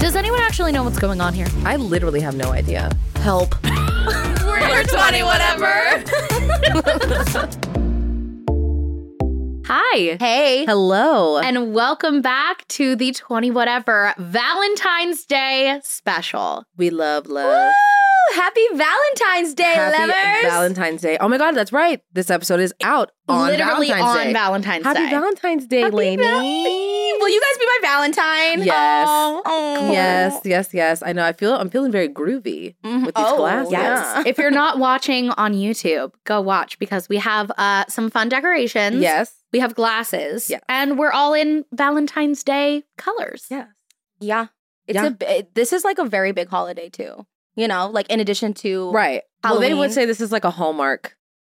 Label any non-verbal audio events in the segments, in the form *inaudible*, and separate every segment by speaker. Speaker 1: Does anyone actually know what's going on here?
Speaker 2: I literally have no idea. Help.
Speaker 1: We're 20, whatever. Hi.
Speaker 2: Hey. Hello.
Speaker 1: And welcome back to the 20 whatever Valentine's Day special.
Speaker 2: we love love.
Speaker 3: Happy Valentine's Day,
Speaker 2: Happy
Speaker 3: lovers!
Speaker 2: Valentine's Day. Oh my god, that's right. This episode is out on
Speaker 1: Literally
Speaker 2: Valentine's
Speaker 1: on
Speaker 2: Day.
Speaker 1: Valentine's
Speaker 2: Happy
Speaker 1: Day.
Speaker 2: Valentine's Day,
Speaker 3: Happy
Speaker 2: Lainey.
Speaker 3: Valentine. Will you guys be my Valentine?
Speaker 2: Yes.
Speaker 3: Oh, oh.
Speaker 2: Yes, yes, yes. I know. I feel I'm feeling very groovy with these
Speaker 3: Oh,
Speaker 2: glasses.
Speaker 3: yes.
Speaker 1: if you're not *laughs* watching on YouTube, go watch because we have uh, some fun decorations.
Speaker 2: Yes.
Speaker 1: We have glasses.
Speaker 2: Yes.
Speaker 1: And we're all in Valentine's Day colors.
Speaker 2: Yes.
Speaker 3: Yeah. It's
Speaker 2: Yeah.
Speaker 3: a bi- it- this is like a very big holiday too. You know, like in addition to
Speaker 2: Right. Well, they would
Speaker 3: Halloween.
Speaker 2: say this is like a Hallmark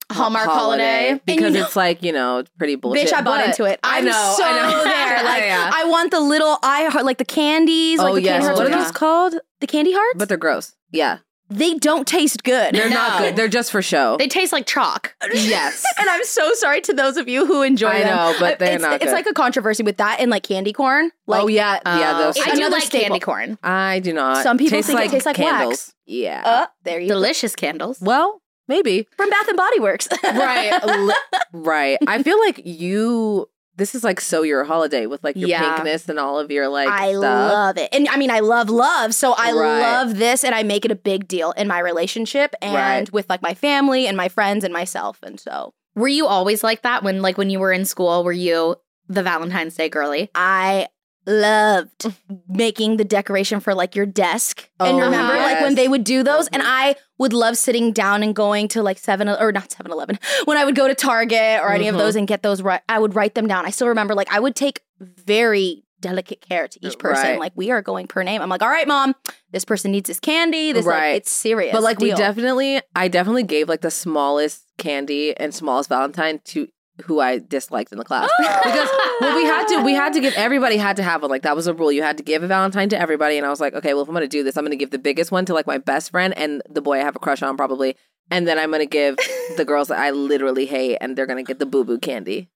Speaker 1: Hallmark holiday.
Speaker 2: because
Speaker 3: And you know-
Speaker 2: it's like you know it's pretty bullshit.
Speaker 3: Bitch, I bought
Speaker 2: but-
Speaker 3: into it.
Speaker 2: I
Speaker 3: I'm
Speaker 2: know,
Speaker 3: so
Speaker 2: I
Speaker 1: *laughs*
Speaker 2: know. *laughs*
Speaker 3: there. Like,
Speaker 2: Yeah.
Speaker 3: I want the little I heart, like the candies,
Speaker 2: oh
Speaker 3: like the
Speaker 2: yes,
Speaker 3: candy hearts.
Speaker 2: what are
Speaker 3: with-
Speaker 2: those called?
Speaker 3: The candy hearts?
Speaker 2: But they're gross. Yeah,
Speaker 3: they don't taste good.
Speaker 2: they're not
Speaker 1: No.
Speaker 2: good. They're just for show.
Speaker 1: They taste like chalk.
Speaker 2: yes,
Speaker 3: and I'm so sorry to those of you who enjoy
Speaker 2: I
Speaker 3: them.
Speaker 2: know, but they're
Speaker 3: it's,
Speaker 2: not
Speaker 3: It's
Speaker 2: good.
Speaker 3: like a controversy with that and like candy corn. Like, uh,
Speaker 2: oh yeah, yeah.
Speaker 1: Oh.
Speaker 2: Those.
Speaker 3: It's
Speaker 1: I do
Speaker 3: another
Speaker 1: like
Speaker 3: staple.
Speaker 1: candy corn.
Speaker 2: I do not.
Speaker 3: Some people think it
Speaker 2: like
Speaker 3: tastes like wax.
Speaker 2: candles. Yeah.
Speaker 3: uh, there you go.
Speaker 1: Delicious candles.
Speaker 2: well, maybe.
Speaker 3: From Bath and Body Works. *laughs*
Speaker 2: Right. Li- right. I feel like you. This is like so your holiday with like your
Speaker 3: Yeah.
Speaker 2: pinkness and all of your like
Speaker 3: I
Speaker 2: stuff.
Speaker 3: love it. And I mean, I love love. So I
Speaker 2: Right.
Speaker 3: love this and I make it a big deal in my relationship and
Speaker 2: Right.
Speaker 3: with like my family and my friends and myself. And so
Speaker 1: Were you always like that when like when you were in school? Were you the Valentine's Day girly?
Speaker 3: I loved making the decoration for like your desk. and
Speaker 2: Oh,
Speaker 3: remember like when
Speaker 2: yes.
Speaker 3: they would do those? And
Speaker 2: Mhm.
Speaker 3: I would love sitting down and going to like 7 or not 7 Eleven, *laughs* when I would go to Target or any
Speaker 2: Mhm.
Speaker 3: of those and get those right. I would write them down. I still remember like I would take very delicate care to each person.
Speaker 2: Right.
Speaker 3: Like we are going per name. I'm like, all right, mom, this person needs this candy. This
Speaker 2: Right.
Speaker 3: like it's serious.
Speaker 2: But like we
Speaker 3: deal.
Speaker 2: definitely, I definitely gave like the smallest candy and smallest Valentine to who I disliked in
Speaker 1: *laughs*
Speaker 2: the class because well we had to we had to give everybody had to have one like that was a rule you had to give a Valentine to everybody and I was like okay well if I'm gonna do this I'm gonna give the biggest one to like my best friend and the boy I have a crush on probably and then I'm gonna give the girls that I literally hate and they're gonna get the boo boo candy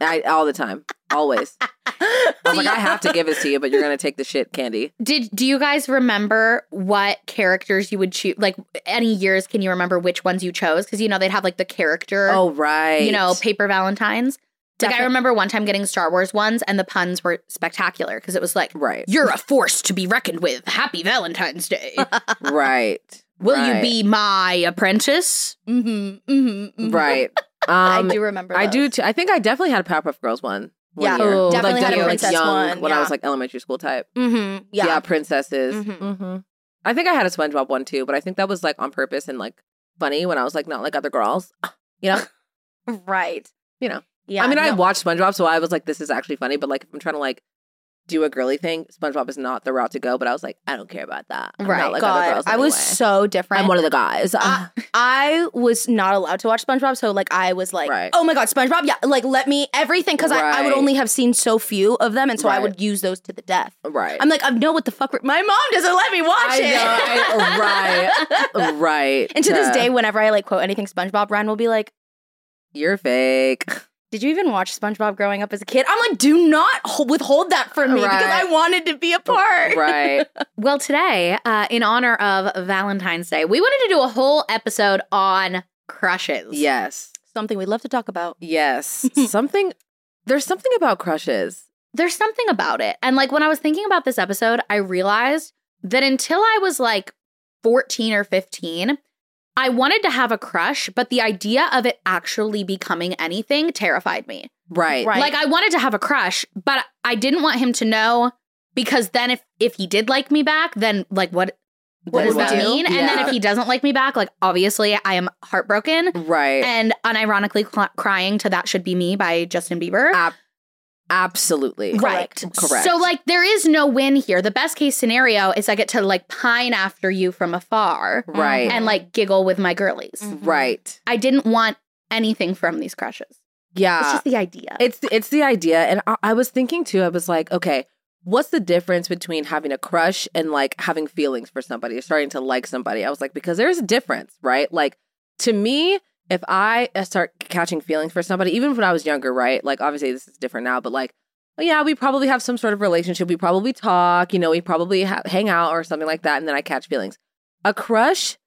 Speaker 2: I, all the time
Speaker 1: *laughs*
Speaker 2: always I was like I have to give this to you but you're gonna take the shit candy
Speaker 1: Did do you guys remember what characters you would choose? Like any years, can you remember which ones you chose? Because you know they'd have like the character,
Speaker 2: oh right
Speaker 1: you know, paper Valentines. Like I
Speaker 3: Defi-
Speaker 1: remember one time getting Star Wars ones, and the puns were spectacular because it was like,
Speaker 2: right
Speaker 1: "You're a force to be reckoned with. Happy Valentine's *laughs* Day.
Speaker 3: *laughs*
Speaker 2: right
Speaker 1: Will you
Speaker 2: Right.
Speaker 1: be my apprentice?"
Speaker 3: Mhm, mhm, mhm.
Speaker 2: Right.
Speaker 3: *laughs* I
Speaker 2: Um, I do.
Speaker 3: do remember.
Speaker 2: I
Speaker 3: those.
Speaker 2: do. Too. I think I definitely had a Powerpuff Girls one. one
Speaker 3: Yeah, Oh,
Speaker 2: year.
Speaker 1: Ooh.
Speaker 2: Like,
Speaker 3: definitely had a
Speaker 2: when I was
Speaker 3: princess
Speaker 2: young,
Speaker 3: one.
Speaker 2: when I
Speaker 3: yeah.
Speaker 2: was like elementary school type.
Speaker 3: Mhm,
Speaker 2: Yeah,
Speaker 3: yeah.
Speaker 2: princesses.
Speaker 3: Mhm.
Speaker 2: Mhm. I think I had a SpongeBob one too, but I think that was like on purpose and like funny when I was like not like other girls. You know,
Speaker 3: right.
Speaker 2: You know.
Speaker 3: Yeah.
Speaker 2: I mean, I
Speaker 3: no.
Speaker 2: watched SpongeBob, so I was like, this is actually funny. But like, if I'm trying to like do a girly thing, SpongeBob is not the route to go. But I was like, I don't care about that. I'm not
Speaker 1: Right.
Speaker 2: like other
Speaker 3: God,
Speaker 2: girls.
Speaker 3: I was
Speaker 2: anyway.
Speaker 3: so Uh, different.
Speaker 2: I'm one of the guys.
Speaker 3: I, I was not allowed to watch SpongeBob, so like I was like,
Speaker 2: Right.
Speaker 3: "Oh my god, SpongeBob! Yeah, like let me everything," because I, I would
Speaker 2: Right.
Speaker 3: only have seen so few of them, and so I
Speaker 2: Right.
Speaker 3: would use those to the death.
Speaker 2: *laughs* right.
Speaker 3: I'm like, I know what the fuck. we're- My mom doesn't let me watch
Speaker 2: I
Speaker 3: it.
Speaker 2: know, I- right. Right.
Speaker 3: *laughs* And to
Speaker 2: Uh,
Speaker 3: this day, whenever I like quote anything SpongeBob, Ryan will be like,
Speaker 2: you're fake.
Speaker 3: "Did you even watch SpongeBob growing up as a kid?" I'm like, "Do not ho- withhold that from me because
Speaker 2: Right.
Speaker 3: I wanted to be a
Speaker 1: *laughs*
Speaker 3: part."
Speaker 2: Right.
Speaker 1: Well, today, uh, in honor of Valentine's Day, we wanted to do a whole episode on crushes.
Speaker 2: Yes.
Speaker 3: something we'd love to talk about.
Speaker 2: Yes. something there's something about crushes.
Speaker 1: There's something about it. And like when I was thinking about this episode, I realized that until I was like 14 or 15, I wanted to have a crush, but the idea of it actually becoming anything terrified me.
Speaker 2: Right.
Speaker 3: Right.
Speaker 1: Like I wanted to have a crush, but I didn't want him to know because then if if he did like me back, then like what what
Speaker 2: Then
Speaker 1: does
Speaker 2: what?
Speaker 1: that mean? And then
Speaker 2: Yeah.
Speaker 1: if he doesn't like me back, like obviously I am heartbroken
Speaker 2: Right.
Speaker 1: and unironically cl- crying to that should be me by Justin Bieber.
Speaker 2: Ab- Absolutely.
Speaker 1: Right.
Speaker 2: Correct.
Speaker 1: So like there is no win here. The best case scenario is I get to like pine after you from afar
Speaker 2: Right.
Speaker 1: and like giggle with my girlies.
Speaker 3: Mm.
Speaker 2: right.
Speaker 1: I didn't want anything from these crushes.
Speaker 2: Yeah.
Speaker 3: Ah.
Speaker 1: It's just the idea.
Speaker 2: It's the, it's the idea, and I, I was thinking too. I was like, okay, what's the difference between having a crush and like having feelings for somebody or starting to like somebody? I was like, because there's a difference, right? Like to me, if I uh, start catching feelings for somebody, even when I was younger, right? Like obviously this is different now, but like. well, Yeah, we probably have some sort of relationship. We probably talk, you know, we probably ha- hang out or something like that. And then I catch feelings. A crush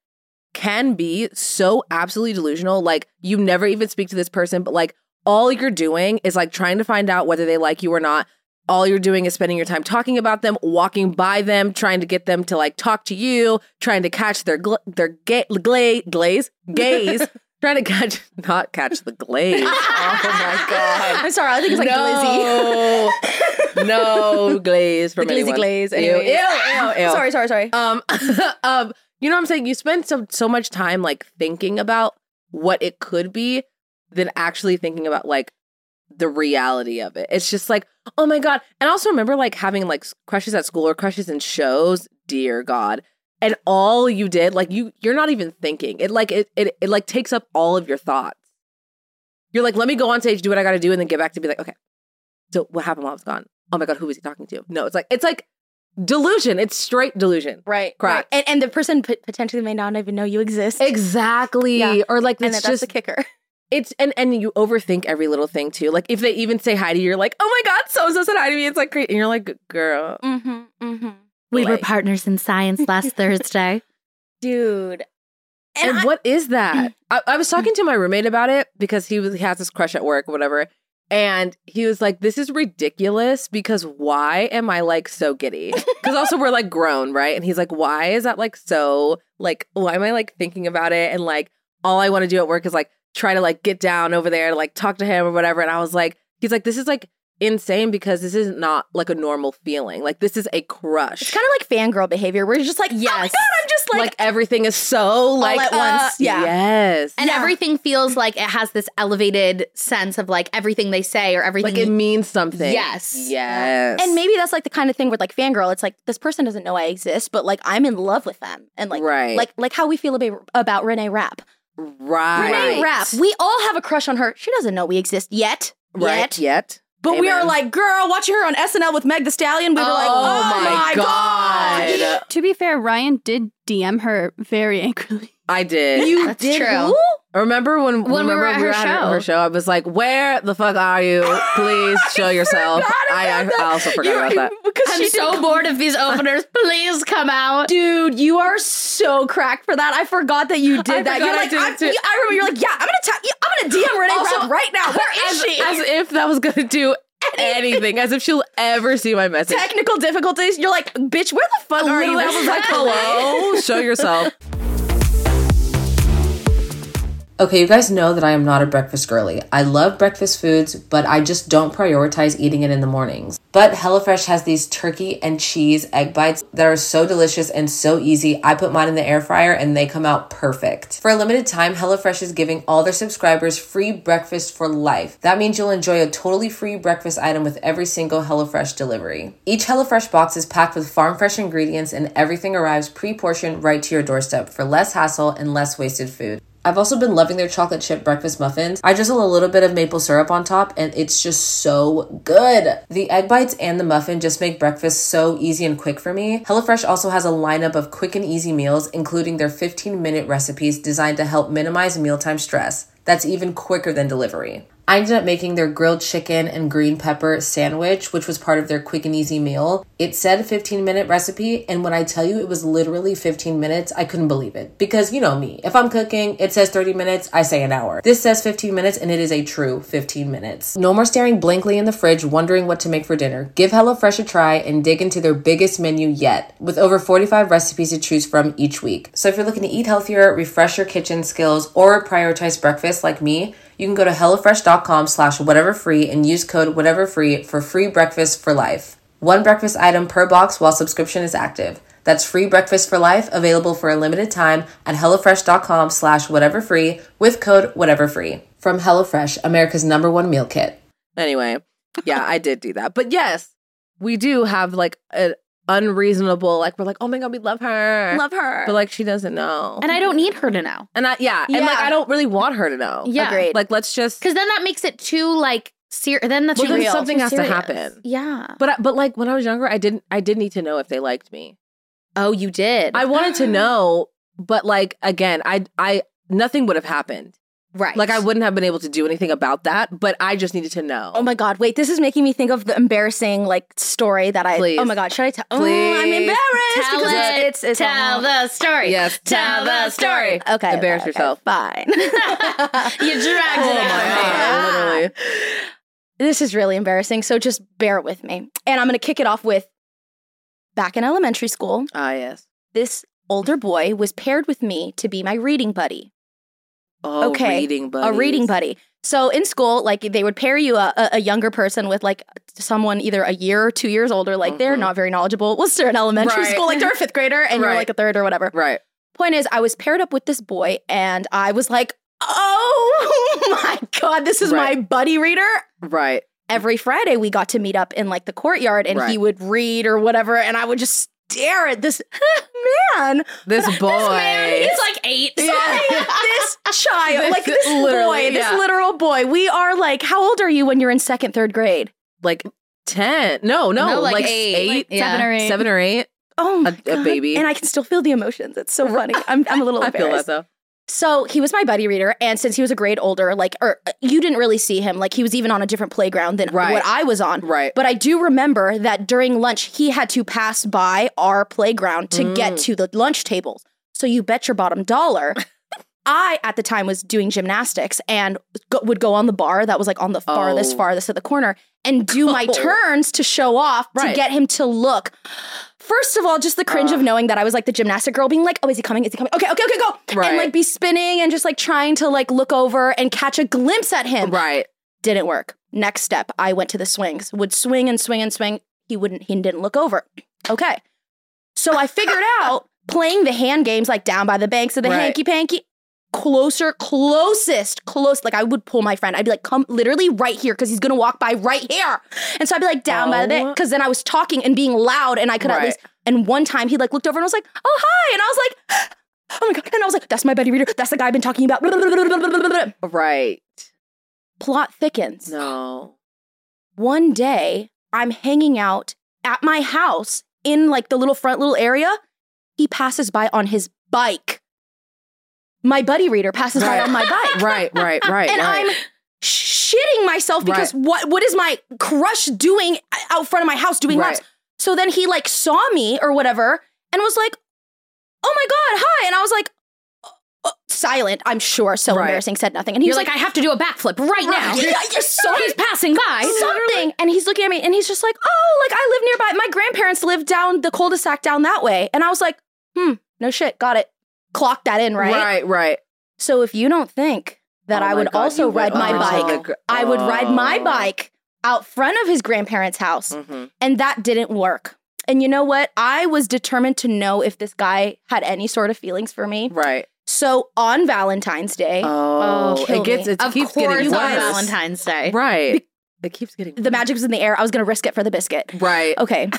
Speaker 2: can be so absolutely delusional. Like, you never even speak to this person, but like, all you're doing is like trying to find out whether they like you or not. All you're doing is spending your time talking about them, walking by them, trying to get them to like talk to you, trying to catch their gla- their ga- gla- glaze *laughs* gaze, trying to catch not catch the glaze. *laughs* Oh my god.
Speaker 3: *laughs* I'm sorry. I think it's like glizzy.
Speaker 2: no. *laughs* no glaze
Speaker 3: *laughs* The
Speaker 2: from
Speaker 3: glizzy
Speaker 2: anyone.
Speaker 3: glaze.
Speaker 2: Ew,
Speaker 3: anyways.
Speaker 2: ew, ew, ew.
Speaker 3: *laughs* Sorry, sorry, sorry.
Speaker 2: Um, *laughs* um, you know what I'm saying? You spend so so much time like thinking about what it could be than actually thinking about like the reality of it. It's just like, oh my god. And I also remember like having like s- crushes at school or crushes in shows, dear God. And all you did, like you you're not even thinking. It like it it, it like takes up all of your thoughts. You're like, let me go on stage, do what I gotta do, and then get back to be like, okay. So what happened while I was gone? Oh my god, who was he talking to? No, it's like it's like delusion. It's straight delusion.
Speaker 3: right.
Speaker 2: Correct.
Speaker 3: And, and the person p- potentially may not even know you exist.
Speaker 2: Exactly.
Speaker 3: Yeah.
Speaker 2: Or like
Speaker 3: and
Speaker 2: it's
Speaker 3: that, that's
Speaker 2: just
Speaker 3: the kicker.
Speaker 2: it's and and you overthink every little thing too. Like if they even say hi to you, you're like, oh my god, so and so said hi to me. It's like great, and you're like, girl,
Speaker 3: Mm-hmm. Mm-hmm.
Speaker 1: we were
Speaker 2: like-
Speaker 1: partners in
Speaker 3: *laughs*
Speaker 1: science last Thursday.
Speaker 3: Dude.
Speaker 2: and,
Speaker 3: I- Mm.
Speaker 2: what is that? I, I was talking to my roommate about it because he was he has this crush at work, or whatever, and he was like, "This is ridiculous because why am I like so
Speaker 3: *laughs*
Speaker 2: giddy? Because also we're like grown, right?" And he's like, "Why is that like so like why am I like thinking about it and like all I want to do at work is like try to like get down over there to like talk to him or whatever?" And I was like, "He's like, this is like." Insane because this is not like a normal feeling. Like this is a crush.
Speaker 3: It's kind of like fangirl behavior where you're just like, yes. Oh my God, I'm just
Speaker 2: like,
Speaker 3: like,
Speaker 2: everything is so like
Speaker 3: at
Speaker 2: uh,
Speaker 3: once, yeah.
Speaker 2: Yes.
Speaker 1: And
Speaker 3: Yeah.
Speaker 1: everything feels like it has this elevated sense of like everything they say or everything.
Speaker 2: Like it means something.
Speaker 1: Yes.
Speaker 2: Yes.
Speaker 3: and maybe that's like the kind of thing where like fangirl, it's like this person doesn't know I exist, but like I'm in love with them. And like,
Speaker 2: Right.
Speaker 3: like, like how we feel about, about Renee Rapp.
Speaker 2: right.
Speaker 3: Renee Rapp, we all have a crush on her. She doesn't know we exist yet.
Speaker 2: right.
Speaker 3: Yet.
Speaker 2: Yet.
Speaker 3: But we are
Speaker 2: Amen.
Speaker 3: like, girl, watching her on SNL with Meg the Stallion. We were like,
Speaker 2: Oh
Speaker 3: oh
Speaker 2: my
Speaker 3: my,
Speaker 2: God.
Speaker 3: god.
Speaker 4: To be fair, Ryan did DM her very angrily.
Speaker 2: I did.
Speaker 3: You
Speaker 1: That's
Speaker 3: did
Speaker 1: true.
Speaker 3: who?
Speaker 2: remember when,
Speaker 1: When we
Speaker 2: remember
Speaker 1: were at her show.
Speaker 2: her show? I was like, "Where the fuck are you? Please show yourself." I, I, I also forgot about that.
Speaker 3: Because
Speaker 1: I'm
Speaker 3: she
Speaker 1: so
Speaker 3: did-
Speaker 1: bored of
Speaker 3: *laughs*
Speaker 1: these openers. Please come out.
Speaker 3: Dude, you are so cracked for that. I forgot that you did
Speaker 2: I
Speaker 3: that.
Speaker 2: forgot
Speaker 3: You're
Speaker 2: I
Speaker 3: like,
Speaker 2: did
Speaker 3: I,
Speaker 2: too.
Speaker 3: you- I remember you're like, yeah, I'm gonna ta- yeah, I'm gonna DM Renee
Speaker 2: Also,
Speaker 3: Rapp right
Speaker 1: *laughs*
Speaker 3: now.
Speaker 5: *laughs*
Speaker 3: Where is
Speaker 2: As,
Speaker 3: she?
Speaker 2: as if that was gonna do anything. as if she'll ever see my message.
Speaker 3: Technical difficulties. You're like, bitch, where the fuck are you?
Speaker 2: Literally, I
Speaker 3: This
Speaker 2: was
Speaker 3: is
Speaker 2: like,
Speaker 3: happening.
Speaker 2: hello, show yourself. Okay, you guys know that I am not a breakfast girly. I love breakfast foods, but I just don't prioritize eating it in the mornings. But HelloFresh has these turkey and cheese egg bites that are so delicious and so easy. I put mine in the air fryer and they come out perfect. For a limited time, HelloFresh is giving all their subscribers free breakfast for life. That means you'll enjoy a totally free breakfast item with every single HelloFresh delivery. Each HelloFresh box is packed with farm fresh ingredients and everything arrives pre portioned right to your doorstep for less hassle and less wasted food. I've also been loving their chocolate chip breakfast muffins. I drizzle a little bit of maple syrup on top, and it's just so good. The egg bites and the muffin just make breakfast so easy and quick for me. HelloFresh also has a lineup of quick and easy meals, including their 15 minute recipes designed to help minimize mealtime stress. That's even quicker than delivery. I ended up making their grilled chicken and green pepper sandwich, which was part of their quick and easy meal. It said 15 minute recipe, and when I tell you it was literally 15 minutes, I couldn't believe it. Because you know me, if I'm cooking, it says 30 minutes, I say an hour. This says 15 minutes, and it is a true 15 minutes. No more staring blankly in the fridge, wondering what to make for dinner. Give HelloFresh a try and dig into their biggest menu yet, with over 45 recipes to choose from each week. So if you're looking to eat healthier, refresh your kitchen skills, or prioritize breakfast like me, you can go to HelloFresh.com slash whatever free and use code whatever free for free breakfast for life. One breakfast item per box while subscription is active. That's free breakfast for life available for a limited time at HelloFresh.com slash whatever free with code whatever free. From HelloFresh, America's number one meal kit.
Speaker 5: Anyway, yeah, I did do that. But yes, we do have like an unreasonable, like we're like, oh my god, we love her,
Speaker 3: Love her.
Speaker 5: but like she doesn't know,
Speaker 1: And I don't need her to know.
Speaker 5: and I yeah, and like
Speaker 3: Yeah.
Speaker 5: I don't really want her to know.
Speaker 1: Yeah.
Speaker 3: Agreed.
Speaker 5: like let's just
Speaker 1: Because then that makes it too, like, ser- then that's
Speaker 5: Well,
Speaker 1: too
Speaker 5: then
Speaker 1: real.
Speaker 5: something
Speaker 1: too
Speaker 5: has to
Speaker 1: serious.
Speaker 5: happen.
Speaker 1: Yeah.
Speaker 5: But I- but like when I was younger, I didn't I did need to know if they liked me.
Speaker 1: Oh, you did.
Speaker 5: I
Speaker 3: *gasps*
Speaker 5: wanted to know, but like again, I I nothing would have happened.
Speaker 1: Right.
Speaker 5: Like I wouldn't have been able to do anything about that. But I just needed to know.
Speaker 3: Oh my god, wait, this is making me think of the embarrassing like story that I
Speaker 5: Please.
Speaker 3: Oh my god, should I tell? Oh,
Speaker 5: Please.
Speaker 3: I'm embarrassed
Speaker 1: Tell
Speaker 3: because
Speaker 1: it.
Speaker 3: it's it's, it's
Speaker 1: tell the story. *laughs*
Speaker 5: Yes.
Speaker 1: Tell the story.
Speaker 3: Okay.
Speaker 5: Embarrass
Speaker 3: okay, okay,
Speaker 5: yourself.
Speaker 3: Fine.
Speaker 1: You dragged
Speaker 5: Oh
Speaker 1: it
Speaker 5: my
Speaker 1: out
Speaker 5: God,
Speaker 1: of me.
Speaker 5: literally.
Speaker 3: this is really embarrassing, so just bear with me. And I'm going to kick it off with back in elementary school,
Speaker 5: Ah yes.
Speaker 3: this older boy was paired with me to be my reading buddy.
Speaker 5: Oh,
Speaker 3: Okay,
Speaker 5: reading buddies.
Speaker 3: a reading buddy. So in school, like they would pair you a, a- a younger person with like someone either a year or two years older. Like they're
Speaker 5: Mhm.
Speaker 3: not very knowledgeable. Well, they're in elementary
Speaker 5: Right.
Speaker 3: school, like they're a fifth grader, and
Speaker 5: Right.
Speaker 3: you're like a third or whatever.
Speaker 5: Right.
Speaker 3: Point is, I was paired up with this boy, and I was like, oh *laughs* my god, this is my
Speaker 5: Right.
Speaker 3: buddy reader.
Speaker 5: Right.
Speaker 3: Every Friday, we got to meet up in like the courtyard, and
Speaker 5: Right.
Speaker 3: he would read or whatever, and I would just stare at this *laughs* man
Speaker 5: This
Speaker 3: *laughs*
Speaker 5: boy.
Speaker 1: Man, he's like eight.
Speaker 3: this child,
Speaker 5: This
Speaker 3: like this boy,
Speaker 5: literally, yeah.
Speaker 3: this literal boy. We are like, how old are you when you're in second, third grade?
Speaker 5: like ten. No, no,
Speaker 1: No, like
Speaker 5: like,
Speaker 1: eight.
Speaker 5: eight,
Speaker 1: Like
Speaker 4: seven or eight.
Speaker 5: seven or eight.
Speaker 3: Oh, my
Speaker 5: A- a
Speaker 3: God.
Speaker 5: baby.
Speaker 3: and I can still feel the emotions. It's
Speaker 5: *laughs*
Speaker 3: so funny. I'm, I'm a little
Speaker 5: I feel
Speaker 3: embarrassed.
Speaker 5: that though.
Speaker 3: So he was my buddy reader, and since he was a grade older, like, or uh, you didn't really see him. Like he was even on a different playground than
Speaker 5: Right.
Speaker 3: what I was on.
Speaker 5: Right.
Speaker 3: But I do remember that during lunch, he had to pass by our playground to get
Speaker 5: Mm.
Speaker 3: to the lunch tables. So you bet your bottom
Speaker 5: *laughs*
Speaker 3: dollar. I, at the time, was doing gymnastics and go- would go on the bar that was like on the farthest,
Speaker 5: Oh.
Speaker 3: farthest of the corner and do
Speaker 5: *laughs*
Speaker 3: my
Speaker 5: Oh.
Speaker 3: turns to show off
Speaker 5: Right.
Speaker 3: to get him to look. First of all, just the cringe of knowing that I was like the gymnastic girl being like, oh, is he coming? Is he coming? Okay, okay, okay, go.
Speaker 5: Right.
Speaker 3: And like be spinning and just like trying to like look over and catch a glimpse at him
Speaker 5: Right.
Speaker 3: didn't work. Next step, I went to the swings. Would swing and swing and swing. He wouldn't. He didn't look over. Okay, so I
Speaker 5: *laughs*
Speaker 3: figured out playing the hand games like down by the banks of the
Speaker 5: Right.
Speaker 3: hanky panky. Closer, closest, close. Like I would pull my friend. I'd be like, "Come, literally right here," because he's gonna walk by right here. And so I'd be like, "Down by the
Speaker 5: Oh.
Speaker 3: bank," because then I was talking and being loud, and I could
Speaker 5: Right.
Speaker 3: at least. And one time he like looked over and was like, "Oh hi," and I was like, *gasps* "Oh my god!" And I was like, "That's my buddy reader. That's the guy I've been talking about." *laughs*
Speaker 5: Right.
Speaker 3: Plot thickens
Speaker 5: No.
Speaker 3: one day I'm hanging out at my house in like the little front little area. He passes by on his bike. My buddy reader passes by
Speaker 5: Right.
Speaker 3: on my bike.
Speaker 5: Right.
Speaker 3: *laughs*
Speaker 5: Right. Right.
Speaker 3: And
Speaker 5: right.
Speaker 3: I'm shitting myself because what what is my crush doing out front of my house doing
Speaker 5: Right.
Speaker 3: laps? So then he like saw me or whatever and was like, "Oh my god, hi!" And I was like, uh, uh, silent. I'm sure, so
Speaker 5: Right.
Speaker 3: embarrassing. Said nothing. And he
Speaker 1: You're
Speaker 3: was
Speaker 1: like,
Speaker 3: like,
Speaker 1: I have to do a backflip right now.
Speaker 3: *laughs* Yeah, you're so
Speaker 1: He's passing by.
Speaker 3: something. And he's looking at me and he's just like, oh, like I live nearby. My grandparents live down the cul de sac down that way. And I was like, hmm, no shit, got it. Clocked that in, right?
Speaker 5: Right. Right.
Speaker 3: So if you don't think that
Speaker 5: Oh
Speaker 3: I
Speaker 5: my
Speaker 3: would
Speaker 5: God,
Speaker 3: also
Speaker 5: you
Speaker 3: ride
Speaker 5: went
Speaker 3: my
Speaker 5: over to
Speaker 3: bike,
Speaker 5: the gr-
Speaker 3: I would ride my
Speaker 5: Oh.
Speaker 3: bike out front of his grandparents' house.
Speaker 5: Mhm.
Speaker 3: And that didn't work. And you know what? I was determined to know if this guy had any sort of feelings for me.
Speaker 5: Right.
Speaker 3: So on Valentine's Day,
Speaker 5: Oh,
Speaker 3: kill
Speaker 5: it gets
Speaker 3: me.
Speaker 5: it
Speaker 1: Of
Speaker 5: keeps
Speaker 1: course, on
Speaker 5: getting worse.
Speaker 1: Valentine's Day.
Speaker 5: Right. It keeps getting
Speaker 3: the magic was in the air. I was going to risk it for the biscuit.
Speaker 5: Right.
Speaker 3: Okay.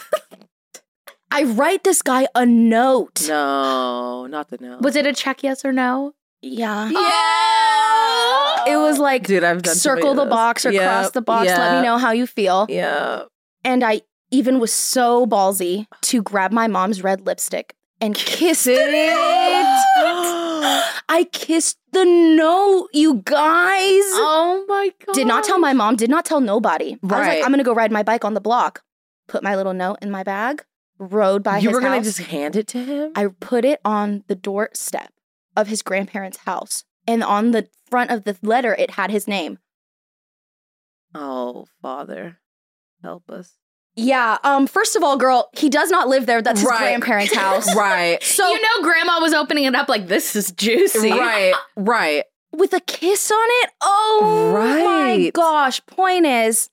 Speaker 3: I write this guy a note.
Speaker 5: No, not the no.
Speaker 1: Was it a check yes or no?
Speaker 3: Yeah. Oh,
Speaker 1: Yeah.
Speaker 3: It was like
Speaker 5: Dude, I've done so many
Speaker 3: circle
Speaker 5: of
Speaker 3: the
Speaker 5: those.
Speaker 3: box or
Speaker 5: Yep,
Speaker 3: cross the box. Let me
Speaker 5: yep,
Speaker 3: know how you feel.
Speaker 5: Yeah.
Speaker 3: And I even was so
Speaker 5: *gasps*
Speaker 3: ballsy to grab my mom's red lipstick and kiss it. I kissed the note, you guys.
Speaker 1: Oh my god.
Speaker 3: Did not tell my mom, did not tell nobody. I was
Speaker 5: Right.
Speaker 3: like, I'm gonna go ride my bike on the block. Put my little note in my bag, rode by
Speaker 5: you
Speaker 3: his
Speaker 5: were gonna
Speaker 3: house.
Speaker 5: just hand it to him?
Speaker 3: I put it on the doorstep of his grandparents' house. And on the front of the letter, it had his name.
Speaker 5: oh, father, help us.
Speaker 3: Yeah. Um. First of all, girl, he does not live there. That's his
Speaker 5: Right.
Speaker 3: grandparents'
Speaker 5: *laughs*
Speaker 3: house.
Speaker 5: right.
Speaker 3: So
Speaker 1: you know grandma was opening it up like this is juicy.
Speaker 5: Right. Right.
Speaker 3: with a kiss on it. Oh my
Speaker 5: Right.
Speaker 3: gosh. Point is,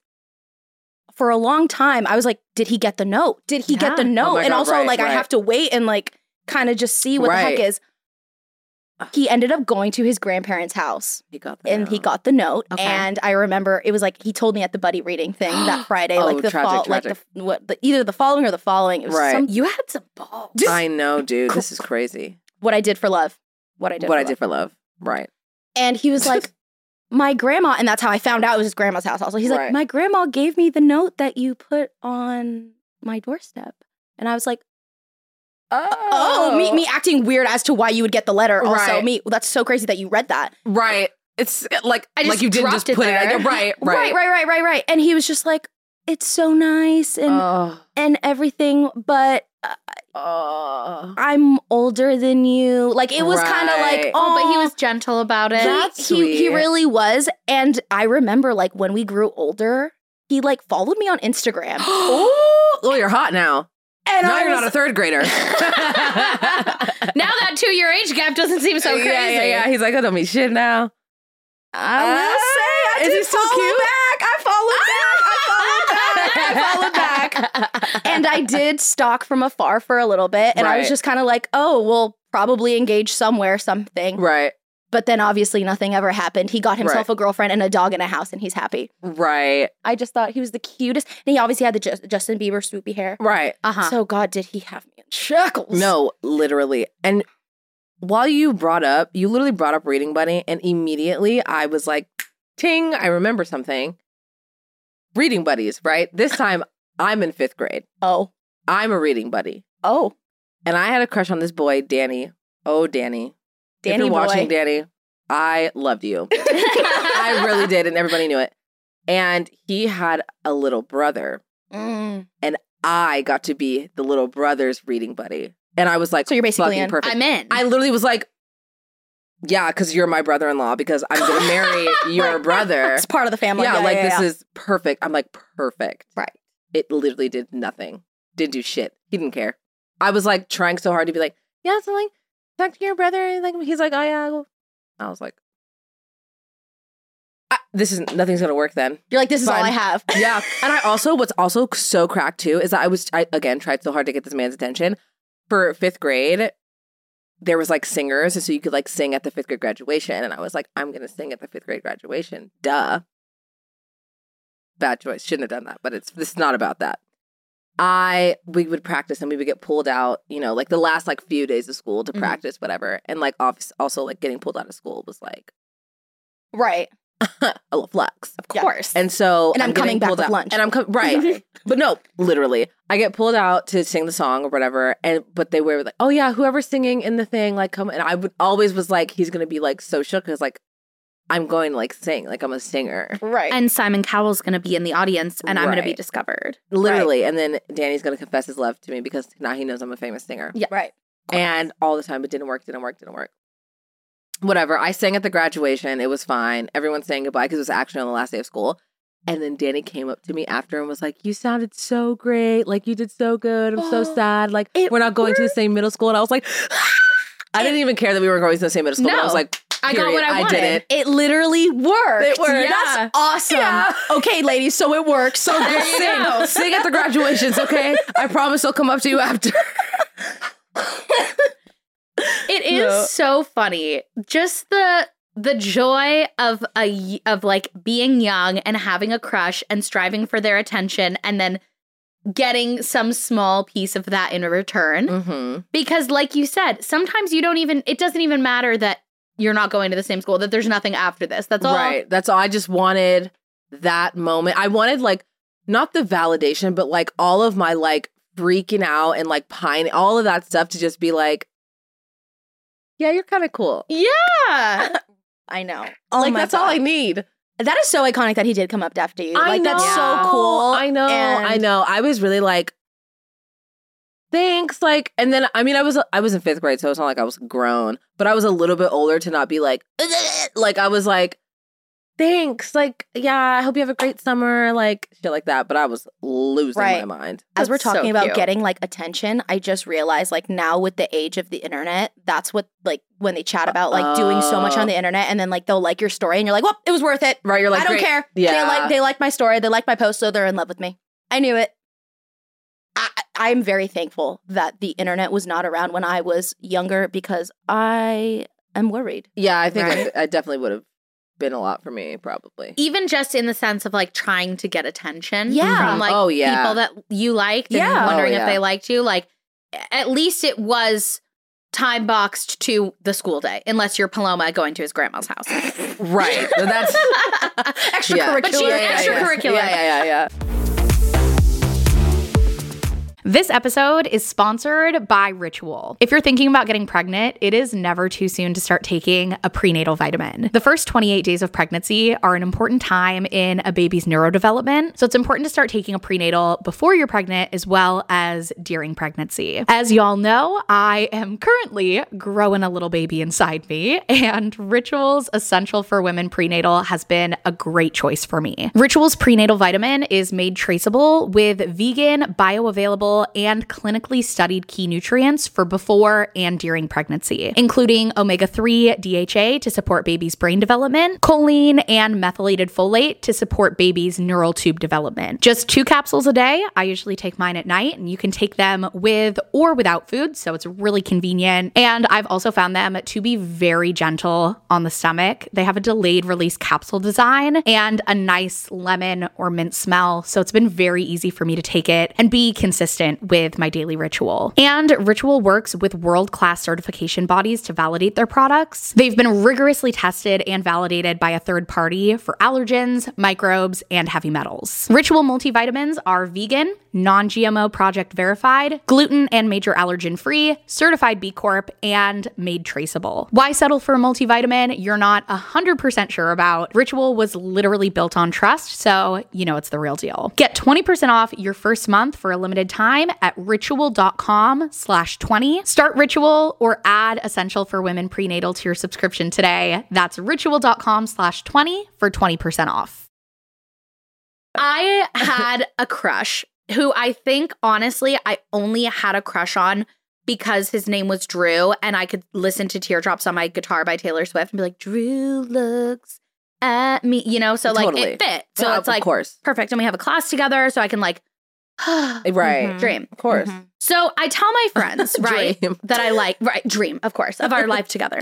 Speaker 3: for a long time, I was like, did he get the note? Did he
Speaker 1: Yeah.
Speaker 3: get the note?
Speaker 5: Oh my
Speaker 3: and
Speaker 5: God,
Speaker 3: also,
Speaker 5: right,
Speaker 3: like, I
Speaker 5: right.
Speaker 3: have to wait and like kind of just see what the
Speaker 5: Right.
Speaker 3: heck is. He ended up going to his grandparents' house.
Speaker 5: He got that.
Speaker 3: and he got the note
Speaker 1: Okay.
Speaker 3: and i remember it was like he told me at the buddy reading thing
Speaker 5: *gasps*
Speaker 3: that friday
Speaker 5: Oh,
Speaker 3: like the
Speaker 5: tragic,
Speaker 3: fall like the what the, either the following or the following it was
Speaker 5: Right.
Speaker 3: some,
Speaker 1: You had some balls.
Speaker 5: I know, dude. This is crazy.
Speaker 3: what i did for love what i did
Speaker 5: What
Speaker 3: for
Speaker 5: I
Speaker 3: love.
Speaker 5: did for love. Right.
Speaker 3: and he
Speaker 5: *laughs*
Speaker 3: was like my grandma and that's how i found out it was his grandma's house also he's
Speaker 5: Right.
Speaker 3: like my grandma gave me the note that you put on my doorstep and i was like
Speaker 5: Uh,
Speaker 3: oh, me, me acting weird as to why you would get the letter also
Speaker 5: Right.
Speaker 3: me that's so crazy that you read that
Speaker 5: Right. It's uh, like
Speaker 1: I just
Speaker 5: like you didn't just
Speaker 1: dropped it
Speaker 5: put
Speaker 1: there.
Speaker 5: it. out there. Right.
Speaker 3: right
Speaker 5: *laughs* Right.
Speaker 3: right right right right and he was just like it's so nice and
Speaker 5: *gasps* Oh.
Speaker 3: and everything, but uh,
Speaker 5: Oh.
Speaker 3: I'm older than you. Like it was kind of like,
Speaker 5: Right.
Speaker 1: Oh, but he
Speaker 3: "Aw."
Speaker 1: was gentle about it.
Speaker 5: That's
Speaker 3: he, he he
Speaker 5: sweet.
Speaker 3: really was. And I remember like when we grew older, he like followed me on Instagram.
Speaker 1: *gasps*
Speaker 5: oh. Oh, you're hot now.
Speaker 3: And
Speaker 5: now
Speaker 3: I
Speaker 5: you're not a
Speaker 3: was-
Speaker 5: third grader. *laughs*
Speaker 1: now that two year age gap doesn't seem so crazy.
Speaker 5: Yeah, yeah, yeah. He's like, I don't mean shit now.
Speaker 3: *laughs* I will say I
Speaker 5: is
Speaker 3: did
Speaker 5: he still
Speaker 3: follow
Speaker 5: cute?
Speaker 3: back. I followed back. *laughs* I followed back. I followed back. *laughs* And I did stalk from afar for a little bit. And I was
Speaker 5: Right.
Speaker 3: just kind of like, oh, we'll probably engage somewhere, something.
Speaker 5: Right.
Speaker 3: But then obviously nothing ever happened. He got himself
Speaker 5: Right.
Speaker 3: a girlfriend and a dog and a house, and he's happy.
Speaker 5: Right.
Speaker 3: I just thought he was the cutest. And he obviously had the Ju- Justin Bieber swoopy hair.
Speaker 5: Right.
Speaker 1: Uh huh.
Speaker 3: So God, did he have me in shackles?
Speaker 5: No, literally. And while you brought up, you literally brought up Reading Bunny, and immediately I was like, ting, I remember something. Reading buddies, right?
Speaker 3: *laughs*
Speaker 5: This time I'm in fifth grade.
Speaker 3: Oh.
Speaker 5: I'm a reading buddy.
Speaker 3: Oh.
Speaker 5: And I had a crush on this boy, Danny. Oh, Danny. if
Speaker 3: Danny
Speaker 5: you're
Speaker 3: boy.
Speaker 5: watching, Danny, I loved you. I really did, and everybody knew it. And he had a little brother.
Speaker 3: Mm.
Speaker 5: I got to be the little brother's reading buddy. And I was like,
Speaker 3: So you're basically
Speaker 5: fucking
Speaker 3: in.
Speaker 5: perfect.
Speaker 1: I'm in.
Speaker 5: I literally was like, yeah, because you're my brother in law, because I'm going
Speaker 3: *laughs*
Speaker 5: to marry your brother.
Speaker 3: It's part of the family.
Speaker 5: yeah, like this
Speaker 3: yeah.
Speaker 5: is perfect. I'm like, perfect.
Speaker 3: Right.
Speaker 5: It literally did nothing, didn't do shit. He didn't care. I was like trying so hard to be like, yeah, so like, talk to your brother. And like, he's like, oh, yeah. I'll-" I was like, I, this is nothing's going to work then.
Speaker 3: You're like, this is all
Speaker 5: Fine.
Speaker 3: I have.
Speaker 5: *laughs*
Speaker 3: *laughs*
Speaker 5: Yeah. And I also, what's also so cracked too is that I was, I again tried so hard to get this man's attention. For fifth grade, there was like singers. So you could like sing at the fifth grade graduation. And I was like, I'm going to sing at the fifth grade graduation. Duh. Bad choice. Shouldn't have done that. But it's, this is not about that. I, we would practice and we would get pulled out, you know, like the last like few days of school to
Speaker 3: Mm-hmm.
Speaker 1: Mhm.
Speaker 5: practice, whatever. And like, obvi- also like getting pulled out of school was like
Speaker 3: Right.
Speaker 5: *laughs* a little flux.
Speaker 3: Of course.
Speaker 5: And so
Speaker 3: And I'm coming
Speaker 5: getting
Speaker 3: back
Speaker 5: pulled
Speaker 3: with
Speaker 5: out-
Speaker 3: lunch.
Speaker 5: And
Speaker 3: *laughs*
Speaker 5: I'm coming right. but no, literally. I get pulled out to sing the song or whatever. And but they were like, Oh yeah, whoever's singing in the thing, like come and I would always was like, he's gonna be like so shook because like I'm going to like sing. Like I'm a singer.
Speaker 3: Right.
Speaker 1: and Simon Cowell's gonna be in the audience and I'm gonna be
Speaker 5: Right.
Speaker 1: discovered.
Speaker 5: Literally. And then Danny's gonna confess his love to me because now he knows I'm a famous singer.
Speaker 3: yeah. Right.
Speaker 5: And all the time it didn't work, didn't work, didn't work. Whatever. I sang at the graduation. It was fine. Everyone sang goodbye because it was actually on the last day of school. And then Danny came up to me after and was like, You sounded so great. Like, you did so good. I'm so sad. Like,
Speaker 3: It
Speaker 5: we're not going to the same middle school. And I was like, *laughs* "Ah!" I didn't even care that we were going to the same middle school. but I was
Speaker 1: No.
Speaker 5: like,
Speaker 1: I got what
Speaker 5: period.
Speaker 1: I wanted.
Speaker 5: did it.
Speaker 3: It literally worked.
Speaker 5: It worked.
Speaker 3: That's awesome.
Speaker 5: Yeah.
Speaker 3: Okay, ladies, so it works. So
Speaker 5: Go Sing, sing at the graduations, okay? I promise I'll come up to you after.
Speaker 1: It is
Speaker 5: No.
Speaker 1: so funny. Just the the joy of a y- of like being young and having a crush and striving for their attention and then getting some small piece of that in return
Speaker 5: Mm-hmm.
Speaker 1: because like you said sometimes you don't even it doesn't even matter that you're not going to the same school that there's nothing after this that's all
Speaker 5: Right. That's all. I just wanted that moment. I wanted like not the validation, but like all of my like freaking out and like pine, all of that stuff to just be like, yeah, you're kind of cool.
Speaker 1: Yeah.
Speaker 4: I know.
Speaker 3: Oh
Speaker 5: like that's all I
Speaker 4: need.
Speaker 5: need.
Speaker 4: That is so iconic that he did come up deaf to you. like that's so
Speaker 5: know.
Speaker 4: cool.
Speaker 5: I know.
Speaker 4: and-
Speaker 5: I know. I was really like, thanks. Like, and then I mean, I was I was in fifth grade, so it's not like I was grown, but I was a little bit older to not be like, *laughs* like I was like, thanks. Like, yeah, I hope you have a great summer. Like shit like that. But I was losing
Speaker 4: Right.
Speaker 5: my mind.
Speaker 4: As we're
Speaker 1: That's so
Speaker 4: talking about
Speaker 1: cute.
Speaker 4: getting like attention, I just realized like now with the age of the internet, that's what like when they chat about like doing so much on the internet and then like they'll like your story and you're like, well, it was worth it.
Speaker 5: Right? You're like,
Speaker 4: I don't
Speaker 5: great.
Speaker 4: care. They
Speaker 5: Yeah.
Speaker 4: like they like my story. They like my post, so they're in love with me. I knew it. I, I- I'm very thankful that the internet was not around when I was younger because I am worried.
Speaker 5: Yeah, I think
Speaker 1: Right.
Speaker 5: I, I definitely would have been a lot for me, probably.
Speaker 4: *laughs*
Speaker 1: Even just in the sense of like trying to get attention
Speaker 4: Yeah.
Speaker 1: from like
Speaker 5: Oh, yeah.
Speaker 1: people that you liked and
Speaker 4: Yeah.
Speaker 1: wondering
Speaker 5: Oh,
Speaker 1: if
Speaker 5: yeah.
Speaker 1: they liked you. Like at least it was time boxed to the school day, unless you're Paloma going to his grandma's
Speaker 5: *laughs*
Speaker 1: house.
Speaker 5: Right. So that's
Speaker 4: *laughs*
Speaker 1: extracurricular. *laughs* But she's
Speaker 5: Yeah, yeah, yeah.
Speaker 1: extracurricular.
Speaker 5: Yeah, yeah, yeah, yeah.
Speaker 6: This episode is sponsored by Ritual. If you're thinking about getting pregnant, it is never too soon to start taking a prenatal vitamin. The first 28 days of pregnancy are an important time in a baby's neurodevelopment, so it's important to start taking a prenatal before you're pregnant as well as during pregnancy. As y'all know, I am currently growing a little baby inside me, and Ritual's Essential for Women prenatal has been a great choice for me. Ritual's prenatal vitamin is made traceable with vegan, bioavailable, and clinically studied key nutrients for before and during pregnancy, including omega 3 DHA to support baby's brain development, choline, and methylated folate to support baby's neural tube development. Just two capsules a day. I usually take mine at night, and you can take them with or without food, so it's really convenient. And I've also found them to be very gentle on the stomach. They have a delayed release capsule design and a nice lemon or mint smell. So it's been very easy for me to take it and be consistent with my daily ritual. And Ritual works with world class certification bodies to validate their products. They've been rigorously tested and validated by a third party for allergens, microbes, and heavy metals. Ritual multivitamins are vegan, non GMO project verified, gluten and major allergen free, certified B Corp, and made traceable. Why settle for a multivitamin you're not 100% sure about? Ritual was literally built on trust, so you know it's the real deal. Get 20% off your first month for a limited time at ritual.com slash 20. Start Ritual or add Essential for Women Prenatal to your subscription today. That's ritual.com slash 20 for 20% off.
Speaker 1: I had a crush who I think honestly I only had a crush on because his name was Drew and I could listen to Teardrops on my guitar by Taylor Swift and be like Drew looks at me, you know, so like
Speaker 5: Totally.
Speaker 1: it fit. So
Speaker 5: Yeah,
Speaker 1: it's like
Speaker 5: of course.
Speaker 1: perfect and we have a class together so I can like *gasps*
Speaker 5: Right.
Speaker 1: dream.
Speaker 5: Of
Speaker 4: Mm-hmm.
Speaker 5: course.
Speaker 1: So I tell my
Speaker 5: *laughs*
Speaker 1: friends, right,
Speaker 5: Dream.
Speaker 1: that I like, right, dream, of course, of
Speaker 5: *laughs*
Speaker 1: our life together.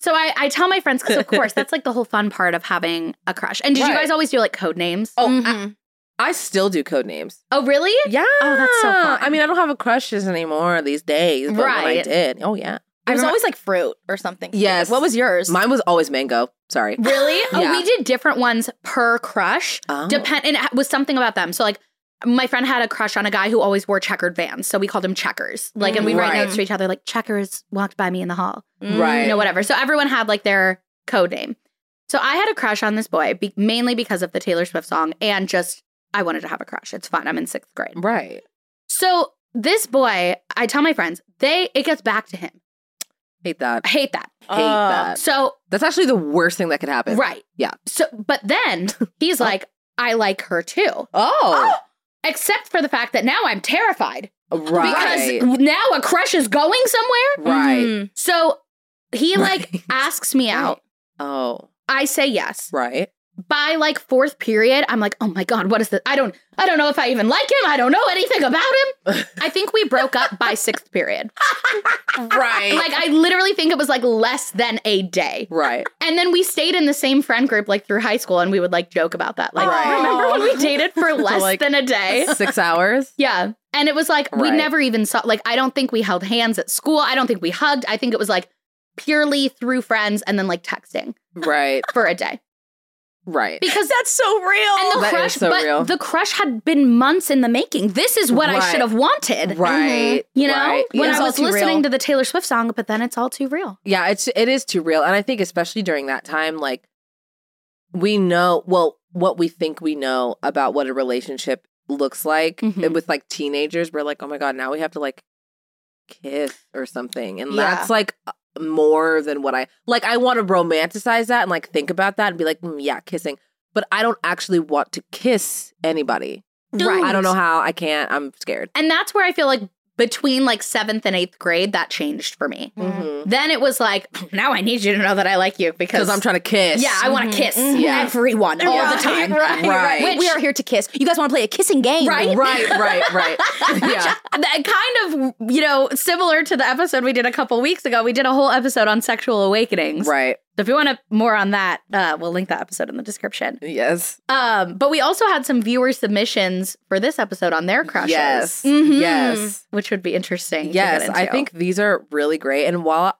Speaker 1: so I, I tell my friends because, of course, that's like the whole fun part of having a crush. And did you
Speaker 5: Right.
Speaker 1: guys always do like code names? Mm-hmm.
Speaker 5: Oh,
Speaker 4: Mhm.
Speaker 5: I still do code names.
Speaker 1: oh really?
Speaker 5: Yeah.
Speaker 1: Oh, that's so fun.
Speaker 5: I mean, I don't have a crushes anymore these days, but when I
Speaker 1: Right.
Speaker 5: did, oh yeah.
Speaker 4: it was
Speaker 1: remember-
Speaker 4: always like fruit or something.
Speaker 5: Yes.
Speaker 4: What was yours?
Speaker 5: Mine was always mango. Sorry.
Speaker 1: Really?
Speaker 5: Yeah.
Speaker 1: Oh, we did different ones per crush.
Speaker 5: Oh.
Speaker 1: Depend and it was something about them. So like my friend had a crush on a guy who always wore checkered vans, so we called him Checkers. Like, and we write
Speaker 5: Right. Mm.
Speaker 1: notes to each other, like Checkers walked by me in the hall,
Speaker 5: Right.
Speaker 1: you know, whatever. So everyone had like their code name. So I had a crush on this boy be- mainly because of the Taylor Swift song, and just I wanted to have a crush. It's fun. I'm in sixth grade.
Speaker 5: Right.
Speaker 1: So this boy, I tell my friends, they it gets back to him.
Speaker 5: Hate that.
Speaker 1: I hate that.
Speaker 5: Hate
Speaker 4: Oh.
Speaker 5: that.
Speaker 1: So
Speaker 5: That's actually the worst thing that could happen.
Speaker 1: right,
Speaker 5: Uh, Yeah.
Speaker 1: So, but then
Speaker 5: *laughs*
Speaker 1: he's like, I like her too.
Speaker 5: Oh.
Speaker 1: except for the fact that now I'm terrified *gasps*
Speaker 5: Right.
Speaker 1: because now a crush is going somewhere. Mm-hmm.
Speaker 5: right.
Speaker 4: Mhm.
Speaker 1: So he like
Speaker 5: Right.
Speaker 1: asks me out.
Speaker 5: Oh.
Speaker 1: I say yes.
Speaker 5: Right.
Speaker 1: By like fourth period, I'm like, oh my god, what is this? I don't, I don't know if I even like him. I don't know anything about him. I think we broke up by sixth period.
Speaker 5: *laughs* Right.
Speaker 1: Like I literally think it was like less than a day. *laughs*
Speaker 5: right.
Speaker 1: And then we stayed in the same friend group like through high school, and we would like joke about that. Like,
Speaker 5: Right.
Speaker 1: remember when we dated
Speaker 5: *laughs*
Speaker 1: for less
Speaker 5: like-
Speaker 1: than a day?
Speaker 5: Six hours.
Speaker 1: Yeah. And it was like, we
Speaker 5: Right.
Speaker 1: never even saw, like, I don't think we held hands at school. I don't think we hugged. I think it was like purely through friends and then like texting
Speaker 4: *laughs*
Speaker 5: Right.
Speaker 1: for a day.
Speaker 5: Right.
Speaker 1: because
Speaker 4: That's so real.
Speaker 1: and the
Speaker 5: That is
Speaker 1: crush,
Speaker 5: so
Speaker 1: but
Speaker 5: real.
Speaker 1: the crush had been months in the making. This is what I
Speaker 5: Right.
Speaker 1: should have wanted.
Speaker 5: Right.
Speaker 1: You know,
Speaker 5: Right.
Speaker 1: when I
Speaker 5: Yeah.
Speaker 4: Mm-hmm. all
Speaker 1: was
Speaker 4: too
Speaker 1: listening
Speaker 4: real.
Speaker 1: to the Taylor Swift song, but then it's all too real.
Speaker 5: Yeah, it's it is too real. And I think especially during that time, like we know well, what we think we know about what a relationship looks like
Speaker 1: Mhm.
Speaker 5: with like teenagers, we're like, oh my god, now we have to like kiss or something. And
Speaker 4: Yeah.
Speaker 5: that's like more than what I like I want to romanticize that and like think about that and be like, mm, yeah, kissing. But I don't actually want to kiss anybody. I don't know how. I can't. I'm scared.
Speaker 1: And that's where I feel like between like seventh and eighth grade, that changed for me.
Speaker 5: Mhm.
Speaker 1: Then it was like, now I need you to know that I like you because
Speaker 5: Because I'm trying to kiss.
Speaker 1: Yeah, I
Speaker 4: Mm-hmm.
Speaker 1: want to kiss
Speaker 5: Yeah.
Speaker 1: everyone all the time.
Speaker 5: Right. *laughs* right.
Speaker 1: Which-
Speaker 4: we are here to kiss. You guys want to play a kissing game,
Speaker 1: Right?
Speaker 5: right, right, *laughs* right. Yeah.
Speaker 1: That kind of, you know, similar to the episode we did a couple weeks ago. We did a whole episode on sexual awakenings.
Speaker 5: Right.
Speaker 1: So if you want to more on that, uh, we'll link that episode in the description.
Speaker 5: Yes.
Speaker 1: Um, but we also had some viewer submissions for this episode on their crushes. Mm-hmm.
Speaker 5: Yes.
Speaker 4: Mhm.
Speaker 5: Yes.
Speaker 1: Which would be interesting. to get
Speaker 5: Yes. I
Speaker 1: into.
Speaker 5: think these are really great. And while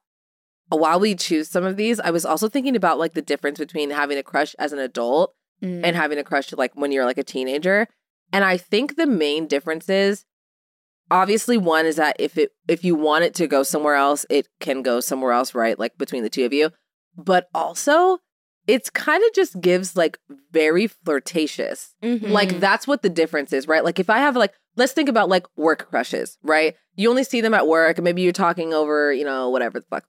Speaker 5: while we choose some of these, I was also thinking about like the difference between having a crush as an adult
Speaker 1: Mm.
Speaker 5: and having a crush like when you're like a teenager. And I think the main difference is obviously one is that if it if you want it to go somewhere else, it can go somewhere else, right? Like between the two of you. But also it's kind of just gives like very flirtatious.
Speaker 1: Mm-hmm.
Speaker 5: Like that's what the difference is, right? Like if I have like let's think about like work crushes, right? You only see them at work, maybe you're talking over, you know, whatever the fuck.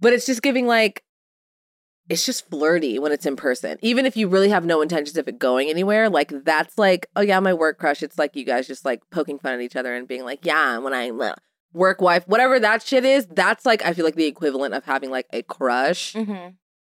Speaker 5: But it's just giving like it's just flirty when it's in person. Even if you really have no intentions of it going anywhere, like that's like, oh yeah, my work crush. It's like you guys just like poking fun at each other and being like, yeah, when I uh, work wife, whatever that shit is, that's like I feel like the equivalent of having like a
Speaker 4: Mm.
Speaker 5: crush.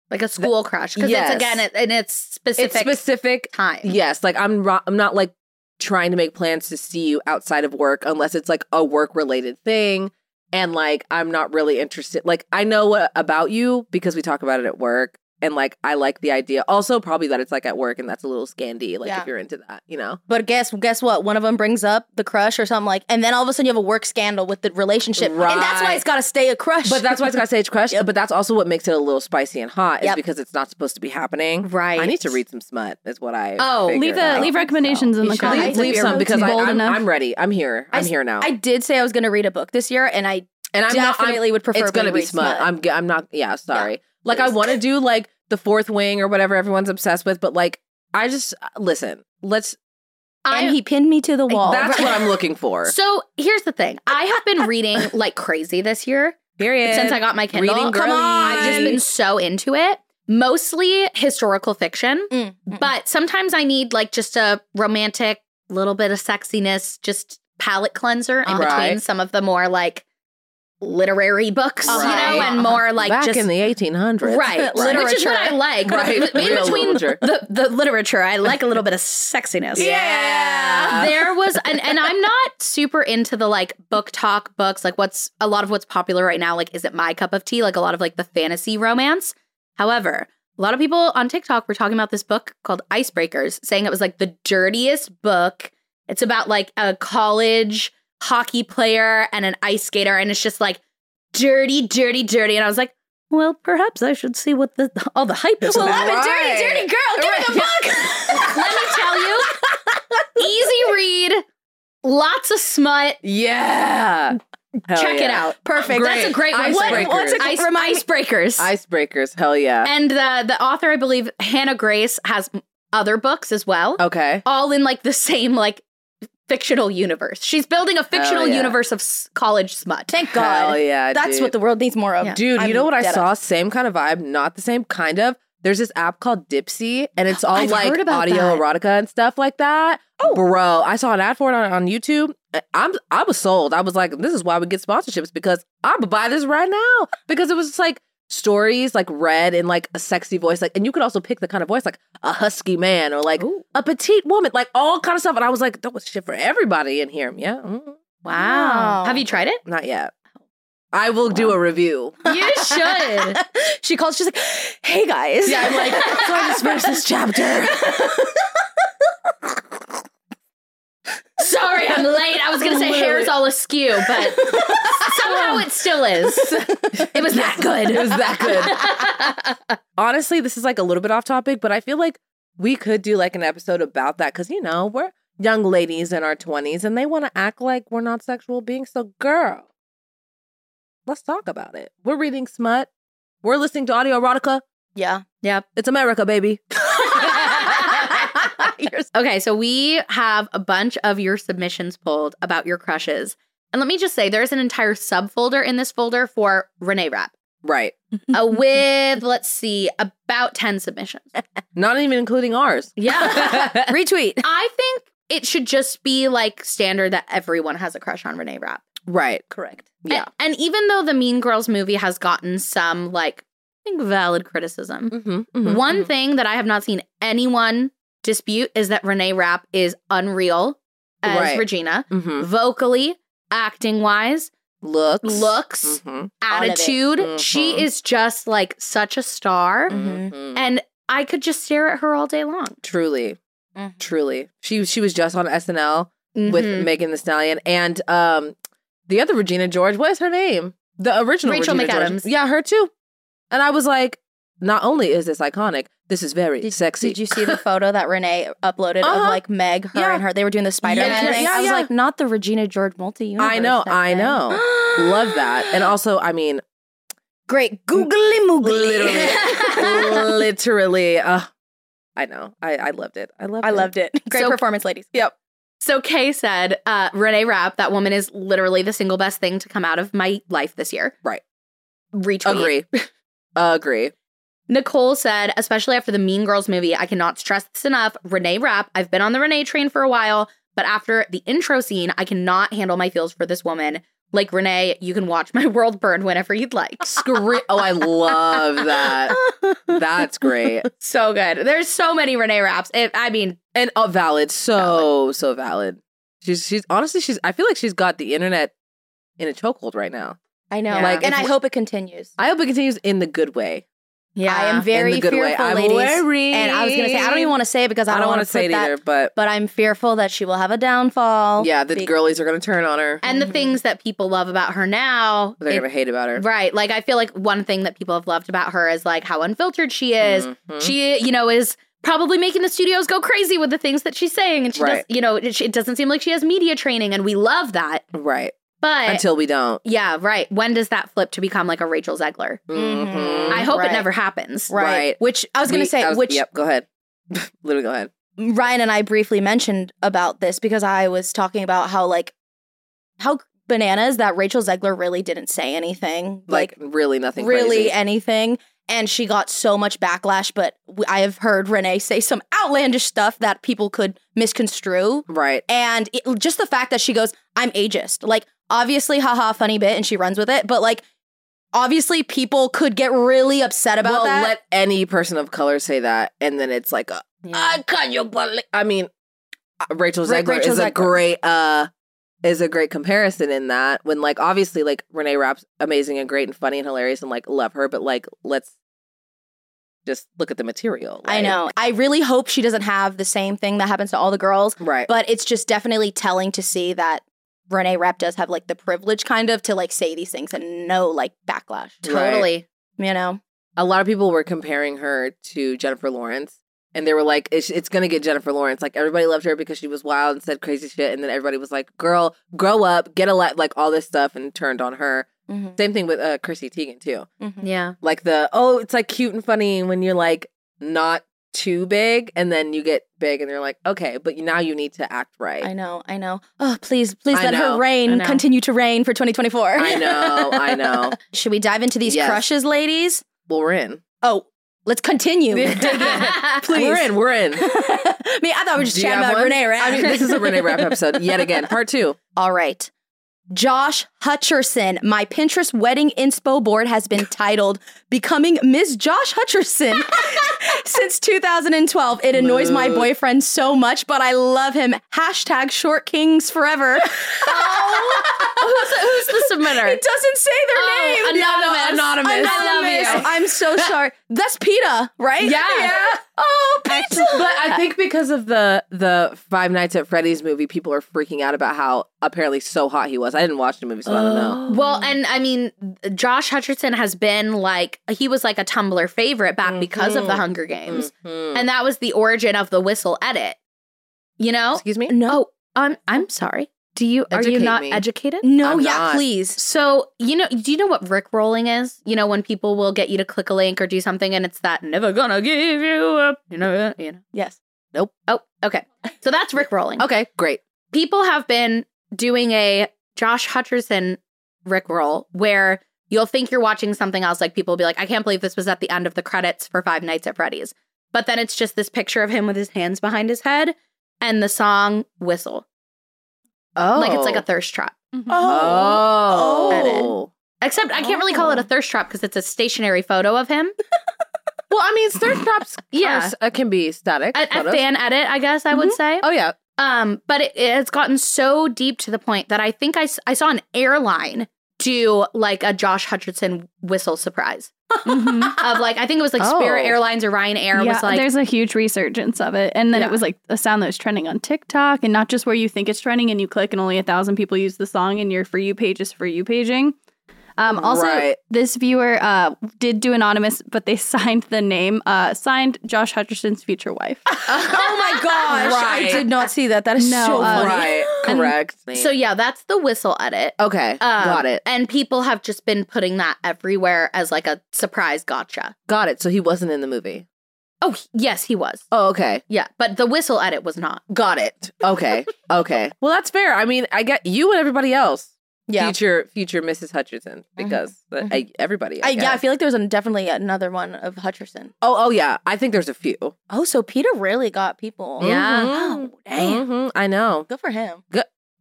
Speaker 1: like a school crush because
Speaker 5: Yes.
Speaker 1: it's again it, and it's specific
Speaker 5: It's specific
Speaker 1: time.
Speaker 5: Yes, like I'm ro- I'm not like trying to make plans to see you outside of work unless it's like a work related thing and like I'm not really interested. Like I know what about you because we talk about it at work and like I like the idea. Also probably that it's like at work and that's a little scandy like
Speaker 4: Yeah.
Speaker 5: if you're into that, you know.
Speaker 4: But guess guess what? One of them brings up the crush or something like, and then all of a sudden you have a work scandal with the relationship, and that's why
Speaker 5: Right.
Speaker 4: it's got to stay a crush.
Speaker 5: But that's
Speaker 4: *laughs*
Speaker 5: why it's got stage crush,
Speaker 4: Yep.
Speaker 5: but that's also what makes it a little spicy and hot is
Speaker 4: Yep.
Speaker 5: because it's not supposed to be happening.
Speaker 1: Right.
Speaker 5: I need to read some smut is what I
Speaker 1: Oh, leave
Speaker 5: figured
Speaker 1: the-
Speaker 5: out.
Speaker 3: leave recommendations in
Speaker 4: You
Speaker 3: the
Speaker 4: should
Speaker 3: comments.
Speaker 5: leave,
Speaker 4: if
Speaker 5: leave
Speaker 4: you're
Speaker 5: some because I,
Speaker 3: bold
Speaker 5: I'm,
Speaker 3: enough.
Speaker 5: I'm ready. I'm here.
Speaker 4: I
Speaker 5: I'm
Speaker 4: s-
Speaker 5: here now.
Speaker 4: I did say I was going to read a book this year, and I
Speaker 5: and I'm not, I'm,
Speaker 4: definitely would prefer.
Speaker 5: it's gonna
Speaker 4: to
Speaker 5: be
Speaker 4: read
Speaker 5: smut. I'm g- I'm not. Yeah, sorry. like I
Speaker 4: please.
Speaker 5: want to do like the Fourth Wing or whatever everyone's obsessed with, but like I just uh, listen. Let's.
Speaker 1: I,
Speaker 4: and he pinned me to the wall.
Speaker 5: That's what I'm looking
Speaker 1: *laughs*
Speaker 5: for.
Speaker 1: so here's the thing. I have
Speaker 5: *laughs*
Speaker 1: been reading like crazy this year
Speaker 5: Period.
Speaker 1: since I got my Kindle.
Speaker 5: Reading girly.
Speaker 1: I've just been so into it. Mostly historical fiction,
Speaker 4: Mm, mm,
Speaker 1: but sometimes I need like just a romantic little bit of sexiness, just palate cleanser in between
Speaker 5: Uh-huh. Right.
Speaker 1: some of the more like literary books, you know,
Speaker 5: Right.
Speaker 1: and more like
Speaker 5: back
Speaker 1: just
Speaker 5: in the 1800s.
Speaker 1: Right, which is what I like.
Speaker 5: Right.
Speaker 1: In between
Speaker 5: Real literature.
Speaker 1: The, the literature, I like a little bit of sexiness.
Speaker 5: Yeah.
Speaker 1: There was, and, and I'm not super into the like book talk books, like what's a lot of what's popular right now, like is it my cup of tea, like a lot of like the fantasy romance. However, a lot of people on TikTok were talking about this book called Icebreakers, saying it was like the dirtiest book. It's about like a college hockey player and an ice skater, and it's just like dirty, dirty, dirty. And I was like, well, perhaps I should see what the all the hype is
Speaker 4: Well,
Speaker 1: about.
Speaker 4: I'm a
Speaker 5: Right.
Speaker 4: dirty, dirty girl. Give me the book.
Speaker 1: *laughs* Let me tell you, easy read, lots of smut.
Speaker 5: Yeah.
Speaker 1: *laughs*
Speaker 5: Hell
Speaker 1: Check it
Speaker 5: yeah.
Speaker 1: out.
Speaker 4: Perfect.
Speaker 1: That's a great one.
Speaker 5: Icebreakers.
Speaker 4: What- what's it-
Speaker 1: Ice,
Speaker 4: Remind me-
Speaker 1: icebreakers.
Speaker 5: Icebreakers. Hell yeah.
Speaker 1: and the the author, I believe, Hannah Grace has other books as well,
Speaker 4: Oh.
Speaker 5: okay.
Speaker 1: all in like the same like fictional universe. She's building a fictional
Speaker 5: yeah.
Speaker 1: universe of s- college smut.
Speaker 4: Thank
Speaker 5: Hell
Speaker 4: God.
Speaker 5: yeah.
Speaker 4: That's
Speaker 5: dude.
Speaker 4: what the world needs more of.
Speaker 1: Yeah.
Speaker 5: Dude, you know what I
Speaker 4: dead
Speaker 5: saw? Same kind of vibe, not the same kind of. There's this app called Dipsy, and it's all
Speaker 1: I've
Speaker 5: like
Speaker 1: heard about
Speaker 5: audio
Speaker 1: that.
Speaker 5: erotica and stuff like that. Oh, bro, I saw an ad for it on, on YouTube. I- I'm I was sold. I was like, this is why we get sponsorships because I'm gonna buy this
Speaker 1: *laughs*
Speaker 5: right now because it was just like stories like read in like a sexy voice, like, and you could also pick the kind of voice like a husky man or like
Speaker 1: Ooh.
Speaker 5: a petite woman, like all kind of stuff. And I was like, that was shit for everybody in here. Yeah, mm,
Speaker 4: Wow.
Speaker 1: Have you tried
Speaker 4: *laughs*
Speaker 1: it?
Speaker 5: not yet.
Speaker 1: Oh.
Speaker 5: I will do a review.
Speaker 1: You should.
Speaker 4: she calls. She's like, "Hey guys."
Speaker 5: Yeah,
Speaker 4: *laughs*
Speaker 5: I'm like, so I just finished this chapter.
Speaker 1: Sorry, I'm late. I was gonna say hair's all askew, but somehow it still is. It was that good.
Speaker 5: It was that good. Honestly, this is like a little bit off topic, but I feel like we could do like an episode about that because you know we're young ladies in our 20s and they want to act like we're not sexual beings so girl let's talk about it we're reading smut we're listening to audio erotica
Speaker 4: Yeah.
Speaker 1: Yep.
Speaker 5: it's america baby
Speaker 1: *laughs* okay, so we have a bunch of your submissions pulled about your crushes. And let me just say, there's an entire subfolder in this folder for Renee Rap
Speaker 5: right
Speaker 1: *laughs* uh, with, let's see, about 10 submissions.
Speaker 5: not even including ours
Speaker 1: *laughs* Yeah.
Speaker 4: Retweet.
Speaker 1: I think it should just be like standard that everyone has a crush on Renee Rapp.
Speaker 5: right
Speaker 4: Correct.
Speaker 5: Yeah.
Speaker 1: And, and even though the Mean Girls movie has gotten some like I think valid criticism,
Speaker 5: mm-hmm,
Speaker 1: one thing that I have not seen anyone dispute is that Renee Rapp is unreal as
Speaker 5: Right.
Speaker 1: Regina,
Speaker 5: Mm-hmm.
Speaker 1: vocally, acting wise,
Speaker 5: looks
Speaker 1: Looks.
Speaker 5: Mhm.
Speaker 4: On it.
Speaker 1: attitude.
Speaker 5: Mhm.
Speaker 1: She is just like such a star.
Speaker 4: Mhm.
Speaker 5: Mhm.
Speaker 1: And I could just stare at her all day long.
Speaker 5: truly
Speaker 4: Mhm.
Speaker 5: truly she she was just on SNL with
Speaker 4: Mm-hmm.
Speaker 1: Mhm.
Speaker 5: Megan the Stallion and um the other Regina George. What is her name? The original
Speaker 1: Rachel
Speaker 5: Regina George.
Speaker 1: McAdams.
Speaker 5: Yeah, her too. And I was like, not only is this iconic, this is very
Speaker 4: Did,
Speaker 5: sexy.
Speaker 4: did you see
Speaker 5: *laughs*
Speaker 4: the photo that Renee uploaded
Speaker 5: Uh-huh.
Speaker 4: of like Meg, her
Speaker 5: Yeah.
Speaker 4: and her? They were doing the Spider Man
Speaker 1: Yes.
Speaker 4: thing.
Speaker 5: Yeah,
Speaker 4: I was
Speaker 5: yeah.
Speaker 4: like, *gasps* not the Regina George multi universe.
Speaker 5: I know,
Speaker 1: eh?
Speaker 5: I know. Love that. And also, I
Speaker 4: *gasps*
Speaker 5: mean,
Speaker 4: Great googly moogly.
Speaker 5: literally, literally. Uh, I know. I, I loved it. I
Speaker 4: *laughs*
Speaker 5: loved
Speaker 4: I
Speaker 5: it.
Speaker 4: loved it. Great
Speaker 1: So-
Speaker 4: performance, ladies.
Speaker 5: Yep.
Speaker 1: So Kay said, uh, Renee Rapp, that woman is literally the single best thing to come out of my life this year.
Speaker 5: Right.
Speaker 1: Retweet.
Speaker 5: Agree. Agree.
Speaker 1: Nicole said, especially after the Mean Girls movie, I cannot stress this enough. Renee Rapp, I've been on the Renee train for a while, but after the intro scene, I cannot handle my feels for this woman. Like Renee, you can watch my *laughs* world burn whenever you'd like.
Speaker 5: Scre- oh, I
Speaker 1: *laughs*
Speaker 4: *laughs*
Speaker 5: love that. That's great.
Speaker 1: so good. There's so many Renee Rapps. It, I mean,
Speaker 5: And uh, valid, so so valid. She's she's honestly she's. I feel like she's got the internet in a chokehold right now.
Speaker 4: I know.
Speaker 1: Yeah.
Speaker 5: Like,
Speaker 4: and
Speaker 5: if
Speaker 4: I
Speaker 5: we-
Speaker 4: hope it continues.
Speaker 5: I hope it continues in the good way.
Speaker 1: yeah.
Speaker 4: I am
Speaker 5: in
Speaker 4: very
Speaker 5: the good way.
Speaker 4: fearful,
Speaker 5: I'm
Speaker 4: ladies.
Speaker 5: worried.
Speaker 4: And I was gonna say I don't even want to say it because I,
Speaker 5: I don't
Speaker 4: want
Speaker 5: wanna
Speaker 4: to
Speaker 5: say it either, but
Speaker 4: But I'm fearful that she will have a downfall.
Speaker 5: yeah, the
Speaker 4: Be-
Speaker 5: girlies are gonna turn on her.
Speaker 1: and the things that people love about her now,
Speaker 5: Mm-hmm. They're
Speaker 1: it-
Speaker 5: gonna hate about her.
Speaker 1: Right. Like I feel like one thing that people have loved about her is like how unfiltered she is.
Speaker 5: Mhm.
Speaker 1: She, you know, is probably making the studios go crazy with the things that she's saying and she
Speaker 5: Right.
Speaker 1: does, you know, it, she- it doesn't seem like she has media training and we love that.
Speaker 5: right
Speaker 1: But
Speaker 5: until we don't.
Speaker 1: yeah, right. When does that flip to become like a Rachel Zegler?
Speaker 5: Mhm.
Speaker 1: I hope
Speaker 4: Right.
Speaker 1: it never happens.
Speaker 4: Right.
Speaker 5: Right.
Speaker 4: Which I Mm-hmm. was gonna
Speaker 5: We-
Speaker 4: say,
Speaker 5: I was-
Speaker 4: which
Speaker 5: Yep. Go ahead. *laughs* Literally, go ahead.
Speaker 4: Ryan and I briefly mentioned about this because I was talking about how like how bananas that Rachel Zegler really didn't say anything.
Speaker 5: Like,
Speaker 4: Like,
Speaker 5: really nothing.
Speaker 4: really eh,
Speaker 5: crazy.
Speaker 4: anything. And she got so much backlash, but w- I have heard Renee say some outlandish stuff that people could misconstrue.
Speaker 5: right.
Speaker 4: And it, just the fact that she goes, I'm ageist. Like, obviously, haha, funny bit, and she runs with it. But like, obviously, people could get really upset about
Speaker 5: well,
Speaker 4: that.
Speaker 5: let any person of color say that, and then it's like, uh, I cut your bullet. I mean, uh, Rachel
Speaker 4: Ra-
Speaker 5: Zegler
Speaker 4: Rachel
Speaker 5: is a
Speaker 4: Zegler.
Speaker 5: great uh is a great comparison in that when like obviously like Renee Rapp's amazing and great and funny and hilarious and like love her, but like let's just look at the material.
Speaker 4: I
Speaker 5: like-
Speaker 4: know. I really hope she doesn't have the same thing that happens to all the girls,
Speaker 5: Right.
Speaker 4: but it's just definitely telling to see that Renee Rapp does have like the privilege kind of to like say these things and no like backlash,
Speaker 1: Totally.
Speaker 4: you know?
Speaker 5: a lot of people were comparing her to Jennifer Lawrence. And they were like, it's, it's gonna get Jennifer Lawrence. Like everybody loved her because she was wild and said crazy shit. And then everybody was like, "Girl, grow up, get a life." Like all this stuff, and turned on her.
Speaker 4: Mhm.
Speaker 5: Same thing with uh, Chrissy Teigen too.
Speaker 4: Mm-hmm.
Speaker 5: *laughs*
Speaker 1: Yeah.
Speaker 5: like the oh it's like cute and funny when you're like not too big and then you get big and they're like okay but now you need to act right
Speaker 4: I know, I know. Oh, please, please
Speaker 5: I
Speaker 4: let
Speaker 5: know,
Speaker 4: her
Speaker 1: I
Speaker 4: reign
Speaker 1: know.
Speaker 4: continue to reign for 2024.
Speaker 5: I know
Speaker 4: *laughs*
Speaker 5: i know
Speaker 4: Should we dive into these
Speaker 5: Yes.
Speaker 4: crushes, ladies?
Speaker 5: well we're in
Speaker 4: Oh, let's
Speaker 5: *laughs*
Speaker 4: continue.
Speaker 1: *laughs*
Speaker 4: Dig in. Please.
Speaker 5: we're
Speaker 4: *laughs*
Speaker 5: in we're in
Speaker 4: I mean, I thought we were just
Speaker 5: Do you
Speaker 4: chatting about
Speaker 5: have one?
Speaker 4: Renee Rapp.
Speaker 5: i mean this is a renee rap episode yet again part two
Speaker 4: *laughs* All right. Josh Hutcherson, my Pinterest wedding inspo board has been titled Becoming Miss Josh
Speaker 5: *laughs*
Speaker 4: Hutcherson since 2012. It annoys my
Speaker 5: Mood.
Speaker 4: boyfriend so much, but I love him. Hashtag short kings forever.
Speaker 1: Who's the submitter? *laughs*
Speaker 4: It doesn't say their
Speaker 1: Oh,
Speaker 4: name.
Speaker 1: anonymous.
Speaker 5: anonymous.
Speaker 1: I love you.
Speaker 4: I'm
Speaker 5: *laughs*
Speaker 4: so sorry. That's PETA, right?
Speaker 1: Yeah.
Speaker 4: Oh, PETA.
Speaker 5: but i think because of the the five nights at freddy's movie people are freaking out about how apparently so hot he was. I didn't watch the movie, so I don't know.
Speaker 1: Well, and I mean, Josh Hutcherson has been like he was like a Tumblr favorite back because
Speaker 5: Mm-hmm.
Speaker 1: of the Hunger Games,
Speaker 5: Mhm.
Speaker 1: and that was the origin of the whistle edit. You know?
Speaker 5: Excuse me?
Speaker 1: No, um, I'm sorry. Do you are you
Speaker 5: Educate
Speaker 1: not
Speaker 5: me.
Speaker 1: educated?
Speaker 4: No,
Speaker 5: I'm
Speaker 4: yeah,
Speaker 5: not.
Speaker 4: please.
Speaker 1: So you know, do you know what Rick rolling is? You know when people will get you to click a link or do something, and it's that never gonna give you up. You know, that, you know.
Speaker 4: Yes.
Speaker 1: Oh, okay. So that's Rick rolling.
Speaker 5: Okay, great.
Speaker 1: people have been doing a Josh Hutcherson Rickroll where you'll think you're watching something else. Like people will be like, I can't believe this was at the end of the credits for Five Nights at Freddy's. But then it's just this picture of him with his hands behind his head and the song Whistle.
Speaker 5: Oh,
Speaker 1: Like it's like a thirst trap.
Speaker 5: oh.
Speaker 1: Edit. Except I can't really call it a thirst trap because it's a stationary photo of him.
Speaker 5: Well, I mean, thirst traps,
Speaker 1: Yeah.
Speaker 5: yeah, uh, can be static.
Speaker 1: A, a
Speaker 5: photos.
Speaker 1: fan edit, I guess I would say.
Speaker 5: oh yeah,
Speaker 1: Um, but it, it's gotten so deep to the point that I think I, s- I saw an airline do like a Josh Hutcherson whistle surprise
Speaker 3: Mhm.
Speaker 1: *laughs* of like I think it was like Spirit
Speaker 5: Mm-hmm. Oh.
Speaker 1: Airlines or Ryan Air
Speaker 3: yeah,
Speaker 1: was like
Speaker 3: there's a huge resurgence of it, and then
Speaker 1: Yeah.
Speaker 3: it was like a sound that was trending on TikTok, and not just where you think it's trending, and you click, and only a thousand people use the song, and your for you page is for you paging. Um, also,
Speaker 5: Right.
Speaker 3: this viewer uh, did do anonymous, but they *laughs* signed the name, uh, signed Josh Hutcherson's future wife.
Speaker 5: *laughs*
Speaker 4: Oh my gosh. I
Speaker 5: Right.
Speaker 4: did not see that. That is
Speaker 3: No,
Speaker 4: so
Speaker 3: uh,
Speaker 4: funny.
Speaker 5: right, correct.
Speaker 1: so yeah that's the whistle edit.
Speaker 5: okay,
Speaker 1: Um,
Speaker 5: Oh, got it,
Speaker 1: And people have just been putting that everywhere as like a surprise gotcha.
Speaker 5: got it. So he wasn't in the movie.
Speaker 1: Oh he- yes, he was.
Speaker 5: Oh, okay,
Speaker 1: Yeah, but the whistle edit was not.
Speaker 5: got it. Okay, okay. Well, that's fair. I mean, I get you and everybody else.
Speaker 4: Yeah.
Speaker 5: future future Mrs. Hutchinson because uh, I, everybody. I
Speaker 4: I, yeah, I
Speaker 5: guess.
Speaker 4: feel like there's a, definitely another one of Hutcherson.
Speaker 5: Oh, oh yeah. I think there's a few.
Speaker 4: Oh, so Peter really got people.
Speaker 1: Yeah.
Speaker 4: Oh, damn.
Speaker 5: Mhm, I know.
Speaker 4: Good for him.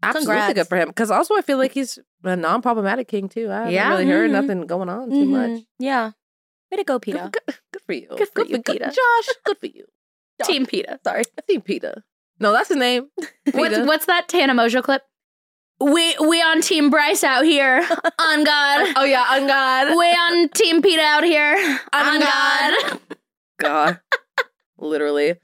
Speaker 5: Absolutely
Speaker 4: Congrats.
Speaker 5: good for him. Because also, I feel like he's a non-problematic king too. I haven't
Speaker 1: Yeah.
Speaker 5: really heard
Speaker 3: Mm-hmm.
Speaker 4: Mhm.
Speaker 5: nothing going on too
Speaker 4: Mhm.
Speaker 5: much.
Speaker 4: Yeah. Way to go, Peter.
Speaker 5: Good, good, good for you.
Speaker 1: Good for you, Peter.
Speaker 5: Josh, good for you.
Speaker 1: Team Peta.
Speaker 4: Sorry.
Speaker 5: I think Peter. No, that's his name.
Speaker 1: What's,
Speaker 5: Peta.
Speaker 1: what's that Tana Mojo clip? We we on Team Bryce out
Speaker 5: *laughs*
Speaker 1: here. on God.
Speaker 5: Oh yeah, on God.
Speaker 1: we on Team Peta out here.
Speaker 5: On
Speaker 1: On God.
Speaker 5: God. Literally.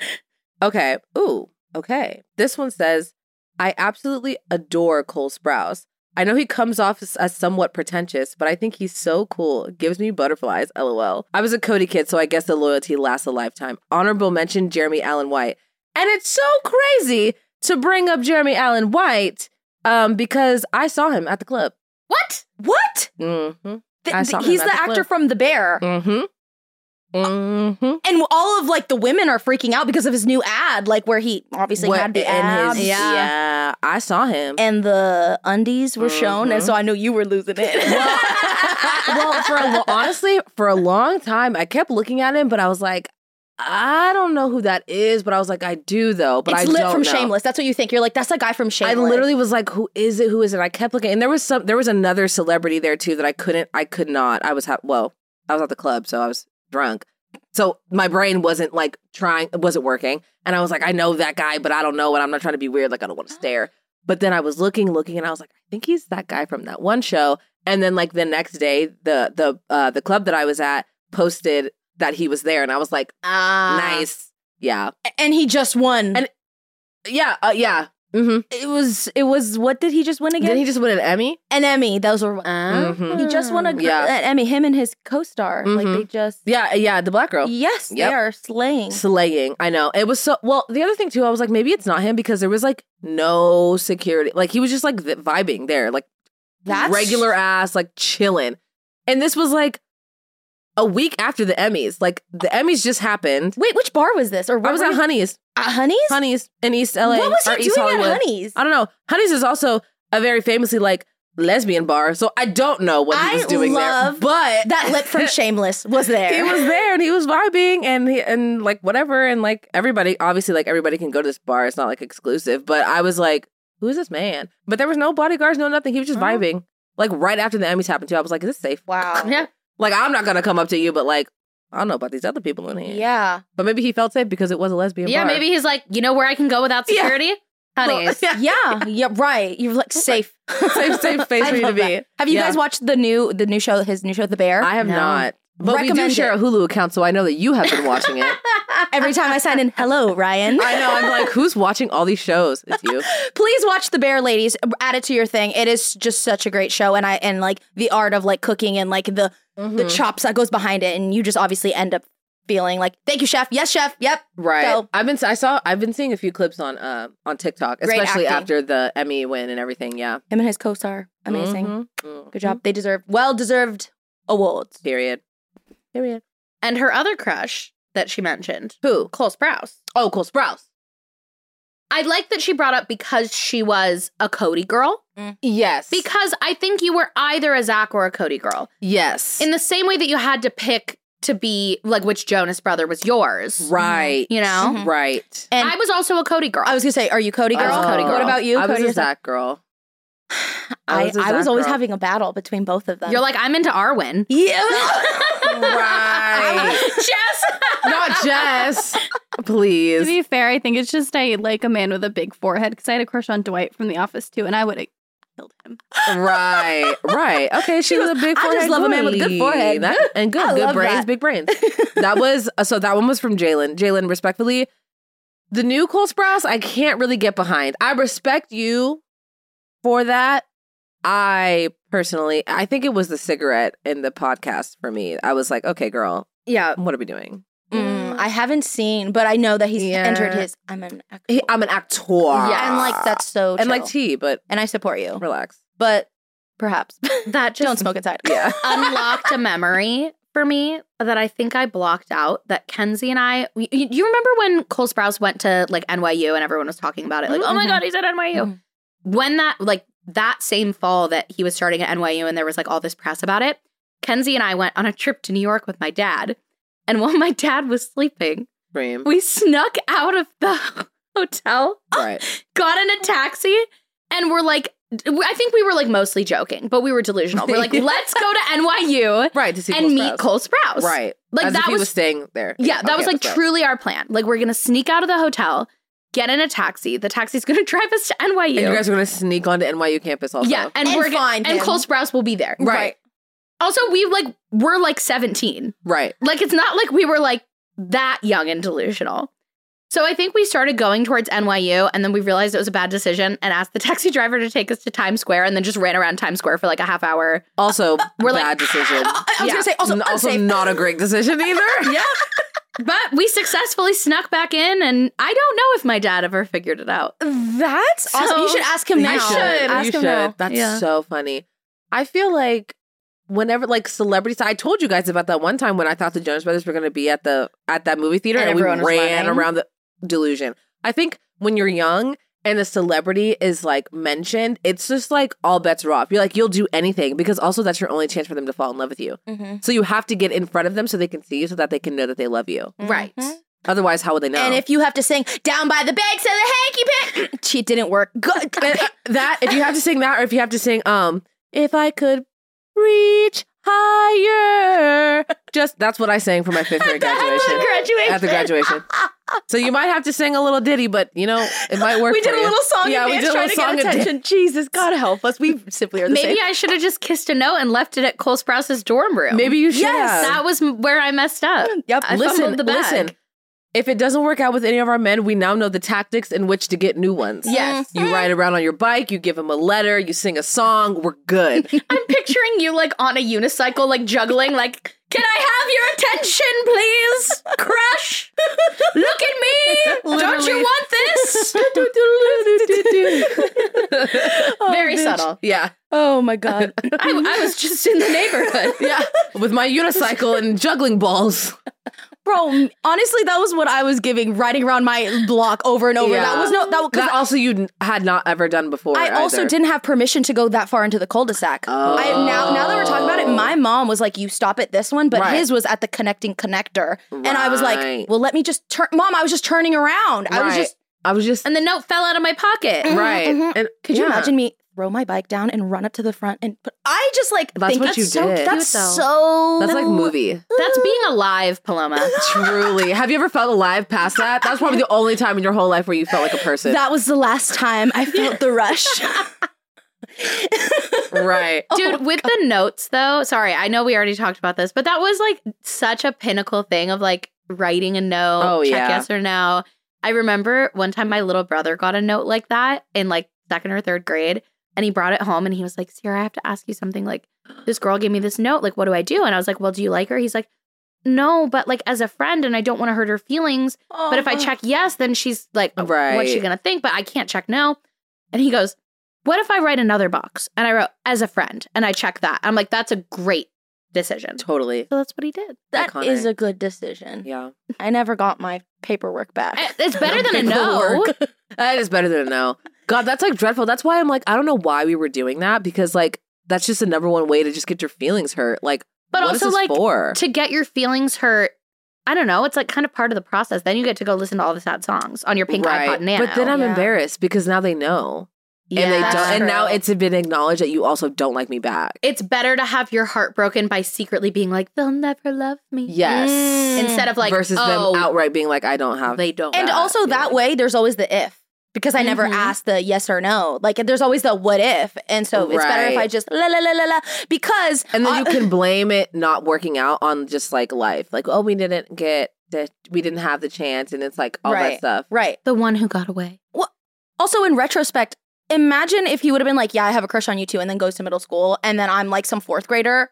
Speaker 5: Okay. Ooh. Okay. This one says, I absolutely adore Cole Sprouse. I know he comes off as, as somewhat pretentious, but I think he's so cool. Gives me butterflies, lol. I was a Cody kid, so I guess the loyalty lasts a lifetime. Honorable mention Jeremy Allen White. And it's so crazy to bring up Jeremy Allen White um, because I saw him at the club.
Speaker 1: What?
Speaker 4: What?
Speaker 5: Mm-hmm.
Speaker 4: Th-
Speaker 5: I
Speaker 4: th-
Speaker 5: saw him
Speaker 4: he's
Speaker 5: at
Speaker 4: the
Speaker 5: the
Speaker 4: actor
Speaker 5: clip.
Speaker 4: from The Bear.
Speaker 5: Mm-hmm. Mm-hmm.
Speaker 4: And all of like the women are freaking out because of his new ad, like where he obviously
Speaker 5: What-
Speaker 4: had the
Speaker 5: and
Speaker 4: abs.
Speaker 5: his-
Speaker 1: Yeah.
Speaker 5: yeah. I saw him.
Speaker 4: And the undies were shown, and so I knew you were losing it.
Speaker 5: Mm-hmm.
Speaker 4: *laughs*
Speaker 5: well, for a lo- honestly, for a long time, I kept looking at him, but I was like, I don't know who that is. But I was like, I do though. But
Speaker 4: it's
Speaker 5: I
Speaker 4: lit
Speaker 5: don't
Speaker 4: from
Speaker 5: know.
Speaker 4: Shameless. That's what you think. You're like, that's the guy from
Speaker 5: I
Speaker 4: Shameless.
Speaker 5: literally was like, who is it? Who is it? I kept looking, and there was some. There was another celebrity there too that I couldn't. I could not. I was ha- well. I was at the club, so I was drunk. So my brain wasn't like trying. It wasn't working, and I was like, I know that guy, but I don't know. And I'm not trying to be weird. Like I don't want to stare. But then I was looking, looking, and I was like, I think he's that guy from that one show. And then like the next day, the the uh, the club that I was at posted that he was there, and I was like, nice, yeah,
Speaker 4: ah. and he just won.
Speaker 5: And- yeah, uh, yeah. hmm
Speaker 4: it was, it was. What did he just win again?
Speaker 5: Then he just win an Emmy.
Speaker 4: an Emmy. Those were
Speaker 5: Mhm.
Speaker 4: he just won a gr-
Speaker 5: Yeah.
Speaker 4: an Emmy. Him and his co-star, like
Speaker 5: Mhm.
Speaker 4: they just
Speaker 5: Yeah, yeah, the black girl.
Speaker 4: yes,
Speaker 5: Yep.
Speaker 4: they are slaying.
Speaker 5: Slaying. I know. It was so well, the other thing too, I was like, maybe it's not him because there was like no security. Like he was just like th- vibing there, like
Speaker 4: That's-
Speaker 5: regular ass, like chilling. And this was like a week after the Emmys. Like the Emmys just happened.
Speaker 4: Wait, which bar was this? Or
Speaker 5: I
Speaker 4: where
Speaker 5: was
Speaker 4: were
Speaker 5: at
Speaker 4: you-
Speaker 5: Honey's.
Speaker 4: at Honey's.
Speaker 5: Honey's in East LA.
Speaker 4: what was
Speaker 5: or
Speaker 4: he
Speaker 5: East
Speaker 4: doing
Speaker 5: Hollywood.
Speaker 4: at Honey's?
Speaker 5: I don't know. Honey's is also a very famously like lesbian bar. So I don't know what he
Speaker 4: I
Speaker 5: was doing
Speaker 4: love
Speaker 5: there. But
Speaker 4: that lip
Speaker 5: *laughs*
Speaker 4: from Shameless was there.
Speaker 5: he was there and he was vibing and he, and like whatever and like everybody obviously like everybody can go to this bar it's not like exclusive but I was like who's this man but there was no bodyguards no nothing he was just
Speaker 4: Uh-huh.
Speaker 5: vibing like right after the Emmys happened too I was like is this safe
Speaker 4: wow.
Speaker 1: Yeah.
Speaker 5: like I'm not gonna come up to you but like I don't know about these other people in here
Speaker 4: Yeah.
Speaker 5: but maybe he felt safe because it was a lesbian
Speaker 1: Yeah,
Speaker 5: bar.
Speaker 1: maybe he's like, you know where I can go without
Speaker 5: Yeah.
Speaker 1: security? Honeys.
Speaker 5: yeah.
Speaker 4: Yeah. Yeah. Right. You're like safe.
Speaker 5: *laughs* safe safe
Speaker 4: *laughs*
Speaker 5: space
Speaker 4: I
Speaker 5: for you to
Speaker 4: love
Speaker 5: be
Speaker 4: that. Have you
Speaker 5: Yeah.
Speaker 4: guys watched the new the new show? His new show, The Bear.
Speaker 5: I have
Speaker 1: No.
Speaker 5: not But we do
Speaker 4: Recommend
Speaker 5: share
Speaker 4: it.
Speaker 5: a Hulu account, so I know that you have been watching
Speaker 4: *laughs*
Speaker 5: it.
Speaker 4: *laughs* Every time I sign in,
Speaker 5: *laughs*
Speaker 4: hello, Ryan.
Speaker 5: I know. I'm like, who's watching all these shows? It's you.
Speaker 4: *laughs* Please watch The Bear Ladies. Add it to your thing. It is just such a great show, and I and like the art of like cooking and like the the
Speaker 5: Mm-hmm.
Speaker 4: chops that goes behind it, and you just obviously end up feeling like, thank you, chef. Yes, chef. Yep.
Speaker 5: Right.
Speaker 4: So-
Speaker 5: I've been I saw I've been seeing a few clips on uh, on TikTok,
Speaker 4: Great
Speaker 5: especially
Speaker 4: acting.
Speaker 5: after the Emmy win and everything. Yeah.
Speaker 4: Him and his co-star, amazing.
Speaker 5: Mhm. Mm.
Speaker 4: Good job. They deserve well deserved awards.
Speaker 5: Period. Period.
Speaker 1: And her other crush that she mentioned,
Speaker 5: Who?
Speaker 1: Cole Sprouse.
Speaker 5: Oh, Cole Sprouse.
Speaker 1: I like that she brought up because she was a Cody girl.
Speaker 5: Mm. Yes.
Speaker 1: Because I think you were either a Zach or a Cody girl.
Speaker 5: yes.
Speaker 1: In the same way that you had to pick to be like which Jonas brother was yours.
Speaker 5: right.
Speaker 4: Mm-hmm.
Speaker 5: Mm-hmm.
Speaker 1: You know?
Speaker 5: Right.
Speaker 4: And
Speaker 1: I was also a Cody girl.
Speaker 4: I was gonna say, are you Cody girl?
Speaker 1: I was a Cody
Speaker 4: What
Speaker 1: girl.
Speaker 4: about you?
Speaker 5: I was
Speaker 4: Cody
Speaker 5: a
Speaker 4: or Zach? *laughs*
Speaker 5: Zach girl.
Speaker 4: I, I was,
Speaker 5: a Zach
Speaker 4: always
Speaker 5: girl.
Speaker 4: having a battle between both of them.
Speaker 1: You're like, I'm into Arwen.
Speaker 4: yeah.
Speaker 1: *laughs*
Speaker 5: right.
Speaker 4: *laughs*
Speaker 1: Jess!
Speaker 5: Not Jess. Please.
Speaker 3: To be fair, I think it's just I like a man with a big forehead because I had a crush on Dwight from The Office too, and I would have killed him.
Speaker 5: right, right. Okay, she, was a big.
Speaker 4: "I just
Speaker 5: forehead
Speaker 4: love a man with a good
Speaker 5: girly."
Speaker 4: forehead.
Speaker 5: That- and good,
Speaker 4: I
Speaker 5: good
Speaker 4: love
Speaker 5: brains,
Speaker 4: that.
Speaker 5: big brains. That was uh, so. That one was from Jalen. Jalen, respectfully, the new Cole Sprouse, I can't really get behind. I respect you for that. I personally, I think it was the cigarette in the podcast for me. I was like, okay, girl,
Speaker 1: Yeah.
Speaker 5: what are we doing?
Speaker 4: Mm, I haven't seen, but I know that he's
Speaker 5: Yeah.
Speaker 4: entered his. I'm an actor.
Speaker 5: He- I'm an actor.
Speaker 4: and like that's so.
Speaker 5: and like
Speaker 4: chill.
Speaker 5: tea, but
Speaker 4: and I support you,
Speaker 5: relax.
Speaker 4: but perhaps
Speaker 1: That just
Speaker 4: don't smoke inside.
Speaker 5: Yeah.
Speaker 1: *laughs* unlocked a memory for me that I think I blocked out that Kenzie and I you, you remember when Cole Sprouse went to like NYU and everyone was talking about it like oh my god he's at NYU
Speaker 4: Mhm.
Speaker 1: when that like that same fall that he was starting at NYU and there was like all this press about it Kenzie and I went on a trip to New York with my dad and while my dad was sleeping *gasps*
Speaker 5: Dream.
Speaker 1: we snuck out of the *laughs* hotel
Speaker 5: Right.
Speaker 1: got in a taxi and we're like I think we were like mostly joking but we were delusional we're
Speaker 5: *laughs*
Speaker 1: like let's go to NYU
Speaker 5: Right. To see
Speaker 1: and
Speaker 5: Cole
Speaker 1: meet
Speaker 5: Sprouse.
Speaker 1: Cole Sprouse.
Speaker 5: Right.
Speaker 1: Like,
Speaker 5: As if
Speaker 1: that
Speaker 5: he
Speaker 1: was-
Speaker 5: was staying there.
Speaker 1: Yeah, that
Speaker 5: Okay,
Speaker 1: was like
Speaker 5: that's right.
Speaker 1: truly our plan. Like we're gonna sneak out of the hotel, get in a taxi. The taxi's *laughs* gonna drive us to NYU.
Speaker 5: And you guys are gonna sneak onto NYU campus also.
Speaker 1: yeah, and,
Speaker 4: And
Speaker 1: we're gonna
Speaker 4: find
Speaker 1: and
Speaker 4: him.
Speaker 1: Cole Sprouse will be there.
Speaker 5: Right.
Speaker 1: Also, we like we're like seventeen.
Speaker 5: Right.
Speaker 1: Like it's not like we were like that young and delusional. So I think we started going towards NYU, and then we realized it was a bad decision, and asked the taxi *laughs* driver to take us to Times Square, and then just ran around Times Square for like a half hour.
Speaker 5: Also,
Speaker 1: We're
Speaker 5: bad
Speaker 1: like-
Speaker 5: decision.
Speaker 4: *laughs* I was
Speaker 1: Yeah.
Speaker 4: gonna say also
Speaker 5: N- also
Speaker 4: unsafe.
Speaker 5: not a great
Speaker 4: *laughs*
Speaker 5: decision either.
Speaker 1: Yeah. But we successfully snuck back in, and I don't know if my dad ever figured it out.
Speaker 4: That's
Speaker 1: So-
Speaker 4: awesome. You should ask him
Speaker 5: You
Speaker 4: now.
Speaker 5: should.
Speaker 4: Ask
Speaker 5: you
Speaker 4: him
Speaker 5: should.
Speaker 4: now.
Speaker 5: That's
Speaker 1: Yeah.
Speaker 5: so funny. I feel like whenever like celebrities, I told you guys about that one time when I thought the Jonas Brothers were gonna be at the at that movie theater
Speaker 1: And
Speaker 5: and, we
Speaker 1: everyone was
Speaker 5: ran
Speaker 1: running.
Speaker 5: around the delusion. I think when you're young and a celebrity is like mentioned, it's just like all bets are off. You're like you'll do anything because also that's your only chance for them to fall in love with you.
Speaker 1: Mm-hmm.
Speaker 4: Mhm.
Speaker 5: So you have to get in front of them so they can see you, so that they can know that they love you.
Speaker 1: Right.
Speaker 4: Mhm.
Speaker 5: Otherwise, how would they know?
Speaker 4: And if you have to sing "Down by the Banks of the Hanky Panky," *laughs* she didn't work.
Speaker 1: *laughs*
Speaker 4: Good.
Speaker 5: And that, if you have to sing that, or if you have to sing, um, if I could reach higher, just that's what I sang for my fifth grade graduation.
Speaker 1: Graduation.
Speaker 5: At the graduation. So you might have to sing a little ditty, but you know it might work.
Speaker 4: we did
Speaker 5: for
Speaker 4: a
Speaker 5: you.
Speaker 4: little song.
Speaker 5: Yeah, we did a
Speaker 4: trying
Speaker 5: little
Speaker 4: to
Speaker 5: song.
Speaker 4: get
Speaker 5: and dan-
Speaker 4: attention. Jesus, God help us. We simply are the
Speaker 1: Maybe
Speaker 4: same.
Speaker 1: I should have just kissed a note and left it at Cole Sprouse's dorm room.
Speaker 5: Maybe you should.
Speaker 4: Yes,
Speaker 5: have.
Speaker 1: that was m- where I messed up.
Speaker 4: Yep.
Speaker 1: I
Speaker 5: listen,
Speaker 1: fumbled the bag.
Speaker 5: listen. If it doesn't work out with any of our men, we now know the tactics in which to get new ones.
Speaker 1: Yes.
Speaker 5: You ride around on your bike, you give them a letter, you sing a song, we're good.
Speaker 4: *laughs*
Speaker 1: I'm picturing you like on a unicycle, like juggling, like, can I have your attention, please? Crush. Look at me. Don't you
Speaker 5: Literally.
Speaker 1: want this?
Speaker 4: *laughs*
Speaker 1: *laughs* Very subtle.
Speaker 5: yeah.
Speaker 4: Oh my *laughs* God.
Speaker 1: I, I was just in the
Speaker 4: *laughs*
Speaker 1: neighborhood.
Speaker 5: Yeah. With my unicycle and juggling balls.
Speaker 4: Bro, m- honestly, that was what I was giving riding around my block over and over.
Speaker 5: Yeah.
Speaker 4: That was no, that,
Speaker 5: That
Speaker 4: that
Speaker 5: also you n- had not ever done before.
Speaker 4: I also
Speaker 5: either.
Speaker 4: didn't have permission to go that far into the cul-de-sac. I now now that we're talking about it, my mom was like, "You stop at this one," but
Speaker 5: Oh. Right.
Speaker 4: his was at the connecting connector, and I was like,
Speaker 5: Right.
Speaker 4: "Well, let me just turn." Mom, I was just turning around. I was
Speaker 5: Right.
Speaker 4: just. Mm-hmm.
Speaker 5: I was just
Speaker 1: And the note fell out of my pocket.
Speaker 5: right. And
Speaker 4: Could you
Speaker 5: yeah.
Speaker 4: imagine me throw my bike down and run up to the front and? But I just like
Speaker 5: That's
Speaker 4: think
Speaker 5: what
Speaker 4: that's
Speaker 5: you
Speaker 4: so,
Speaker 5: did.
Speaker 4: That's
Speaker 1: Cute, though.
Speaker 4: so.
Speaker 5: That's like movie.
Speaker 1: That's being alive, Paloma.
Speaker 5: Truly. Have you ever felt alive past that? That's probably the *laughs* only time in your whole life where you felt like a person.
Speaker 4: That was the last time I felt the rush.
Speaker 5: *laughs* right.
Speaker 1: *laughs* Dude, with the notes though, sorry, I know we already talked about this, but that was like such a pinnacle thing of like writing a note,
Speaker 5: Oh,
Speaker 1: check
Speaker 5: yeah.
Speaker 1: yes or no. I remember one time my little brother got a note like that in like second or third grade, and he brought it home and he was like, Sierra, I have to ask you something. Like, this girl gave me this note. Like, what do I do? And I was like, Well, do you like her? He's like, No, but like as a friend, and I don't want to hurt her feelings. But if I check yes, then she's like, oh, what's she
Speaker 5: Oh. Right.
Speaker 1: going to think? But I can't check no. And he goes, what if I write another box? And I wrote, as a friend, and I check that. I'm like, that's a great decision.
Speaker 5: Totally.
Speaker 1: So that's what he did.
Speaker 4: That is
Speaker 5: Iconic.
Speaker 4: a good decision.
Speaker 5: Yeah.
Speaker 4: I never got my paperwork back.
Speaker 1: I- eh, It's better than a no.
Speaker 5: That is better than a no. God, that's like dreadful. That's why I'm like, I don't know why we were doing that because like that's just the number one way to just get your feelings hurt. Like,
Speaker 1: But
Speaker 5: what is
Speaker 1: also,
Speaker 5: this
Speaker 1: like,
Speaker 5: for?
Speaker 1: to get your feelings hurt, I don't know. It's like kind of part of the process. Then you get to go listen to all the sad songs on your pink iPod Nano.
Speaker 5: But then I'm
Speaker 4: Yeah.
Speaker 5: embarrassed because now they know, and they
Speaker 1: Yeah.
Speaker 5: don't. And now
Speaker 4: True.
Speaker 5: it's been acknowledged that you also don't like me back.
Speaker 1: it's better to have your heart broken by secretly being like, they'll never love me. Mm.
Speaker 5: Yes.
Speaker 1: Instead of like,
Speaker 5: versus
Speaker 1: oh,
Speaker 5: them outright being like, I don't have.
Speaker 1: they don't.
Speaker 4: and
Speaker 5: that,
Speaker 4: also that
Speaker 5: yeah.
Speaker 4: way, there's always the if because I never
Speaker 1: Mhm.
Speaker 4: asked the yes or no. Like there's always the what if, and so it's better if
Speaker 5: Right.
Speaker 4: I just la la la la la because
Speaker 5: and then you
Speaker 4: *laughs* I-
Speaker 5: can blame it not working out on just like life, like oh we didn't get that, we didn't have the chance, and it's like all
Speaker 4: Right.
Speaker 5: that stuff.
Speaker 4: right.
Speaker 1: the one who got away.
Speaker 4: Also, in retrospect, imagine if he would have been like, "Yeah, I have a crush on you too," and then goes to middle school, and then I'm like some fourth grader.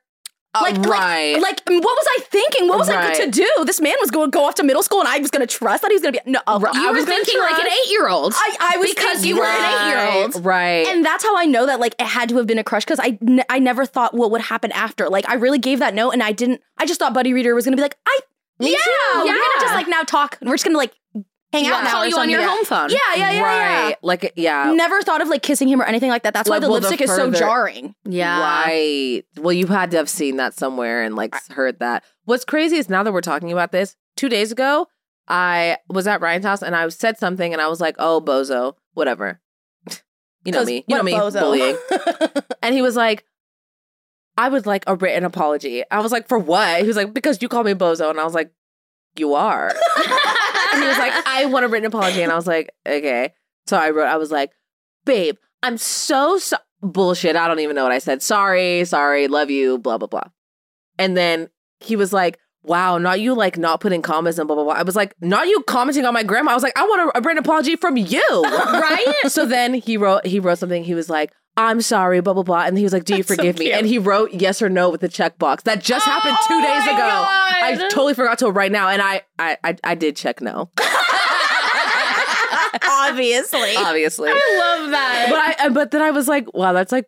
Speaker 4: Like, like-
Speaker 5: Uh, right.
Speaker 4: Like, what was I thinking? What was I
Speaker 5: Right.
Speaker 4: to do? This man was going to go off to middle school, and I was going to trust that he was going to be no. uh,
Speaker 5: Right.
Speaker 4: You
Speaker 5: I
Speaker 1: You
Speaker 5: was
Speaker 1: were
Speaker 5: gonna
Speaker 1: thinking like an
Speaker 5: try.
Speaker 1: eight year old.
Speaker 4: I, I was
Speaker 1: Because
Speaker 4: thinking
Speaker 1: you were an
Speaker 4: that.
Speaker 1: eight-year-old.
Speaker 5: right.
Speaker 4: And that's how I know that like it had to have been a crush because I ne- I never thought what would happen after. Like I really gave that note and I didn't. I just thought Buddy Reader was gonna be like, I
Speaker 5: Me
Speaker 4: yeah,
Speaker 5: too,
Speaker 4: we're
Speaker 1: Oh, yeah.
Speaker 4: gonna just like *laughs* now talk and we're just gonna like hang out now.
Speaker 1: call
Speaker 4: or
Speaker 1: you on your
Speaker 4: something.
Speaker 1: home phone.
Speaker 4: Yeah, yeah, yeah, yeah.
Speaker 5: right. Like yeah.
Speaker 4: Never thought of like kissing him or anything like that. That's why
Speaker 5: Like,
Speaker 4: the
Speaker 5: well, the
Speaker 4: lipstick is so
Speaker 5: further-
Speaker 4: jarring.
Speaker 1: Yeah.
Speaker 5: Right. Well, you had to have seen that somewhere and like heard that. What's crazy is now that we're talking about this, two days ago, I was at Ryan's house and I said something and I was like, oh, bozo, whatever. *laughs* you know
Speaker 4: 'Cause
Speaker 5: me. You
Speaker 4: what
Speaker 5: know me.
Speaker 4: bozo? *laughs*
Speaker 5: Bullying. and he was like, I would like a written apology. I was like, for what? He was like, because you call me bozo. And I was like, you are. and he was like, I want a written apology. And I was like, okay. So I wrote, I was like, babe, I'm so so bullshit. I don't even know what I said. Sorry, sorry, love you, blah, blah, blah. And then he was like, wow, not you like not putting commas and blah, blah, blah. I was like, not you commenting on my grandma. I was like, I want a, a written apology from you.
Speaker 1: *laughs* *laughs* Right?
Speaker 5: so then he wrote, he wrote something. He was like, I'm sorry, blah, blah, blah. And he was like, do you forgive me? And he wrote yes or no with the checkbox. That just happened
Speaker 1: Oh
Speaker 5: two days ago. I totally forgot till right now. And I, I, I, I did check no,
Speaker 4: Obviously.
Speaker 5: obviously.
Speaker 1: love that.
Speaker 5: but I but then I was like, wow, that's like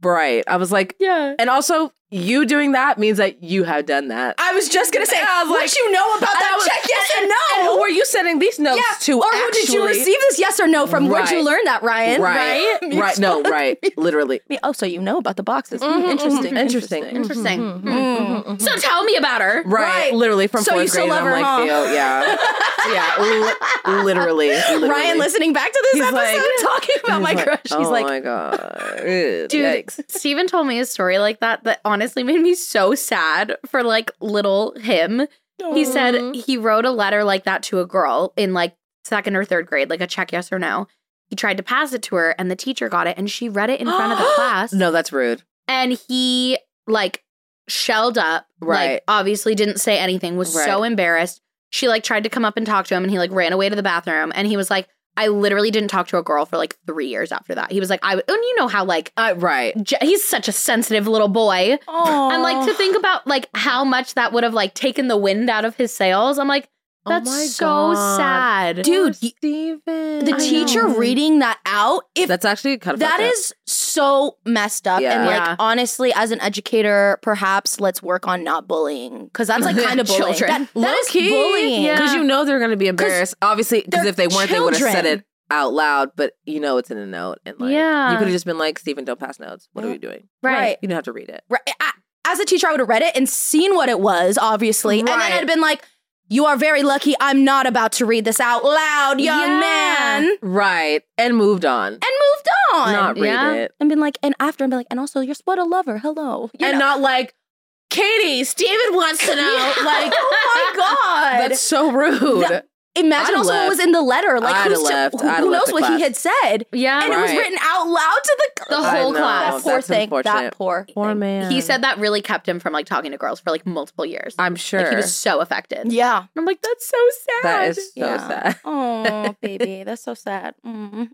Speaker 5: bright. I was like,
Speaker 1: yeah.
Speaker 5: and also you doing that means that you have done that.
Speaker 4: I was just gonna say,
Speaker 5: I was
Speaker 4: what
Speaker 5: like-
Speaker 4: you know about that
Speaker 5: I was-
Speaker 4: check? Yes and,
Speaker 5: And
Speaker 4: no.
Speaker 5: who are you sending these notes
Speaker 4: yeah.
Speaker 5: to?
Speaker 4: or who did you
Speaker 5: actually?
Speaker 4: receive this? Yes or no from? Where'd you
Speaker 5: Right.
Speaker 4: learn that, Ryan?
Speaker 5: Right, right, no, right,
Speaker 4: *laughs*
Speaker 5: literally.
Speaker 4: Oh, so you know about the boxes?
Speaker 3: Mm-hmm,
Speaker 4: Hmm,
Speaker 5: Mhm, mhm,
Speaker 4: interesting.
Speaker 1: *laughs*
Speaker 5: interesting,
Speaker 1: Interesting.
Speaker 4: Mm-hmm.
Speaker 5: mhm,
Speaker 1: Hmm.
Speaker 5: mhm, mhm, mhm.
Speaker 1: So tell me about her.
Speaker 5: Right,
Speaker 4: Right.
Speaker 5: literally from
Speaker 4: So you
Speaker 5: fourth
Speaker 4: still
Speaker 5: grade.
Speaker 4: love her,
Speaker 5: I'm like,
Speaker 4: huh?
Speaker 5: yo, yeah,
Speaker 4: *laughs*
Speaker 5: yeah, li- literally, literally.
Speaker 4: Ryan, listening back to this
Speaker 5: He's
Speaker 4: episode,
Speaker 5: like-
Speaker 4: talking
Speaker 5: He's
Speaker 4: about my
Speaker 5: like,
Speaker 4: crush, he's
Speaker 5: oh
Speaker 4: like,
Speaker 5: my god,
Speaker 1: Dude,
Speaker 5: Yikes. *laughs*
Speaker 1: Steven told me a story like that that honestly made me so sad for like little him. He said he wrote a letter like that to a girl in like second or third grade, like a check yes or no. He tried to pass it to her and the teacher got it and she read it in front of
Speaker 5: *gasps*
Speaker 1: the class.
Speaker 5: No, that's rude.
Speaker 1: and he like shelled up
Speaker 5: Right.
Speaker 1: like obviously didn't say anything was so
Speaker 5: Right.
Speaker 1: embarrassed she like tried to come up and talk to him and he like ran away to the bathroom and he was like i literally didn't talk to a girl for like three years after that he was like i and you know how like
Speaker 5: Uh, right.
Speaker 1: j- he's such a sensitive little boy
Speaker 4: oh,
Speaker 1: i'm like to think about like how much that would have like taken the wind out of his sails i'm like
Speaker 5: Oh
Speaker 1: that's
Speaker 5: my
Speaker 1: so
Speaker 5: God.
Speaker 1: sad
Speaker 4: Dude, y-
Speaker 5: Steven.
Speaker 4: the
Speaker 1: I
Speaker 4: teacher
Speaker 1: know.
Speaker 4: reading that out. If
Speaker 5: That's actually kind of
Speaker 4: that
Speaker 5: fucked up.
Speaker 4: is so messed up, and
Speaker 5: Yeah.
Speaker 4: like
Speaker 1: Yeah.
Speaker 4: honestly, as an educator, perhaps let's work on not bullying because that's like
Speaker 5: *laughs*
Speaker 4: kind of bullying.
Speaker 1: Children.
Speaker 4: That, that is
Speaker 5: Low-key,
Speaker 4: bullying.
Speaker 1: yeah.
Speaker 5: Because you know they're going to be embarrassed. Obviously, because
Speaker 4: they're
Speaker 5: if they weren't, they would have said
Speaker 4: children.
Speaker 5: it out loud, but you know it's in a note. And like,
Speaker 1: Yeah.
Speaker 5: you could have just been like, Stephen, don't pass notes. What are you doing?
Speaker 4: Right.
Speaker 5: You don't have to read it.
Speaker 4: Right. I- As a teacher, I would have read it and seen what it was, obviously, and then
Speaker 5: Right.
Speaker 4: I'd have been like, "You are very lucky. I'm not about to read this out loud, young
Speaker 1: Yeah.
Speaker 4: man," and
Speaker 5: Right. And moved on.
Speaker 4: moved on.
Speaker 5: Not read
Speaker 1: Yeah.
Speaker 5: it.
Speaker 4: and been like, and after I'm like, and also, you're what a lover. Hello, You
Speaker 5: and
Speaker 4: know?
Speaker 5: not like, *laughs* Katie, Steven wants to know. like,
Speaker 4: oh my god,
Speaker 5: that's so rude.
Speaker 4: That- Imagine
Speaker 5: I'd
Speaker 4: also
Speaker 5: left.
Speaker 4: what was in the letter. Like
Speaker 5: I'd
Speaker 4: who's to-
Speaker 5: left.
Speaker 4: who,
Speaker 5: I'd
Speaker 4: who
Speaker 5: left
Speaker 4: knows
Speaker 5: the
Speaker 4: what
Speaker 5: class.
Speaker 4: he had said,
Speaker 1: Yeah.
Speaker 4: and it was
Speaker 5: Right.
Speaker 4: written out loud to the
Speaker 1: The
Speaker 5: I
Speaker 1: whole
Speaker 5: know.
Speaker 1: class.
Speaker 4: That poor
Speaker 5: That's
Speaker 4: thing. That
Speaker 5: unfortunate.
Speaker 4: poor
Speaker 5: Poor
Speaker 4: thing.
Speaker 5: man.
Speaker 1: He said that really kept him from like talking to girls for like multiple years.
Speaker 5: I'm sure.
Speaker 1: Like, he was so affected.
Speaker 4: Yeah.
Speaker 1: I'm like, that's so sad.
Speaker 5: that *laughs* is so
Speaker 4: Yeah.
Speaker 5: sad.
Speaker 4: *laughs* Oh, baby, that's so sad. Mm.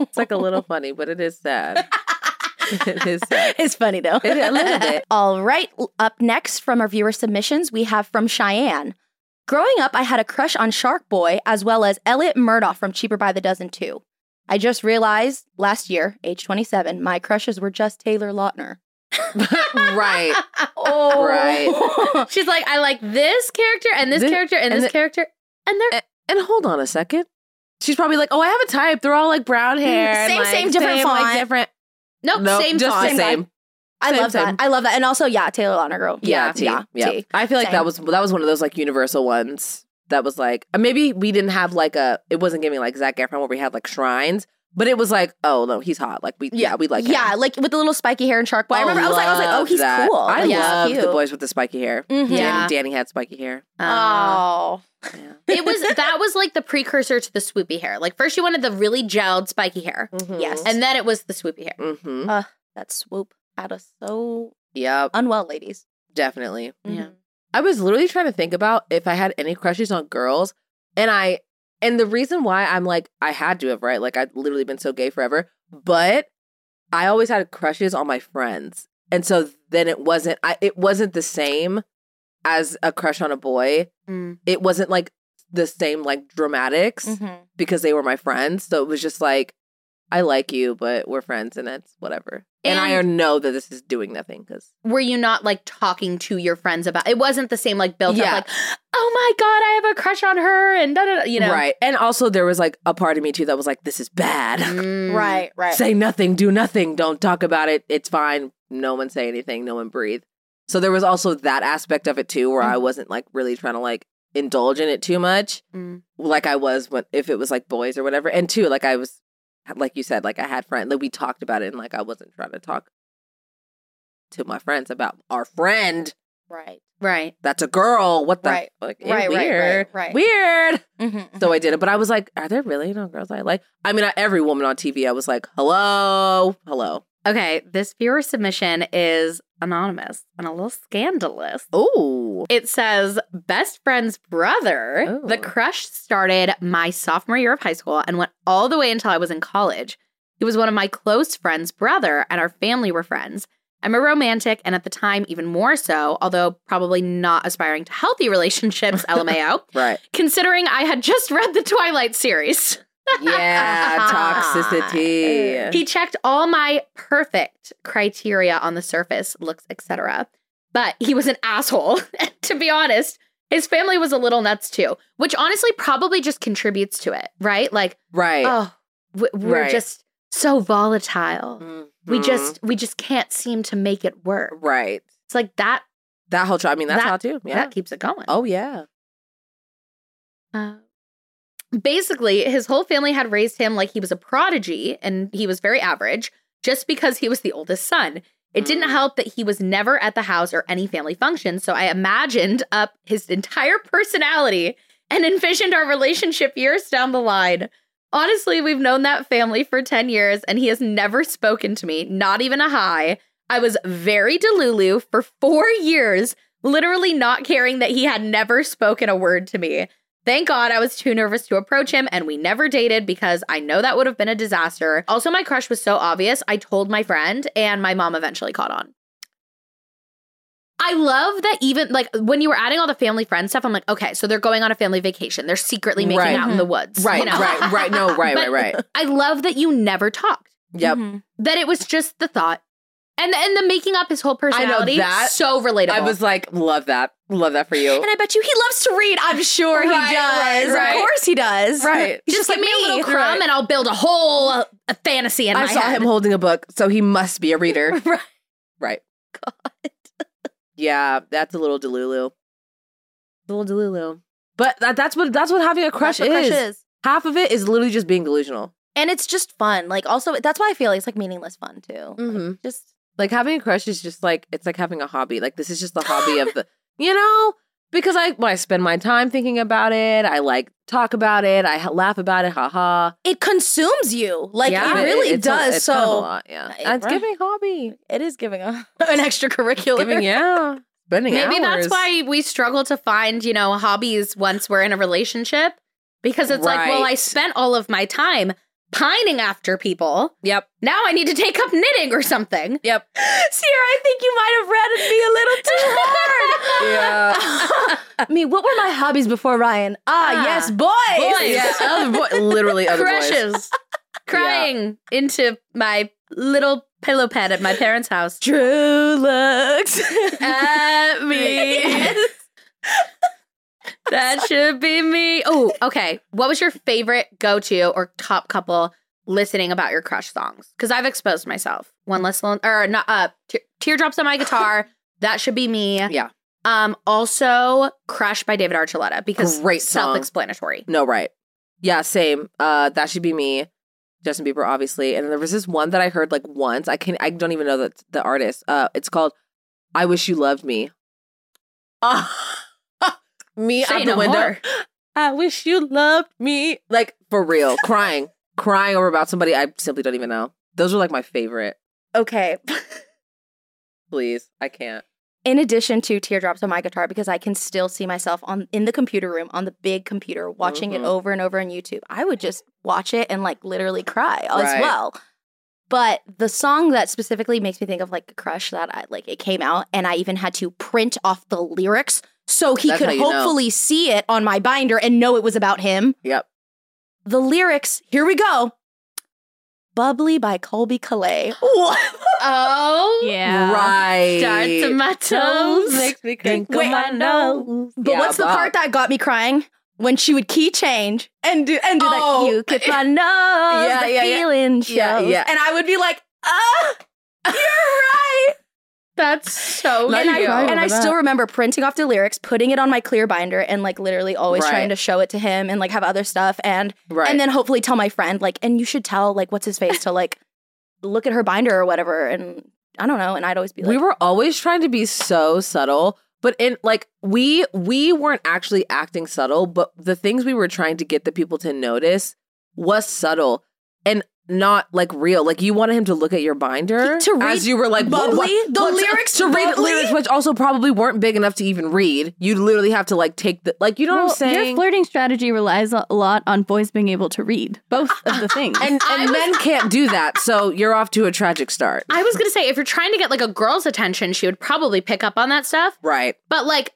Speaker 5: It's like a little funny, but it is *laughs* sad. it is sad.
Speaker 4: *laughs* it's funny though.
Speaker 5: It- a little bit.
Speaker 4: All right. l- Up next from our viewer submissions, we have from Cheyenne. Growing up, I had a crush on Shark Boy as well as Elliot Murdoch from Cheaper by the Dozen too. I just realized last year, age 27, my crushes were just Taylor Lautner.
Speaker 5: *laughs* *laughs* right.
Speaker 4: Oh,
Speaker 5: Right.
Speaker 1: She's like, I like this character and this
Speaker 5: Thi-
Speaker 1: character and,
Speaker 5: and
Speaker 1: this
Speaker 5: the-
Speaker 1: character. And they're
Speaker 5: And, and hold on a second. She's probably like, oh, I have a type. They're all like brown hair. and,
Speaker 4: Same,
Speaker 5: like,
Speaker 4: same, different
Speaker 5: Mm, same, like,
Speaker 4: font.
Speaker 5: different.
Speaker 1: nope,
Speaker 5: Nope,
Speaker 1: same
Speaker 5: just
Speaker 1: font.
Speaker 5: the same.
Speaker 4: I
Speaker 5: Same,
Speaker 4: love that.
Speaker 5: same.
Speaker 4: I love that. And also, yeah, Taylor Lautner girl.
Speaker 5: Yeah, T, yeah,
Speaker 4: T.
Speaker 5: I feel like
Speaker 4: Same.
Speaker 5: that was that was one of those like universal ones that was like uh, maybe we didn't have like a it wasn't giving like Zach Efron where we had like shrines, but it was like oh no he's hot like we yeah, we like him.
Speaker 4: Yeah, like with the little spiky hair and Shark Boy. I remember I was like, I was like, oh,
Speaker 5: loved
Speaker 4: he's
Speaker 5: that.
Speaker 4: cool.
Speaker 5: I
Speaker 4: Like, he's
Speaker 5: love
Speaker 4: cute.
Speaker 5: the boys with the spiky hair.
Speaker 4: Mhm.
Speaker 5: Dan-
Speaker 1: Yeah.
Speaker 5: Danny had spiky hair.
Speaker 1: Uh,
Speaker 4: Oh,
Speaker 5: Yeah.
Speaker 1: it
Speaker 4: *laughs*
Speaker 1: was that was like the precursor to the swoopy hair. Like first you wanted the really gelled spiky hair.
Speaker 4: Yes.
Speaker 1: And then it was the swoopy hair.
Speaker 5: Mm-hmm.
Speaker 4: that swoop had us so
Speaker 5: Yep.
Speaker 4: unwell, ladies.
Speaker 5: Definitely.
Speaker 1: Yeah.
Speaker 5: Mm-hmm. I was literally trying to think about if I had any crushes on girls, and I and the reason why I'm like I had to have right, like I've literally been so gay forever, but I always had crushes on my friends, and so then it wasn't I it wasn't the same as a crush on a boy.
Speaker 1: Mm.
Speaker 5: It wasn't like the same like dramatics
Speaker 1: Mm-hmm.
Speaker 5: because they were my friends, so it was just like. I like you, but we're friends, and that's whatever. And, I
Speaker 1: And-
Speaker 5: know that this is doing nothing because
Speaker 1: Were you not like talking to your friends about it wasn't the same like built
Speaker 5: Yeah.
Speaker 1: up like, oh my god, I have a crush on her and da da da you know.
Speaker 5: right. And also, there was like a part of me too that was like, "This is bad. *laughs*
Speaker 1: Mm.
Speaker 4: Right, right.
Speaker 5: say nothing, do nothing, don't talk about it. It's fine. No one say anything. No one breathe." So there was also that aspect of it too, where
Speaker 4: Mm.
Speaker 5: I wasn't like really trying to like indulge in it too much,
Speaker 1: Mm.
Speaker 5: like I was when if it was like boys or whatever. And too, like I was, like you said, like I had friends, like we talked about it, and like I wasn't trying to talk to my friends about our friend.
Speaker 4: right.
Speaker 1: Right.
Speaker 5: That's a girl. What the
Speaker 4: Right.
Speaker 5: fuck? Eh,
Speaker 4: Right, right, right,
Speaker 5: weird.
Speaker 4: right.
Speaker 5: Weird.
Speaker 4: Mm-hmm.
Speaker 5: So I did it, but I was like, "Are there really no girls I like?" I mean, I, every woman on TV, I was like, "Hello, hello."
Speaker 1: Okay, this viewer submission is anonymous and a little scandalous.
Speaker 5: Ooh,
Speaker 1: It says best friend's brother.
Speaker 5: Ooh.
Speaker 1: The crush started my sophomore year of high school and went all the way until I was in college. He was one of my close friends' brother, and our family were friends. I'm a romantic, and at the time, even more so, although probably not aspiring to healthy
Speaker 5: *laughs*
Speaker 1: relationships, LMAO,
Speaker 5: right?
Speaker 1: considering I had just read the Twilight series. *laughs*
Speaker 5: Yeah, Ah, toxicity.
Speaker 1: He checked all my perfect criteria on the surface, looks, etc. But he was an asshole. *laughs* And to be honest, his family was a little nuts too, which honestly probably just contributes to it, right? Like,
Speaker 5: right.
Speaker 1: oh, w- we're
Speaker 5: Right.
Speaker 1: just so volatile. We
Speaker 5: Mhm.
Speaker 1: just we just can't seem to make it work.
Speaker 5: right.
Speaker 1: It's like that
Speaker 5: That whole. Tr- I mean, that's
Speaker 1: That-
Speaker 5: how too. Yeah.
Speaker 1: that keeps it going.
Speaker 5: oh yeah.
Speaker 1: Uh, basically, his whole family had raised him like he was a prodigy and he was very average just because he was the oldest son. It didn't
Speaker 5: Mm.
Speaker 1: help that he was never at the house or any family function, so I imagined up his entire personality and envisioned our relationship years down the line. Honestly, we've known that family for 10 years and he has never spoken to me, not even a hi. I was very delulu for four years, literally not caring that he had never spoken a word to me. Thank God I was too nervous to approach him and we never dated because I know that would have been a disaster. Also, my crush was so obvious, I told my friend and my mom eventually caught on. I love that even like when you were adding all the family friend stuff, I'm like, okay, so they're going on a family vacation. They're secretly making
Speaker 5: Right.
Speaker 1: out in the woods. you
Speaker 5: Right.
Speaker 1: know?
Speaker 5: Right.
Speaker 1: *laughs*
Speaker 5: Right. No. Right.
Speaker 1: But-
Speaker 5: right. Right.
Speaker 1: I love that you never talked.
Speaker 5: Yep.
Speaker 1: That it was just the thought. And and the making up his whole personality
Speaker 5: that.
Speaker 1: so relatable.
Speaker 5: I was like, love that. Love that for you.
Speaker 4: And I bet you he loves to read. I'm sure he
Speaker 5: Right,
Speaker 4: does.
Speaker 5: right, right.
Speaker 4: Of course he does. *laughs*
Speaker 5: Right.
Speaker 1: *laughs*
Speaker 4: He's
Speaker 1: just, give me, a little crumb
Speaker 4: Right.
Speaker 1: and I'll build a whole uh, a fantasy in
Speaker 5: I
Speaker 1: my
Speaker 5: saw
Speaker 1: head.
Speaker 5: him holding a book, so he must be a reader.
Speaker 4: Right.
Speaker 5: Right. Yeah, that's a little delulu. A little delulu. But that, that's what that's what having a crush,
Speaker 4: That's what
Speaker 5: is.
Speaker 4: crush is.
Speaker 5: Half of it is literally just being delusional.
Speaker 4: And it's just fun. Like also that's why I feel like it's like meaningless fun too.
Speaker 5: Mhm.
Speaker 4: Just
Speaker 5: Like having a crush is just like it's like having a hobby. Like this is just the hobby of the you know? because I when I spend my time thinking about it, I like talk about it, I ha- laugh about it, haha.
Speaker 4: It consumes you. Like
Speaker 5: Yeah,
Speaker 4: it
Speaker 1: *laughs*
Speaker 4: really
Speaker 5: it's a-
Speaker 4: does.
Speaker 5: it's
Speaker 4: so
Speaker 5: kind of a lot, yeah,
Speaker 4: It-
Speaker 5: it's giving hobby,
Speaker 4: it is giving a, an
Speaker 1: *laughs*
Speaker 4: extracurricular.
Speaker 5: giving yeah, spending
Speaker 1: Maybe
Speaker 5: hours.
Speaker 1: that's why we struggle to find, you know, hobbies once we're in a relationship because it's like, well, I
Speaker 5: Right.
Speaker 1: spent all of my time pining after people.
Speaker 5: Yep.
Speaker 1: Now I need to take up knitting or something.
Speaker 5: Yep.
Speaker 1: *laughs* Sierra, I think you might have read me a little too
Speaker 5: *laughs*
Speaker 1: hard.
Speaker 5: Yeah.
Speaker 4: *laughs* I mean, what were my hobbies before Ryan? Ah,
Speaker 1: Ah,
Speaker 4: yes, boys.
Speaker 1: boys.
Speaker 5: Yeah, other boy, literally other boys. *laughs*
Speaker 1: Crushes. Crying into my little pillow pad at my parents' house.
Speaker 4: Drew *laughs* looks.
Speaker 1: at
Speaker 5: *laughs*
Speaker 1: me. that should be me. Oh, okay. What was your favorite go to or top couple listening about your crush songs? Because I've exposed myself. One less alone, or not. Uh, tear, teardrops on my
Speaker 5: *laughs*
Speaker 1: guitar. that should be me.
Speaker 5: Yeah.
Speaker 1: Um. Also, Crush by David Archuleta because
Speaker 5: Great song.
Speaker 1: self-explanatory.
Speaker 5: No, right. Yeah, same. Uh, that should be me. Justin Bieber, obviously. And then there was this one that I heard like once. I can I don't even know that the artist. Uh, it's called "I Wish You Loved *laughs* Me." Ah, me
Speaker 1: Say
Speaker 5: out
Speaker 1: no
Speaker 5: the window.
Speaker 1: more.
Speaker 5: I wish you loved me. Like for real, crying, crying over about somebody I simply don't even know. Those were like my favorite.
Speaker 4: okay.
Speaker 5: Please, I can't.
Speaker 4: In addition to teardrops on my guitar, because I can still see myself on in the computer room on the big computer watching
Speaker 5: Mhm.
Speaker 4: it over and over on YouTube. I would just watch it and like literally cry as
Speaker 5: Right.
Speaker 4: well. But the song that specifically makes me think of like a crush that I like it came out and I even had to print off the lyrics so he
Speaker 5: That's how
Speaker 4: could
Speaker 5: you know.
Speaker 4: hopefully see it on my binder and know it was about him.
Speaker 5: Yep.
Speaker 4: the lyrics. Here we go. Bubbly by Colby Calais. What?
Speaker 1: Oh,
Speaker 3: Yeah.
Speaker 5: Right.
Speaker 1: Start to my toes.
Speaker 5: Makes me think of
Speaker 4: Wait,
Speaker 5: my nose.
Speaker 4: But
Speaker 5: Yeah,
Speaker 4: what's the
Speaker 5: but- oh,
Speaker 4: part that got me crying? When she would key change and do and do
Speaker 5: Oh.
Speaker 4: that, you
Speaker 5: *laughs*
Speaker 4: could my nose,
Speaker 5: Yeah,
Speaker 4: the
Speaker 5: yeah, yeah.
Speaker 4: feeling
Speaker 5: Yeah,
Speaker 4: shows."
Speaker 5: yeah.
Speaker 4: and I would be like,
Speaker 5: *laughs*
Speaker 4: ah, you're right.
Speaker 1: That's so
Speaker 5: Not
Speaker 4: and
Speaker 5: you.
Speaker 4: I, and I
Speaker 5: Remember
Speaker 4: still
Speaker 5: that.
Speaker 4: remember printing off the lyrics, putting it on my clear binder, and like literally always
Speaker 5: Right.
Speaker 4: trying to show it to him and like have other stuff and
Speaker 5: Right.
Speaker 4: and then hopefully tell my friend like and you should tell like what's his face to like look at her binder or whatever and i don't know and i'd always be like
Speaker 5: we were always trying to be so subtle but in like we we weren't actually acting subtle but the things we were trying to get the people to notice was subtle and not like real like you wanted him to look at your binder
Speaker 4: To read
Speaker 5: as you were like
Speaker 4: bubbly, the
Speaker 5: to-
Speaker 4: lyrics
Speaker 5: to, read
Speaker 4: bubbly?
Speaker 5: lyrics which also probably weren't big enough to even read you literally have to like take the like you know what i'm
Speaker 3: Well, Your
Speaker 5: saying
Speaker 3: flirting strategy relies a lot on boys being able to read
Speaker 5: *laughs*
Speaker 3: both of the things.
Speaker 5: and and men can't do that so you're off to a
Speaker 4: *laughs*
Speaker 5: tragic start
Speaker 1: I was gonna say if you're trying to get like a girl's attention, she would probably pick up on that stuff.
Speaker 5: right
Speaker 1: But like,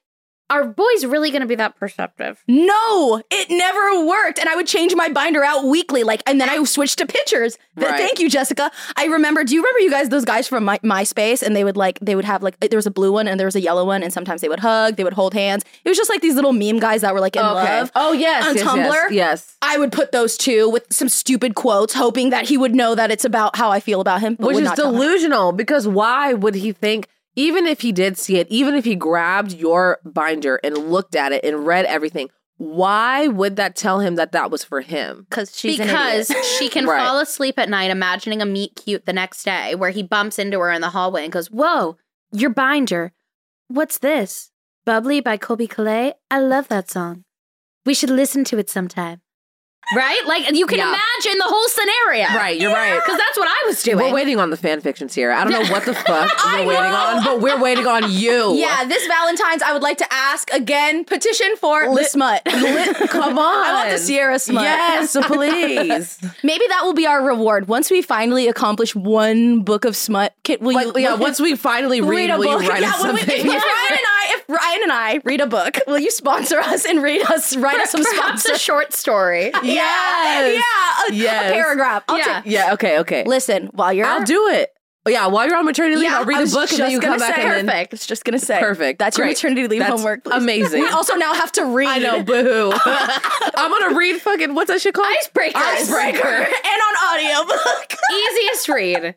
Speaker 1: are boys really going to be that perceptive?
Speaker 4: no it never worked and i would change my binder out weekly like and then i switched to pictures Th-
Speaker 5: Right.
Speaker 4: thank you jessica i remember do you remember you guys those guys from my, myspace and they would like they would have like there was a blue one and there was a yellow one and sometimes they would hug they would hold hands it was just like these little meme guys that were like in love
Speaker 5: oh yes
Speaker 4: On
Speaker 5: yes, yes,
Speaker 4: Tumblr?
Speaker 5: yes.
Speaker 4: I would put those two with some stupid quotes, hoping that he would know that it's about how I feel about him, but
Speaker 5: which
Speaker 4: would
Speaker 5: is
Speaker 4: not tell him.
Speaker 5: delusional because why would he think even if he did see it even if he grabbed your binder and looked at it and read everything why would that tell him that that was for him
Speaker 4: because she's
Speaker 1: because
Speaker 4: an idiot.
Speaker 1: she can
Speaker 5: *laughs* Right.
Speaker 1: fall asleep at night imagining a meet cute the next day where he bumps into her in the hallway and goes, Whoa, your binder. What's this? Bubbly by Kobe Calais. I love that song. We should listen to it sometime. Right? Like, you can
Speaker 5: Yeah.
Speaker 1: imagine the whole scenario.
Speaker 5: right you're right
Speaker 1: Because that's what I was doing.
Speaker 5: we're waiting on the fan fictions here i don't know
Speaker 4: *laughs*
Speaker 5: what the fuck we're waiting on but we're waiting on you
Speaker 4: yeah, this Valentine's, I would like to ask again petition for
Speaker 1: *laughs*
Speaker 4: the smut.
Speaker 5: come
Speaker 4: *laughs*
Speaker 5: on
Speaker 4: I want the Sierra smut. *laughs*
Speaker 5: yes please
Speaker 4: Maybe that will be our reward once we finally accomplish one book of smut. Kit, will
Speaker 5: like
Speaker 4: you
Speaker 5: yeah once we finally read, will you write us
Speaker 4: *laughs* yeah, when we, if
Speaker 5: something
Speaker 4: Ryan and I, if Ryan and I read a book, will you sponsor us and read us, write us some
Speaker 1: Perhaps a
Speaker 4: sponsors?
Speaker 1: short
Speaker 4: *laughs*
Speaker 1: story.
Speaker 5: yes
Speaker 4: Yeah, a,
Speaker 5: Yes.
Speaker 4: a paragraph. I'll
Speaker 1: Yeah.
Speaker 4: take-
Speaker 5: yeah okay okay
Speaker 4: Listen, while you're
Speaker 5: I'll do it. Yeah, while you're on maternity leave,
Speaker 4: Yeah,
Speaker 5: I'll read
Speaker 4: I
Speaker 5: the
Speaker 4: was
Speaker 5: book and then
Speaker 4: just
Speaker 5: you
Speaker 4: gonna
Speaker 5: come back
Speaker 4: say-
Speaker 5: and then
Speaker 4: perfect. I was just gonna say
Speaker 5: perfect.
Speaker 4: That's your
Speaker 5: Great.
Speaker 4: maternity leave
Speaker 5: That's
Speaker 4: homework. please.
Speaker 5: Amazing.
Speaker 4: We also now have to read.
Speaker 5: I know, boohoo. *laughs* I'm gonna read fucking what's
Speaker 4: *laughs*
Speaker 5: that shit called?
Speaker 1: Icebreakers.
Speaker 5: Icebreaker.
Speaker 4: and on *laughs* audiobook.
Speaker 1: Easiest read.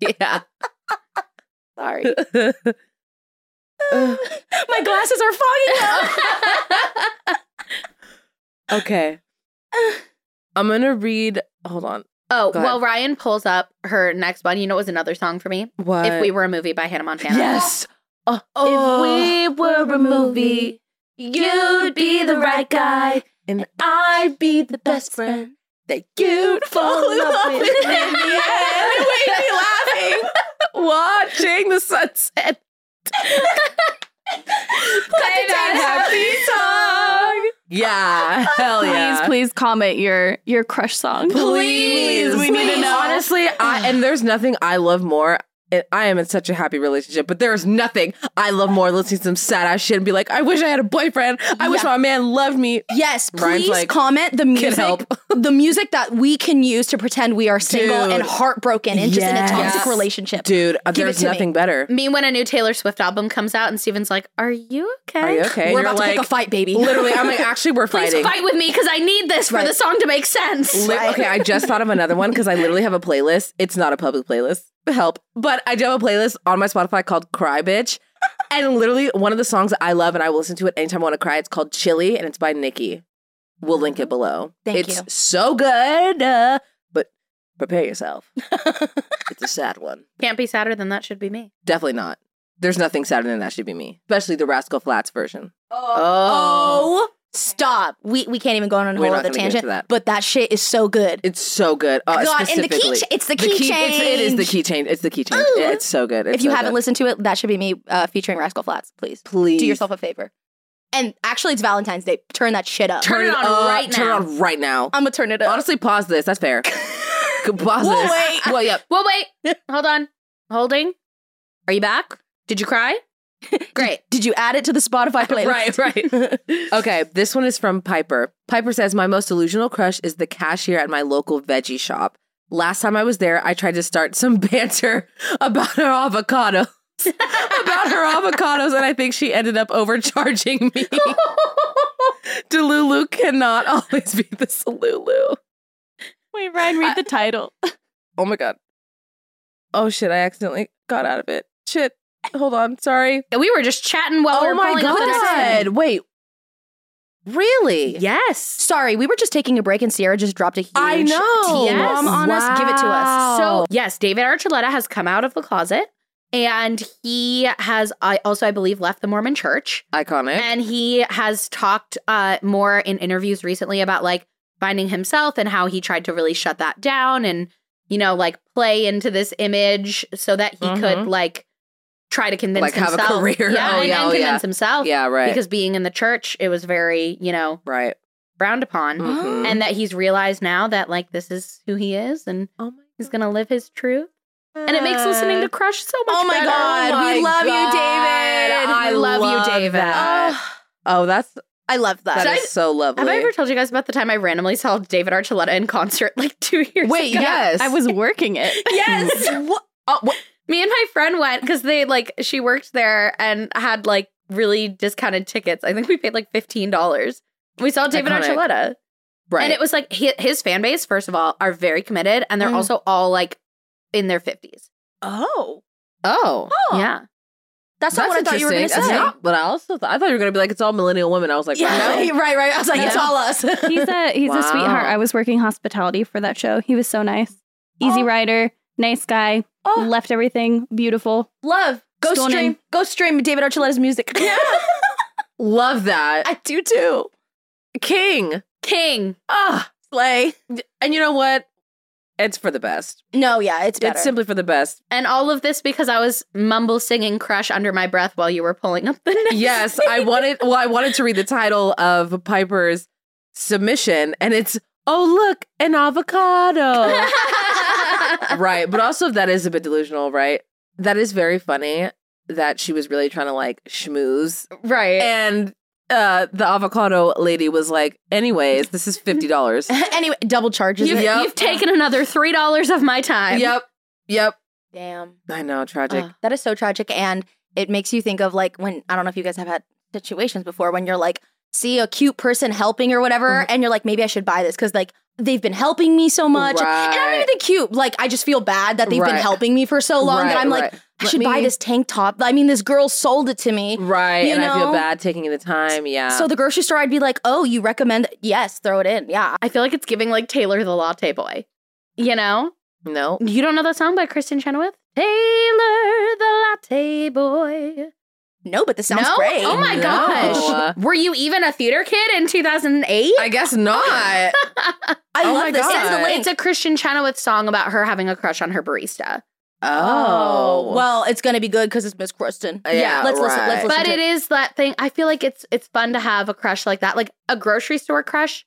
Speaker 5: Yeah.
Speaker 4: Sorry, *laughs* my glasses are fogging up.
Speaker 5: *laughs* okay. I'm gonna read. Hold on.
Speaker 1: *laughs* Oh,
Speaker 5: Go ahead.
Speaker 1: well, Ryan pulls up her next one. You know, it was another song for me.
Speaker 5: What?
Speaker 1: If We Were a Movie by Hannah Montana.
Speaker 5: yes. oh,
Speaker 4: If we were a movie, you'd be the right guy,
Speaker 5: and
Speaker 4: I'd be the best friend that you'd fall in love with. in the
Speaker 5: *laughs*
Speaker 4: end.
Speaker 5: watching
Speaker 4: *laughs*
Speaker 5: the sunset.
Speaker 1: Play that
Speaker 5: happy song. Yeah, hell yeah.
Speaker 3: Please, please comment your your crush song.
Speaker 5: please,
Speaker 3: we need to know.
Speaker 5: Honestly, I, and there's nothing I love more. and I am in such a happy relationship, but there is nothing I love more than listening to some sad ass shit and be like, I wish I had a boyfriend. I wish
Speaker 4: Yeah.
Speaker 5: my man loved me.
Speaker 4: Yes,
Speaker 5: Brian's
Speaker 4: please
Speaker 5: like,
Speaker 4: comment the music,
Speaker 5: help.
Speaker 4: the music that we can use to pretend we are single
Speaker 5: Dude.
Speaker 4: and heartbroken and just in a toxic
Speaker 5: Yes.
Speaker 4: relationship.
Speaker 5: Dude, uh,
Speaker 4: Give it
Speaker 5: there's
Speaker 4: to me.
Speaker 5: nothing better.
Speaker 1: Me when a new Taylor Swift album comes out and Steven's like, Are you okay?
Speaker 5: Are you
Speaker 4: *laughs*
Speaker 5: okay?
Speaker 4: We're
Speaker 5: And
Speaker 4: about to
Speaker 5: you're
Speaker 4: pick a
Speaker 5: like-
Speaker 4: fight, baby.
Speaker 5: Literally, *laughs* I'm like, actually, we're
Speaker 1: Please
Speaker 5: fighting.
Speaker 1: fight with me because I need this
Speaker 4: Right.
Speaker 1: for the song to make sense.
Speaker 5: Li- Okay, I just thought of another one because I literally have a playlist. It's not a public playlist. Help. But I do have a playlist on my Spotify called Cry Bitch. And literally one of the songs that I love and I will listen to it anytime I want to cry. It's called Chili and it's by Nikki. We'll link it below.
Speaker 4: Mm-hmm. Thank
Speaker 5: it's
Speaker 4: you.
Speaker 5: so good. uh, but
Speaker 4: *laughs*
Speaker 5: prepare yourself. it's a sad one.
Speaker 1: Can't be sadder than that should be me.
Speaker 5: Definitely not. There's nothing sadder than that should be me. Especially the Rascal Flats version.
Speaker 4: Oh, stop. We we can't even go on a
Speaker 5: We're
Speaker 4: whole
Speaker 5: not
Speaker 4: other
Speaker 5: gonna get into
Speaker 4: tangent.
Speaker 5: that.
Speaker 4: But that shit is so good.
Speaker 5: It's so good. Uh,
Speaker 4: God, and the key
Speaker 5: specifically-
Speaker 4: cha- it's the key
Speaker 5: it's- It is the
Speaker 4: change.
Speaker 5: key change. It's the key change.
Speaker 4: Ooh.
Speaker 5: It's so good. It's
Speaker 4: if you
Speaker 5: so
Speaker 4: haven't
Speaker 5: good.
Speaker 4: listened to it, that should be me uh, featuring Rascal Flats. Please
Speaker 5: please
Speaker 4: do yourself a favor. And actually, it's Valentine's Day. Turn that shit up.
Speaker 1: Turn it on
Speaker 5: up,
Speaker 1: right
Speaker 5: Uh, Turn it
Speaker 1: now.
Speaker 5: on right now.
Speaker 4: I'm gonna turn it up.
Speaker 5: Honestly, pause this.
Speaker 4: *laughs*
Speaker 5: That's fair. Could pause
Speaker 4: We'll
Speaker 5: this.
Speaker 4: wait.
Speaker 5: Well, yep.
Speaker 1: Well,
Speaker 4: *laughs*
Speaker 1: wait. Hold on. Holding. Are you back? Did you cry? Great.
Speaker 4: Did you add it to the *laughs* Spotify playlist?
Speaker 5: Right, right. okay, this one is from Piper. Piper says, My most delusional crush is the cashier at my local veggie shop. Last time I was there, I tried to start *laughs* some banter about
Speaker 3: *laughs*
Speaker 5: her avocados. about her avocados, and I think she ended up overcharging me. *laughs* Delulu cannot always be the Salulu.
Speaker 3: Wait, Ryan, read the title.
Speaker 5: *laughs* Oh my god. Oh shit, I accidentally got out of it. Shit. Hold on. Sorry.
Speaker 1: We were just chatting
Speaker 4: Oh
Speaker 1: while we were pulling up the next thing.
Speaker 5: Wait. Really?
Speaker 1: Yes.
Speaker 4: Sorry, we were just taking a break and Sierra just dropped a huge
Speaker 5: I know.
Speaker 1: Yes.
Speaker 4: bomb on us. Give it to us.
Speaker 1: So, yes, David Archuleta has come out of the closet and he has I also I believe left the Mormon church
Speaker 5: iconic.
Speaker 1: and he has talked uh more in interviews recently about like finding himself and how he tried to really shut that down and you know like play into this image so that he could
Speaker 5: Mhm.
Speaker 1: like try to convince
Speaker 5: Like, have a
Speaker 1: himself
Speaker 5: career.
Speaker 1: yeah,
Speaker 5: Oh,
Speaker 1: and,
Speaker 5: yeah,
Speaker 1: and
Speaker 5: oh, yeah.
Speaker 1: convince himself
Speaker 5: yeah, right.
Speaker 1: because being in the church it was very you know
Speaker 5: right.
Speaker 1: frowned upon
Speaker 5: Mhm.
Speaker 1: *gasps* and that he's realized now that like this is who he is and
Speaker 5: oh my
Speaker 1: he's gonna live his truth and it makes listening to crush so much
Speaker 4: Oh my
Speaker 1: better.
Speaker 4: God,
Speaker 5: Uh, Oh
Speaker 4: we
Speaker 5: my
Speaker 4: love you, David.
Speaker 5: God.
Speaker 1: We love you, David.
Speaker 5: that. Oh, that's
Speaker 4: I love that.
Speaker 5: that
Speaker 1: Did
Speaker 5: is
Speaker 1: I-
Speaker 5: so lovely.
Speaker 1: have I
Speaker 5: *laughs*
Speaker 1: ever told you guys about the time I randomly saw David Archuleta in concert like two years
Speaker 5: Wait,
Speaker 1: ago?
Speaker 5: yes.
Speaker 3: I was working it.
Speaker 1: *laughs* Yes.
Speaker 4: *laughs*
Speaker 5: what? Oh, what?
Speaker 1: Me and my friend went because they like she worked there and had like really discounted tickets. I think we paid like fifteen dollars. We saw David
Speaker 5: Iconic.
Speaker 1: Archuleta,
Speaker 5: Right.
Speaker 1: and it was like hi- his fan base. First of all, are very committed, and they're
Speaker 4: Mm.
Speaker 1: also all like in their fifties.
Speaker 4: oh,
Speaker 5: oh.
Speaker 4: Oh.
Speaker 1: Yeah,
Speaker 4: that's not what I thought you were going to
Speaker 5: That's
Speaker 4: say.
Speaker 5: not what I also thought. I thought you were going to be like, it's all millennial women. I was like,
Speaker 4: yeah, *laughs*
Speaker 5: wow.
Speaker 4: right, right. I was like,
Speaker 1: Yeah.
Speaker 4: it's all us.
Speaker 3: He's a he's
Speaker 5: Wow.
Speaker 3: a sweetheart. I was working hospitality for that show. He was so nice. Easy rider, nice guy.
Speaker 4: Oh.
Speaker 3: Left everything beautiful.
Speaker 4: Love. Go
Speaker 3: Stolen.
Speaker 4: stream. Go stream David Archuleta's music. *laughs* Yeah,
Speaker 5: Love that.
Speaker 4: I do too.
Speaker 5: King.
Speaker 1: King.
Speaker 5: Ah.
Speaker 4: Slay.
Speaker 5: And you know what? It's for the best.
Speaker 4: No, yeah, it's *laughs* better.
Speaker 5: It's simply for
Speaker 1: *laughs*
Speaker 5: the best.
Speaker 1: And all of this because I was mumble singing "Crush" under my breath while you were pulling up the next.
Speaker 5: yes, I wanted. Well, I wanted to read the title of Piper's submission, and it's "Oh look, an avocado." right, but also that is a bit delusional, right? That is very funny that she was really trying to like schmooze,
Speaker 4: Eh.
Speaker 1: *laughs* right.
Speaker 5: and uh the avocado lady was like, "Anyways, this is fifty dollars."
Speaker 4: *laughs* anyway, double charges.
Speaker 1: You've,
Speaker 4: it.
Speaker 5: Yep.
Speaker 1: you've taken
Speaker 3: *laughs*
Speaker 1: another three dollars of my time.
Speaker 5: yep, yep.
Speaker 4: Damn.
Speaker 5: I know, tragic.
Speaker 1: Ugh.
Speaker 4: That is so tragic. And it makes you think of like when, I don't know if you guys have had situations before when you're like, see a cute person helping or whatever,
Speaker 5: Mm-hmm.
Speaker 4: and you're like, maybe I should buy this because like they've been helping me so much. And I don't even
Speaker 5: Right.
Speaker 4: think cute. Like, I just feel bad that they've
Speaker 5: Right.
Speaker 4: been helping me for so long that
Speaker 5: Right,
Speaker 4: I'm like,
Speaker 5: right.
Speaker 4: I
Speaker 5: Let
Speaker 4: should buy
Speaker 5: me-
Speaker 4: this tank top. I mean, this girl sold it to me.
Speaker 5: Right,
Speaker 4: you
Speaker 5: and I
Speaker 4: know?
Speaker 5: feel bad taking the time. Yeah.
Speaker 4: So the grocery store, I'd be like, oh, you recommend? Yes, throw it in. Yeah.
Speaker 1: I feel like it's giving like Taylor the Latte Boy. You know,
Speaker 5: no.
Speaker 1: you don't know that song by Kristen Chenoweth. Taylor the Latte Boy.
Speaker 4: No, but this sounds
Speaker 1: no?
Speaker 4: great.
Speaker 1: Oh my
Speaker 5: No.
Speaker 1: gosh. Were you even a theater kid in 2008?
Speaker 5: I
Speaker 4: *laughs*
Speaker 5: guess not.
Speaker 4: I
Speaker 5: Oh
Speaker 4: love
Speaker 5: my
Speaker 4: this.
Speaker 5: God.
Speaker 4: Send the link.
Speaker 1: It's a Christian Chenoweth song about her having a crush on her barista.
Speaker 5: oh.
Speaker 4: well, it's gonna be good because it's Miss Kristen.
Speaker 5: Yeah,
Speaker 4: let's listen. Let's listen.
Speaker 5: right.
Speaker 1: But
Speaker 4: to
Speaker 1: it is that thing. I feel like it's it's fun to have a crush like that, like a grocery store crush,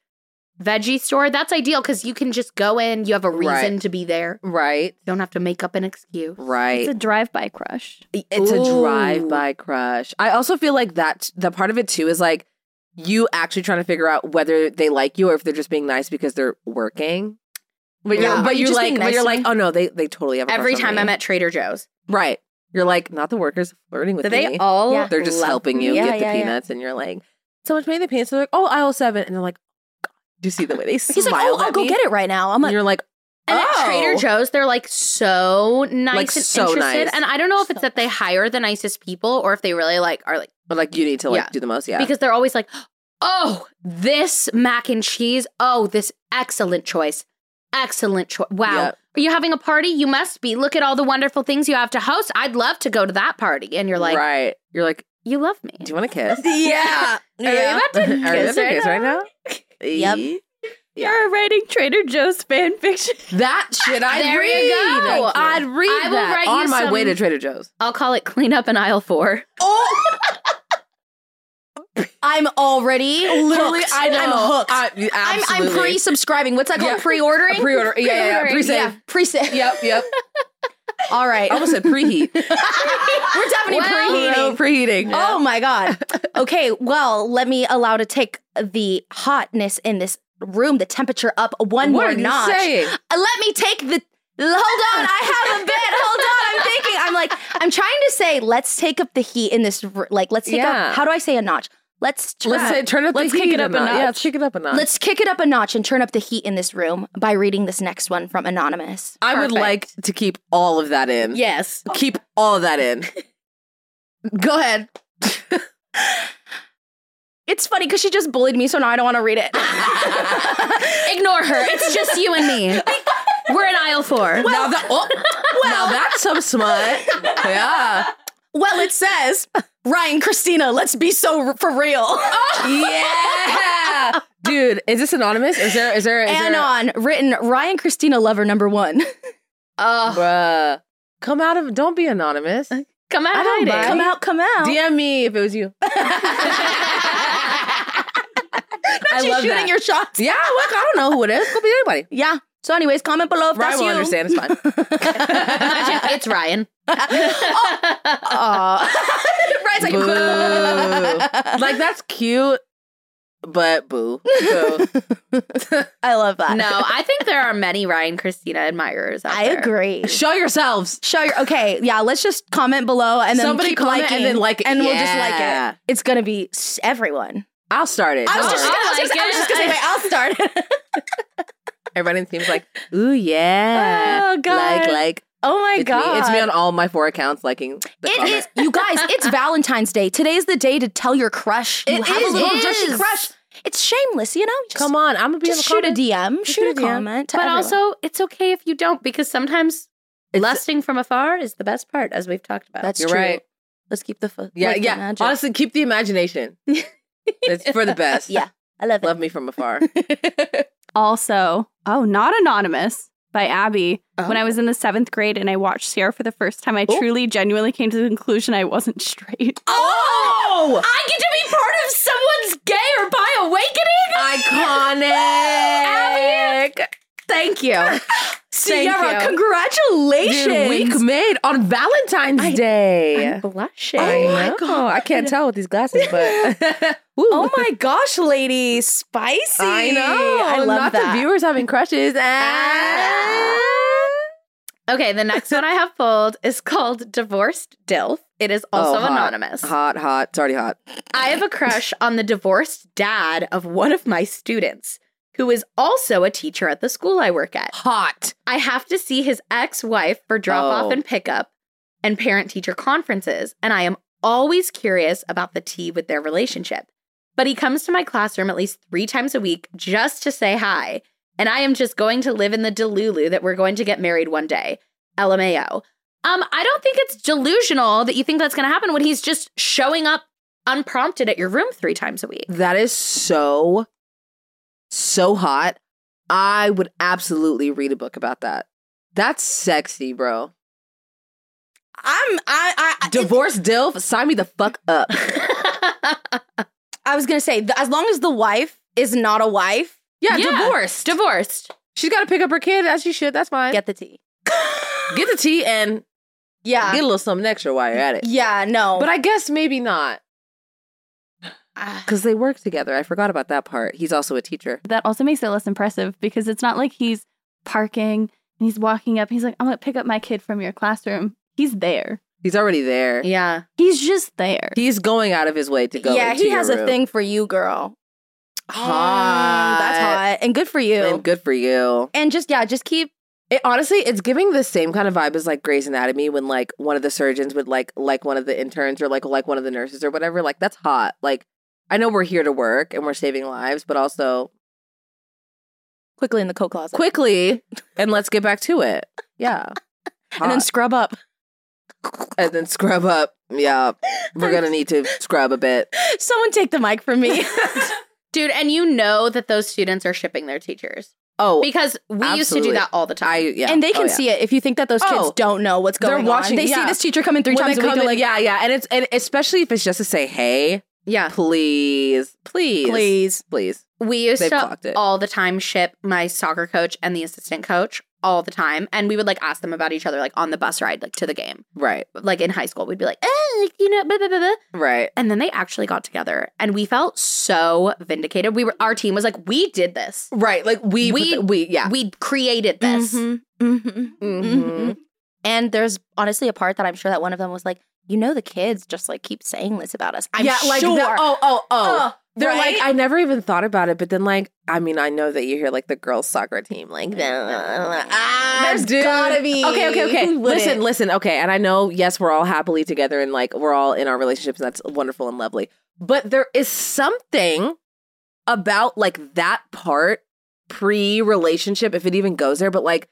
Speaker 1: veggie store. That's ideal because you can just go in. You have a reason
Speaker 5: Right.
Speaker 1: to be there.
Speaker 5: right,
Speaker 1: You don't have to make up an excuse.
Speaker 5: right.
Speaker 3: It's a drive-by crush.
Speaker 5: It's a
Speaker 1: Ooh.
Speaker 5: drive by crush. I also feel like that the part of it too is like you actually trying to figure out whether they like you or if they're just being nice because they're working. But you're,
Speaker 4: Yeah. Are
Speaker 5: but
Speaker 4: you
Speaker 5: you're
Speaker 4: just
Speaker 5: like,
Speaker 4: being
Speaker 5: but
Speaker 4: nice
Speaker 5: you're
Speaker 4: to
Speaker 5: like,
Speaker 4: me?
Speaker 5: oh no, they they totally have. A
Speaker 1: Every
Speaker 5: crush on
Speaker 1: time
Speaker 5: me.
Speaker 1: I'm at Trader Joe's,
Speaker 5: right, you're like, not the workers flirting with
Speaker 1: so they
Speaker 5: me.
Speaker 1: all
Speaker 4: Yeah.
Speaker 5: they're just
Speaker 1: love
Speaker 5: helping you
Speaker 4: me. Yeah,
Speaker 5: get the
Speaker 4: yeah, yeah.
Speaker 5: peanuts, and you're like, so much made the peanuts. They're like, oh, aisle seven, and they're like, God, do you see the *laughs* way they
Speaker 4: it. He's like, oh, I'll go get it right now. I'm
Speaker 5: And
Speaker 4: like,
Speaker 5: you're like,
Speaker 1: And at Trader
Speaker 5: Oh.
Speaker 1: Joe's, they're like so nice
Speaker 5: Like,
Speaker 1: and
Speaker 5: so
Speaker 1: interested.
Speaker 5: nice.
Speaker 1: And I don't know if it's that they hire the nicest people or if they really like are like
Speaker 5: but like you need to like
Speaker 1: Yeah.
Speaker 5: do the most, yeah.
Speaker 1: because they're always like, oh, this mac and cheese. Oh, this excellent choice. Excellent choice. Wow.
Speaker 5: Yeah.
Speaker 1: Are you having a party? You must be. Look at all the wonderful things you have to host. I'd love to go to that party. And you're like,
Speaker 5: right, you're like,
Speaker 1: you love me.
Speaker 5: do you want to kiss?
Speaker 4: yeah,
Speaker 5: *laughs* Are
Speaker 4: Yeah.
Speaker 5: they about to
Speaker 1: Are they
Speaker 5: kiss,
Speaker 1: about to kiss
Speaker 5: right now?
Speaker 4: Yep.
Speaker 5: E-
Speaker 3: You're writing Trader Joe's fan fiction.
Speaker 5: That shit I
Speaker 1: There
Speaker 5: read.
Speaker 1: you go.
Speaker 5: I'd read
Speaker 1: I will
Speaker 5: that
Speaker 1: write you
Speaker 5: on my
Speaker 1: some-
Speaker 5: way to Trader Joe's.
Speaker 1: I'll call it clean up in aisle four.
Speaker 4: I'm already
Speaker 5: Literally,
Speaker 4: hooked.
Speaker 5: I know.
Speaker 4: I'm hooked.
Speaker 5: I-
Speaker 4: I'm, I'm
Speaker 5: absolutely.
Speaker 4: pre-subscribing. What's that called?
Speaker 5: Yeah.
Speaker 4: Pre-ordering.
Speaker 5: A pre-order. Yeah, yeah, yeah.
Speaker 4: Pre-ordering.
Speaker 5: Pre-save.
Speaker 4: Yeah, pre-save.
Speaker 5: Yep, yep.
Speaker 4: *laughs* All right.
Speaker 5: I almost said preheat.
Speaker 4: We're definitely preheating.
Speaker 5: No, *laughs* preheating.
Speaker 4: Oh my
Speaker 5: *laughs*
Speaker 4: god. okay, well, let me allow to take the hotness in this room, the temperature up one
Speaker 5: what
Speaker 4: more
Speaker 5: are you
Speaker 4: notch.
Speaker 5: saying?
Speaker 4: Uh, Let me take the Hold on, I have a bit. Hold on, I'm thinking. I'm like, I'm trying to say, let's take up the heat in this. r- Like, let's take
Speaker 5: Yeah.
Speaker 4: up. How do I say a notch? Let's turn,
Speaker 5: Let's say turn up
Speaker 3: Let's
Speaker 5: the
Speaker 3: kick
Speaker 5: heat
Speaker 3: it up a
Speaker 5: notch. Yeah,
Speaker 3: notch.
Speaker 5: let's kick it up a notch.
Speaker 4: let's kick it up a notch and turn up the heat in this room by reading this next one from anonymous.
Speaker 5: I would like to keep all of that in.
Speaker 1: Yes.
Speaker 5: Keep all of that in.
Speaker 4: Go ahead. it's funny because she just bullied me, so now I don't want to read it.
Speaker 1: Ignore her. It's just you and
Speaker 5: *laughs*
Speaker 1: me. We're in aisle four.
Speaker 5: now that *laughs* oh, now that's some smut. *laughs* yeah.
Speaker 4: Well, it says, Ryan, Christina, let's be so r- for real.
Speaker 5: Yeah. Dude, is this anonymous? Is there is there is
Speaker 4: and
Speaker 5: there
Speaker 4: on, written Ryan Christina lover number one.
Speaker 1: Oh,
Speaker 5: Bruh. Come out of don't be anonymous.
Speaker 1: come out
Speaker 5: I don't
Speaker 1: hiding.
Speaker 5: buy
Speaker 4: Come *laughs* out, come out.
Speaker 5: DM me if it was you. I
Speaker 4: She's
Speaker 5: love
Speaker 4: shooting
Speaker 5: that.
Speaker 4: your shots.
Speaker 5: yeah, look, I don't know who it is. Could be anybody.
Speaker 4: Yeah. So, anyways, comment below if
Speaker 5: Ryan
Speaker 4: that's
Speaker 5: will
Speaker 4: you.
Speaker 5: understand.
Speaker 4: *laughs*
Speaker 5: It's fine.
Speaker 1: *laughs* Imagine it's
Speaker 5: *laughs*
Speaker 1: Ryan.
Speaker 5: Oh,
Speaker 4: *laughs* Ryan's like,
Speaker 5: Boo. like that's cute, but boo.
Speaker 4: *laughs*
Speaker 5: Boo.
Speaker 4: *laughs* I love that. *laughs*
Speaker 1: No, I think there are many Ryan Christina admirers. Out
Speaker 4: I
Speaker 1: there.
Speaker 4: agree.
Speaker 5: Show yourselves.
Speaker 4: Show your okay, yeah. Let's just comment below and then
Speaker 5: Somebody
Speaker 4: keep
Speaker 5: comment
Speaker 4: liking,
Speaker 5: and then like it.
Speaker 4: and we'll just
Speaker 5: Yeah.
Speaker 4: like it. It's gonna be s- everyone. Oh,
Speaker 5: I'll start it.
Speaker 4: I was
Speaker 5: Don't
Speaker 4: just,
Speaker 5: worry.
Speaker 4: I was just, I was just gonna say, wait, I'll start.
Speaker 5: everybody in the team's like, ooh yeah.
Speaker 4: Oh, God.
Speaker 5: Like, like
Speaker 4: *laughs* oh my
Speaker 5: it's
Speaker 4: god,
Speaker 5: me. It's me on all my four accounts liking the
Speaker 4: It
Speaker 5: comments.
Speaker 4: is, you guys.
Speaker 5: *laughs*
Speaker 4: It's Valentine's Day. Today is the day to tell your crush you
Speaker 5: It
Speaker 4: have a
Speaker 5: is.
Speaker 4: little
Speaker 5: It
Speaker 4: gushy
Speaker 5: is.
Speaker 4: crush. It's shameless, you know. Just,
Speaker 5: Come on, I'm gonna be
Speaker 4: just
Speaker 5: in the
Speaker 4: shoot a DM, shoot
Speaker 5: shoot
Speaker 4: a
Speaker 5: a DM.
Speaker 4: comment. to
Speaker 1: But
Speaker 4: everyone.
Speaker 1: also, it's okay if you don't because sometimes
Speaker 5: It's-
Speaker 1: lusting from afar is the best part, as we've talked about.
Speaker 4: that's
Speaker 5: You're
Speaker 4: true.
Speaker 5: right.
Speaker 4: Let's keep the fo-
Speaker 5: Yeah,
Speaker 4: like the
Speaker 5: yeah.
Speaker 4: magic.
Speaker 5: Honestly, keep
Speaker 4: *laughs*
Speaker 5: the imagination. it's for the best.
Speaker 4: Yeah. I love it.
Speaker 5: Love me from
Speaker 4: *laughs*
Speaker 5: afar.
Speaker 3: Also, oh, not anonymous by Abby. When I was in the seventh grade and I watched Sierra for the first time, I truly, genuinely came to the conclusion I wasn't *laughs* straight.
Speaker 5: oh!
Speaker 1: I get to be part of someone's gay or bi awakening.
Speaker 5: Iconic!
Speaker 1: Thank *laughs* you.
Speaker 4: Sierra, *laughs*
Speaker 1: you.
Speaker 4: congratulations.
Speaker 5: Dude, week made on Valentine's Day.
Speaker 1: Blushing.
Speaker 5: I know. Oh
Speaker 1: Oh
Speaker 5: I can't tell with these glasses, *laughs* but
Speaker 4: Oh my gosh, lady, spicy!
Speaker 5: I know.
Speaker 4: I love
Speaker 5: Not
Speaker 4: that.
Speaker 5: the viewers having crushes. Ah.
Speaker 1: Okay, the next one I have pulled is called Divorced Dilf. It is also
Speaker 5: Oh, hot.
Speaker 1: anonymous.
Speaker 5: Hot, hot. It's already hot.
Speaker 1: I have a crush on the divorced dad of one of my students, who is also a teacher at the school I work at.
Speaker 5: Hot.
Speaker 1: I have to see his ex wife for drop off
Speaker 5: Oh.
Speaker 1: and pickup and parent teacher conferences. And I am always curious about the tea with their relationship. But he comes to my classroom at least three times a week just to say hi. And I am just going to live in the Delulu that we're going to get married one day. LMAO. Um, I don't think it's delusional that you think that's going to happen when he's just showing up unprompted at your room three times a week. *laughs*
Speaker 5: That is so, so hot. I would absolutely read a book about that. That's sexy, bro.
Speaker 4: I'm I I I,
Speaker 5: Divorce Dilf, sign me the fuck up.
Speaker 4: I was gonna say th- as long as the wife is not a wife,
Speaker 5: Yeah,
Speaker 1: Yeah.
Speaker 5: divorced.
Speaker 1: Divorced.
Speaker 5: She's got to pick up her kid as she should. That's fine. Get,
Speaker 4: get the tea.
Speaker 5: the tea and
Speaker 4: Yeah,
Speaker 5: get a little something extra while you're at it.
Speaker 4: yeah, no,
Speaker 5: But I guess maybe not.
Speaker 4: Ah.
Speaker 5: Because they work together. I forgot about that part. He's also a teacher.
Speaker 3: That also makes it less impressive because it's not like he's parking and he's walking up. He's like, I'm going to pick up my kid from your classroom. He's there.
Speaker 5: He's already there.
Speaker 1: Yeah.
Speaker 3: He's just there.
Speaker 5: He's going out of his way to go.
Speaker 4: yeah,
Speaker 5: into
Speaker 4: he
Speaker 5: your
Speaker 4: has a
Speaker 5: room.
Speaker 4: thing for you, girl.
Speaker 5: Hot.
Speaker 4: Mm, that's hot, and good for you.
Speaker 5: And good for you.
Speaker 4: and just yeah, just keep
Speaker 5: It honestly, it's giving the same kind of vibe as like Grey's Anatomy when like one of the surgeons would like like one of the interns or like like one of the nurses or whatever. Like that's hot. Like I know we're here to work and we're saving lives, but also
Speaker 4: quickly in the coat closet,
Speaker 5: quickly and let's get back to it. Yeah.
Speaker 4: and then
Speaker 5: Hot.
Speaker 4: scrub up.
Speaker 5: and then scrub up. Yeah. We're gonna need to scrub a bit.
Speaker 4: Someone take the mic from me.
Speaker 1: Dude, and you know that those students are shipping their teachers
Speaker 5: Oh
Speaker 1: because we used to do
Speaker 5: absolutely.
Speaker 1: that all the time.
Speaker 5: I yeah.
Speaker 4: And they can
Speaker 5: Oh, yeah.
Speaker 4: see it if you think *laughs* that those kids
Speaker 5: Oh,
Speaker 4: don't know what's
Speaker 5: they're
Speaker 4: going
Speaker 5: watching-
Speaker 4: on. They see
Speaker 5: yeah.
Speaker 4: this teacher coming three
Speaker 5: When
Speaker 4: times
Speaker 5: they
Speaker 4: a week.
Speaker 5: come
Speaker 4: They're like,
Speaker 5: in- yeah, yeah. And it's and especially if it's just to say, hey,
Speaker 1: yeah.
Speaker 5: please, please,
Speaker 4: please.
Speaker 5: please.
Speaker 1: We used
Speaker 5: They've
Speaker 1: to
Speaker 5: clocked it.
Speaker 1: all the time ship my soccer coach and the assistant coach all the time. And we would like ask them about each other like on the bus ride, like to the game.
Speaker 5: Right,
Speaker 1: Like in high school, we'd be like, eh, like, you know, blah, blah, blah, blah.
Speaker 5: right.
Speaker 1: And then they actually got together and we felt so vindicated. We were, our team was like, we did this.
Speaker 5: Right. Like we
Speaker 1: We-
Speaker 5: we, we yeah. Mm-hmm.
Speaker 1: We created this.
Speaker 4: Mhm, mhm, mhm. And there's honestly a part that I'm sure that one of them was like, you know, the kids just like keep saying this about us. I'm
Speaker 5: yeah, like the-
Speaker 4: sure.
Speaker 5: oh, oh, oh.
Speaker 4: Ugh,
Speaker 5: They're
Speaker 4: right?
Speaker 5: like, I never even thought about it, but then like, I mean, I know that you hear like the girls' soccer team, like, ah,
Speaker 4: There's
Speaker 5: dude.
Speaker 4: gotta be.
Speaker 5: Okay, okay, *laughs* okay.
Speaker 4: Who wouldn't?
Speaker 5: Listen, listen. Okay, and I know, yes, we're all happily together, and like, we're all in our relationships, and that's wonderful and lovely. But there is something about like that part pre-relationship, if it even goes there. But like,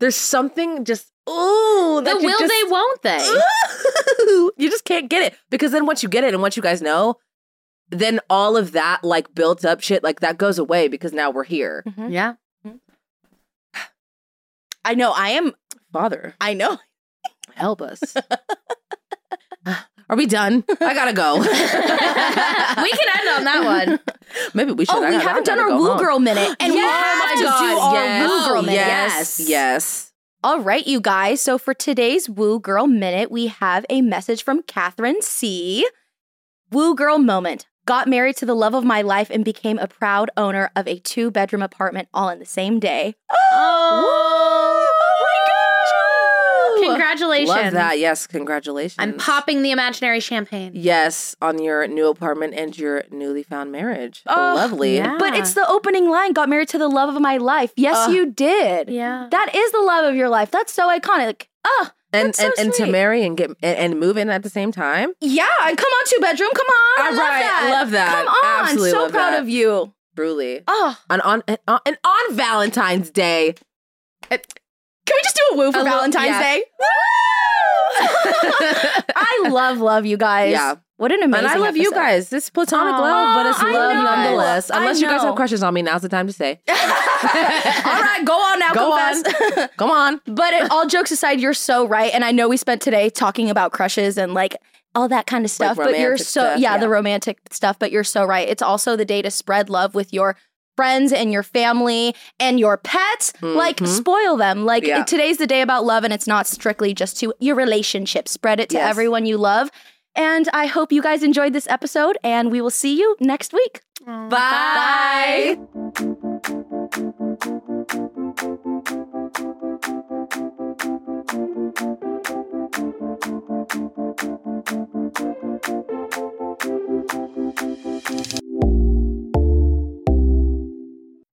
Speaker 5: there's something just ooh,
Speaker 1: The
Speaker 5: that you
Speaker 1: will
Speaker 5: just,
Speaker 1: they, won't they? *laughs*
Speaker 5: Ooh, *laughs* you just can't get it because then once you get it and once you guys know, then all of that like built up shit like that goes away because now we're here.
Speaker 1: yeah.
Speaker 4: I know. I am.
Speaker 5: Father,
Speaker 4: I know.
Speaker 5: help us. Are we done? I
Speaker 4: *laughs*
Speaker 5: gotta go.
Speaker 1: we can end on that one.
Speaker 5: Maybe we should.
Speaker 4: Oh,
Speaker 5: I
Speaker 4: we
Speaker 5: gotta- I
Speaker 4: haven't done
Speaker 5: gotta
Speaker 4: our
Speaker 5: go
Speaker 4: woo
Speaker 5: home.
Speaker 4: girl minute, *gasps* and we
Speaker 5: Yes!
Speaker 4: have to do
Speaker 5: Oh
Speaker 4: our
Speaker 5: my God,
Speaker 4: woo girl minute.
Speaker 5: yes, yes.
Speaker 4: All right, you guys. So for today's Woo Girl Minute, we have a message from Catherine C. Woo Girl Moment. Got married to the love of my life and became a proud owner of a two bedroom apartment all in the same day.
Speaker 5: Oh,
Speaker 1: Congratulations.
Speaker 5: Love that. Yes, congratulations.
Speaker 1: I'm popping the imaginary champagne.
Speaker 5: Yes, on your new apartment and your newly found marriage.
Speaker 4: Oh,
Speaker 5: Lovely.
Speaker 1: yeah.
Speaker 4: But it's the opening line got married to the love of my life. Yes,
Speaker 5: Ugh.
Speaker 4: you did.
Speaker 1: Yeah.
Speaker 4: That is the love of your life. That's so iconic. Ugh.
Speaker 5: and
Speaker 4: That's so
Speaker 5: and, and to
Speaker 4: sweet.
Speaker 5: marry and get and, and move in at the same time.
Speaker 4: Yeah. and Come on, two bedroom. Come on. I
Speaker 5: All
Speaker 4: love
Speaker 5: right,
Speaker 4: that.
Speaker 5: love that.
Speaker 4: Come on.
Speaker 5: Absolutely
Speaker 4: so
Speaker 5: love
Speaker 4: proud
Speaker 5: that.
Speaker 4: of you.
Speaker 5: Truly,
Speaker 4: Oh,
Speaker 5: and on and on, and on Valentine's Day.
Speaker 4: can we just do a woo for
Speaker 5: A little-
Speaker 4: Valentine's
Speaker 5: yeah.
Speaker 4: Day? *laughs* I love, love you guys.
Speaker 5: Yeah.
Speaker 4: What an amazing
Speaker 5: and I love you
Speaker 4: episode.
Speaker 5: guys. This is platonic
Speaker 4: Aw,
Speaker 5: love, but it's
Speaker 4: I
Speaker 5: love
Speaker 4: know.
Speaker 5: nonetheless.
Speaker 4: I
Speaker 5: Unless you guys
Speaker 4: know.
Speaker 5: have questions on me, now's the time
Speaker 4: *laughs*
Speaker 5: to say. *laughs*
Speaker 4: all right, go on now.
Speaker 5: Go
Speaker 4: confess.
Speaker 5: on, *laughs* come on.
Speaker 4: But it, all jokes aside, you're so right. And I know we spent today talking about crushes and like all that kind of stuff. but you're
Speaker 5: romantic
Speaker 4: so,
Speaker 5: stuff,
Speaker 4: yeah, the
Speaker 5: yeah.
Speaker 4: romantic stuff. But you're so right. It's also the day to spread love with your friends and your family and your pets. Like,
Speaker 5: Mhm.
Speaker 4: spoil them. Like,
Speaker 5: Yeah.
Speaker 4: today's the day about love. And it's not strictly just to your relationship, spread it to
Speaker 5: Yes.
Speaker 4: everyone you love. And I hope you guys enjoyed this episode. And we will see you next week.
Speaker 5: Bye.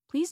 Speaker 7: Please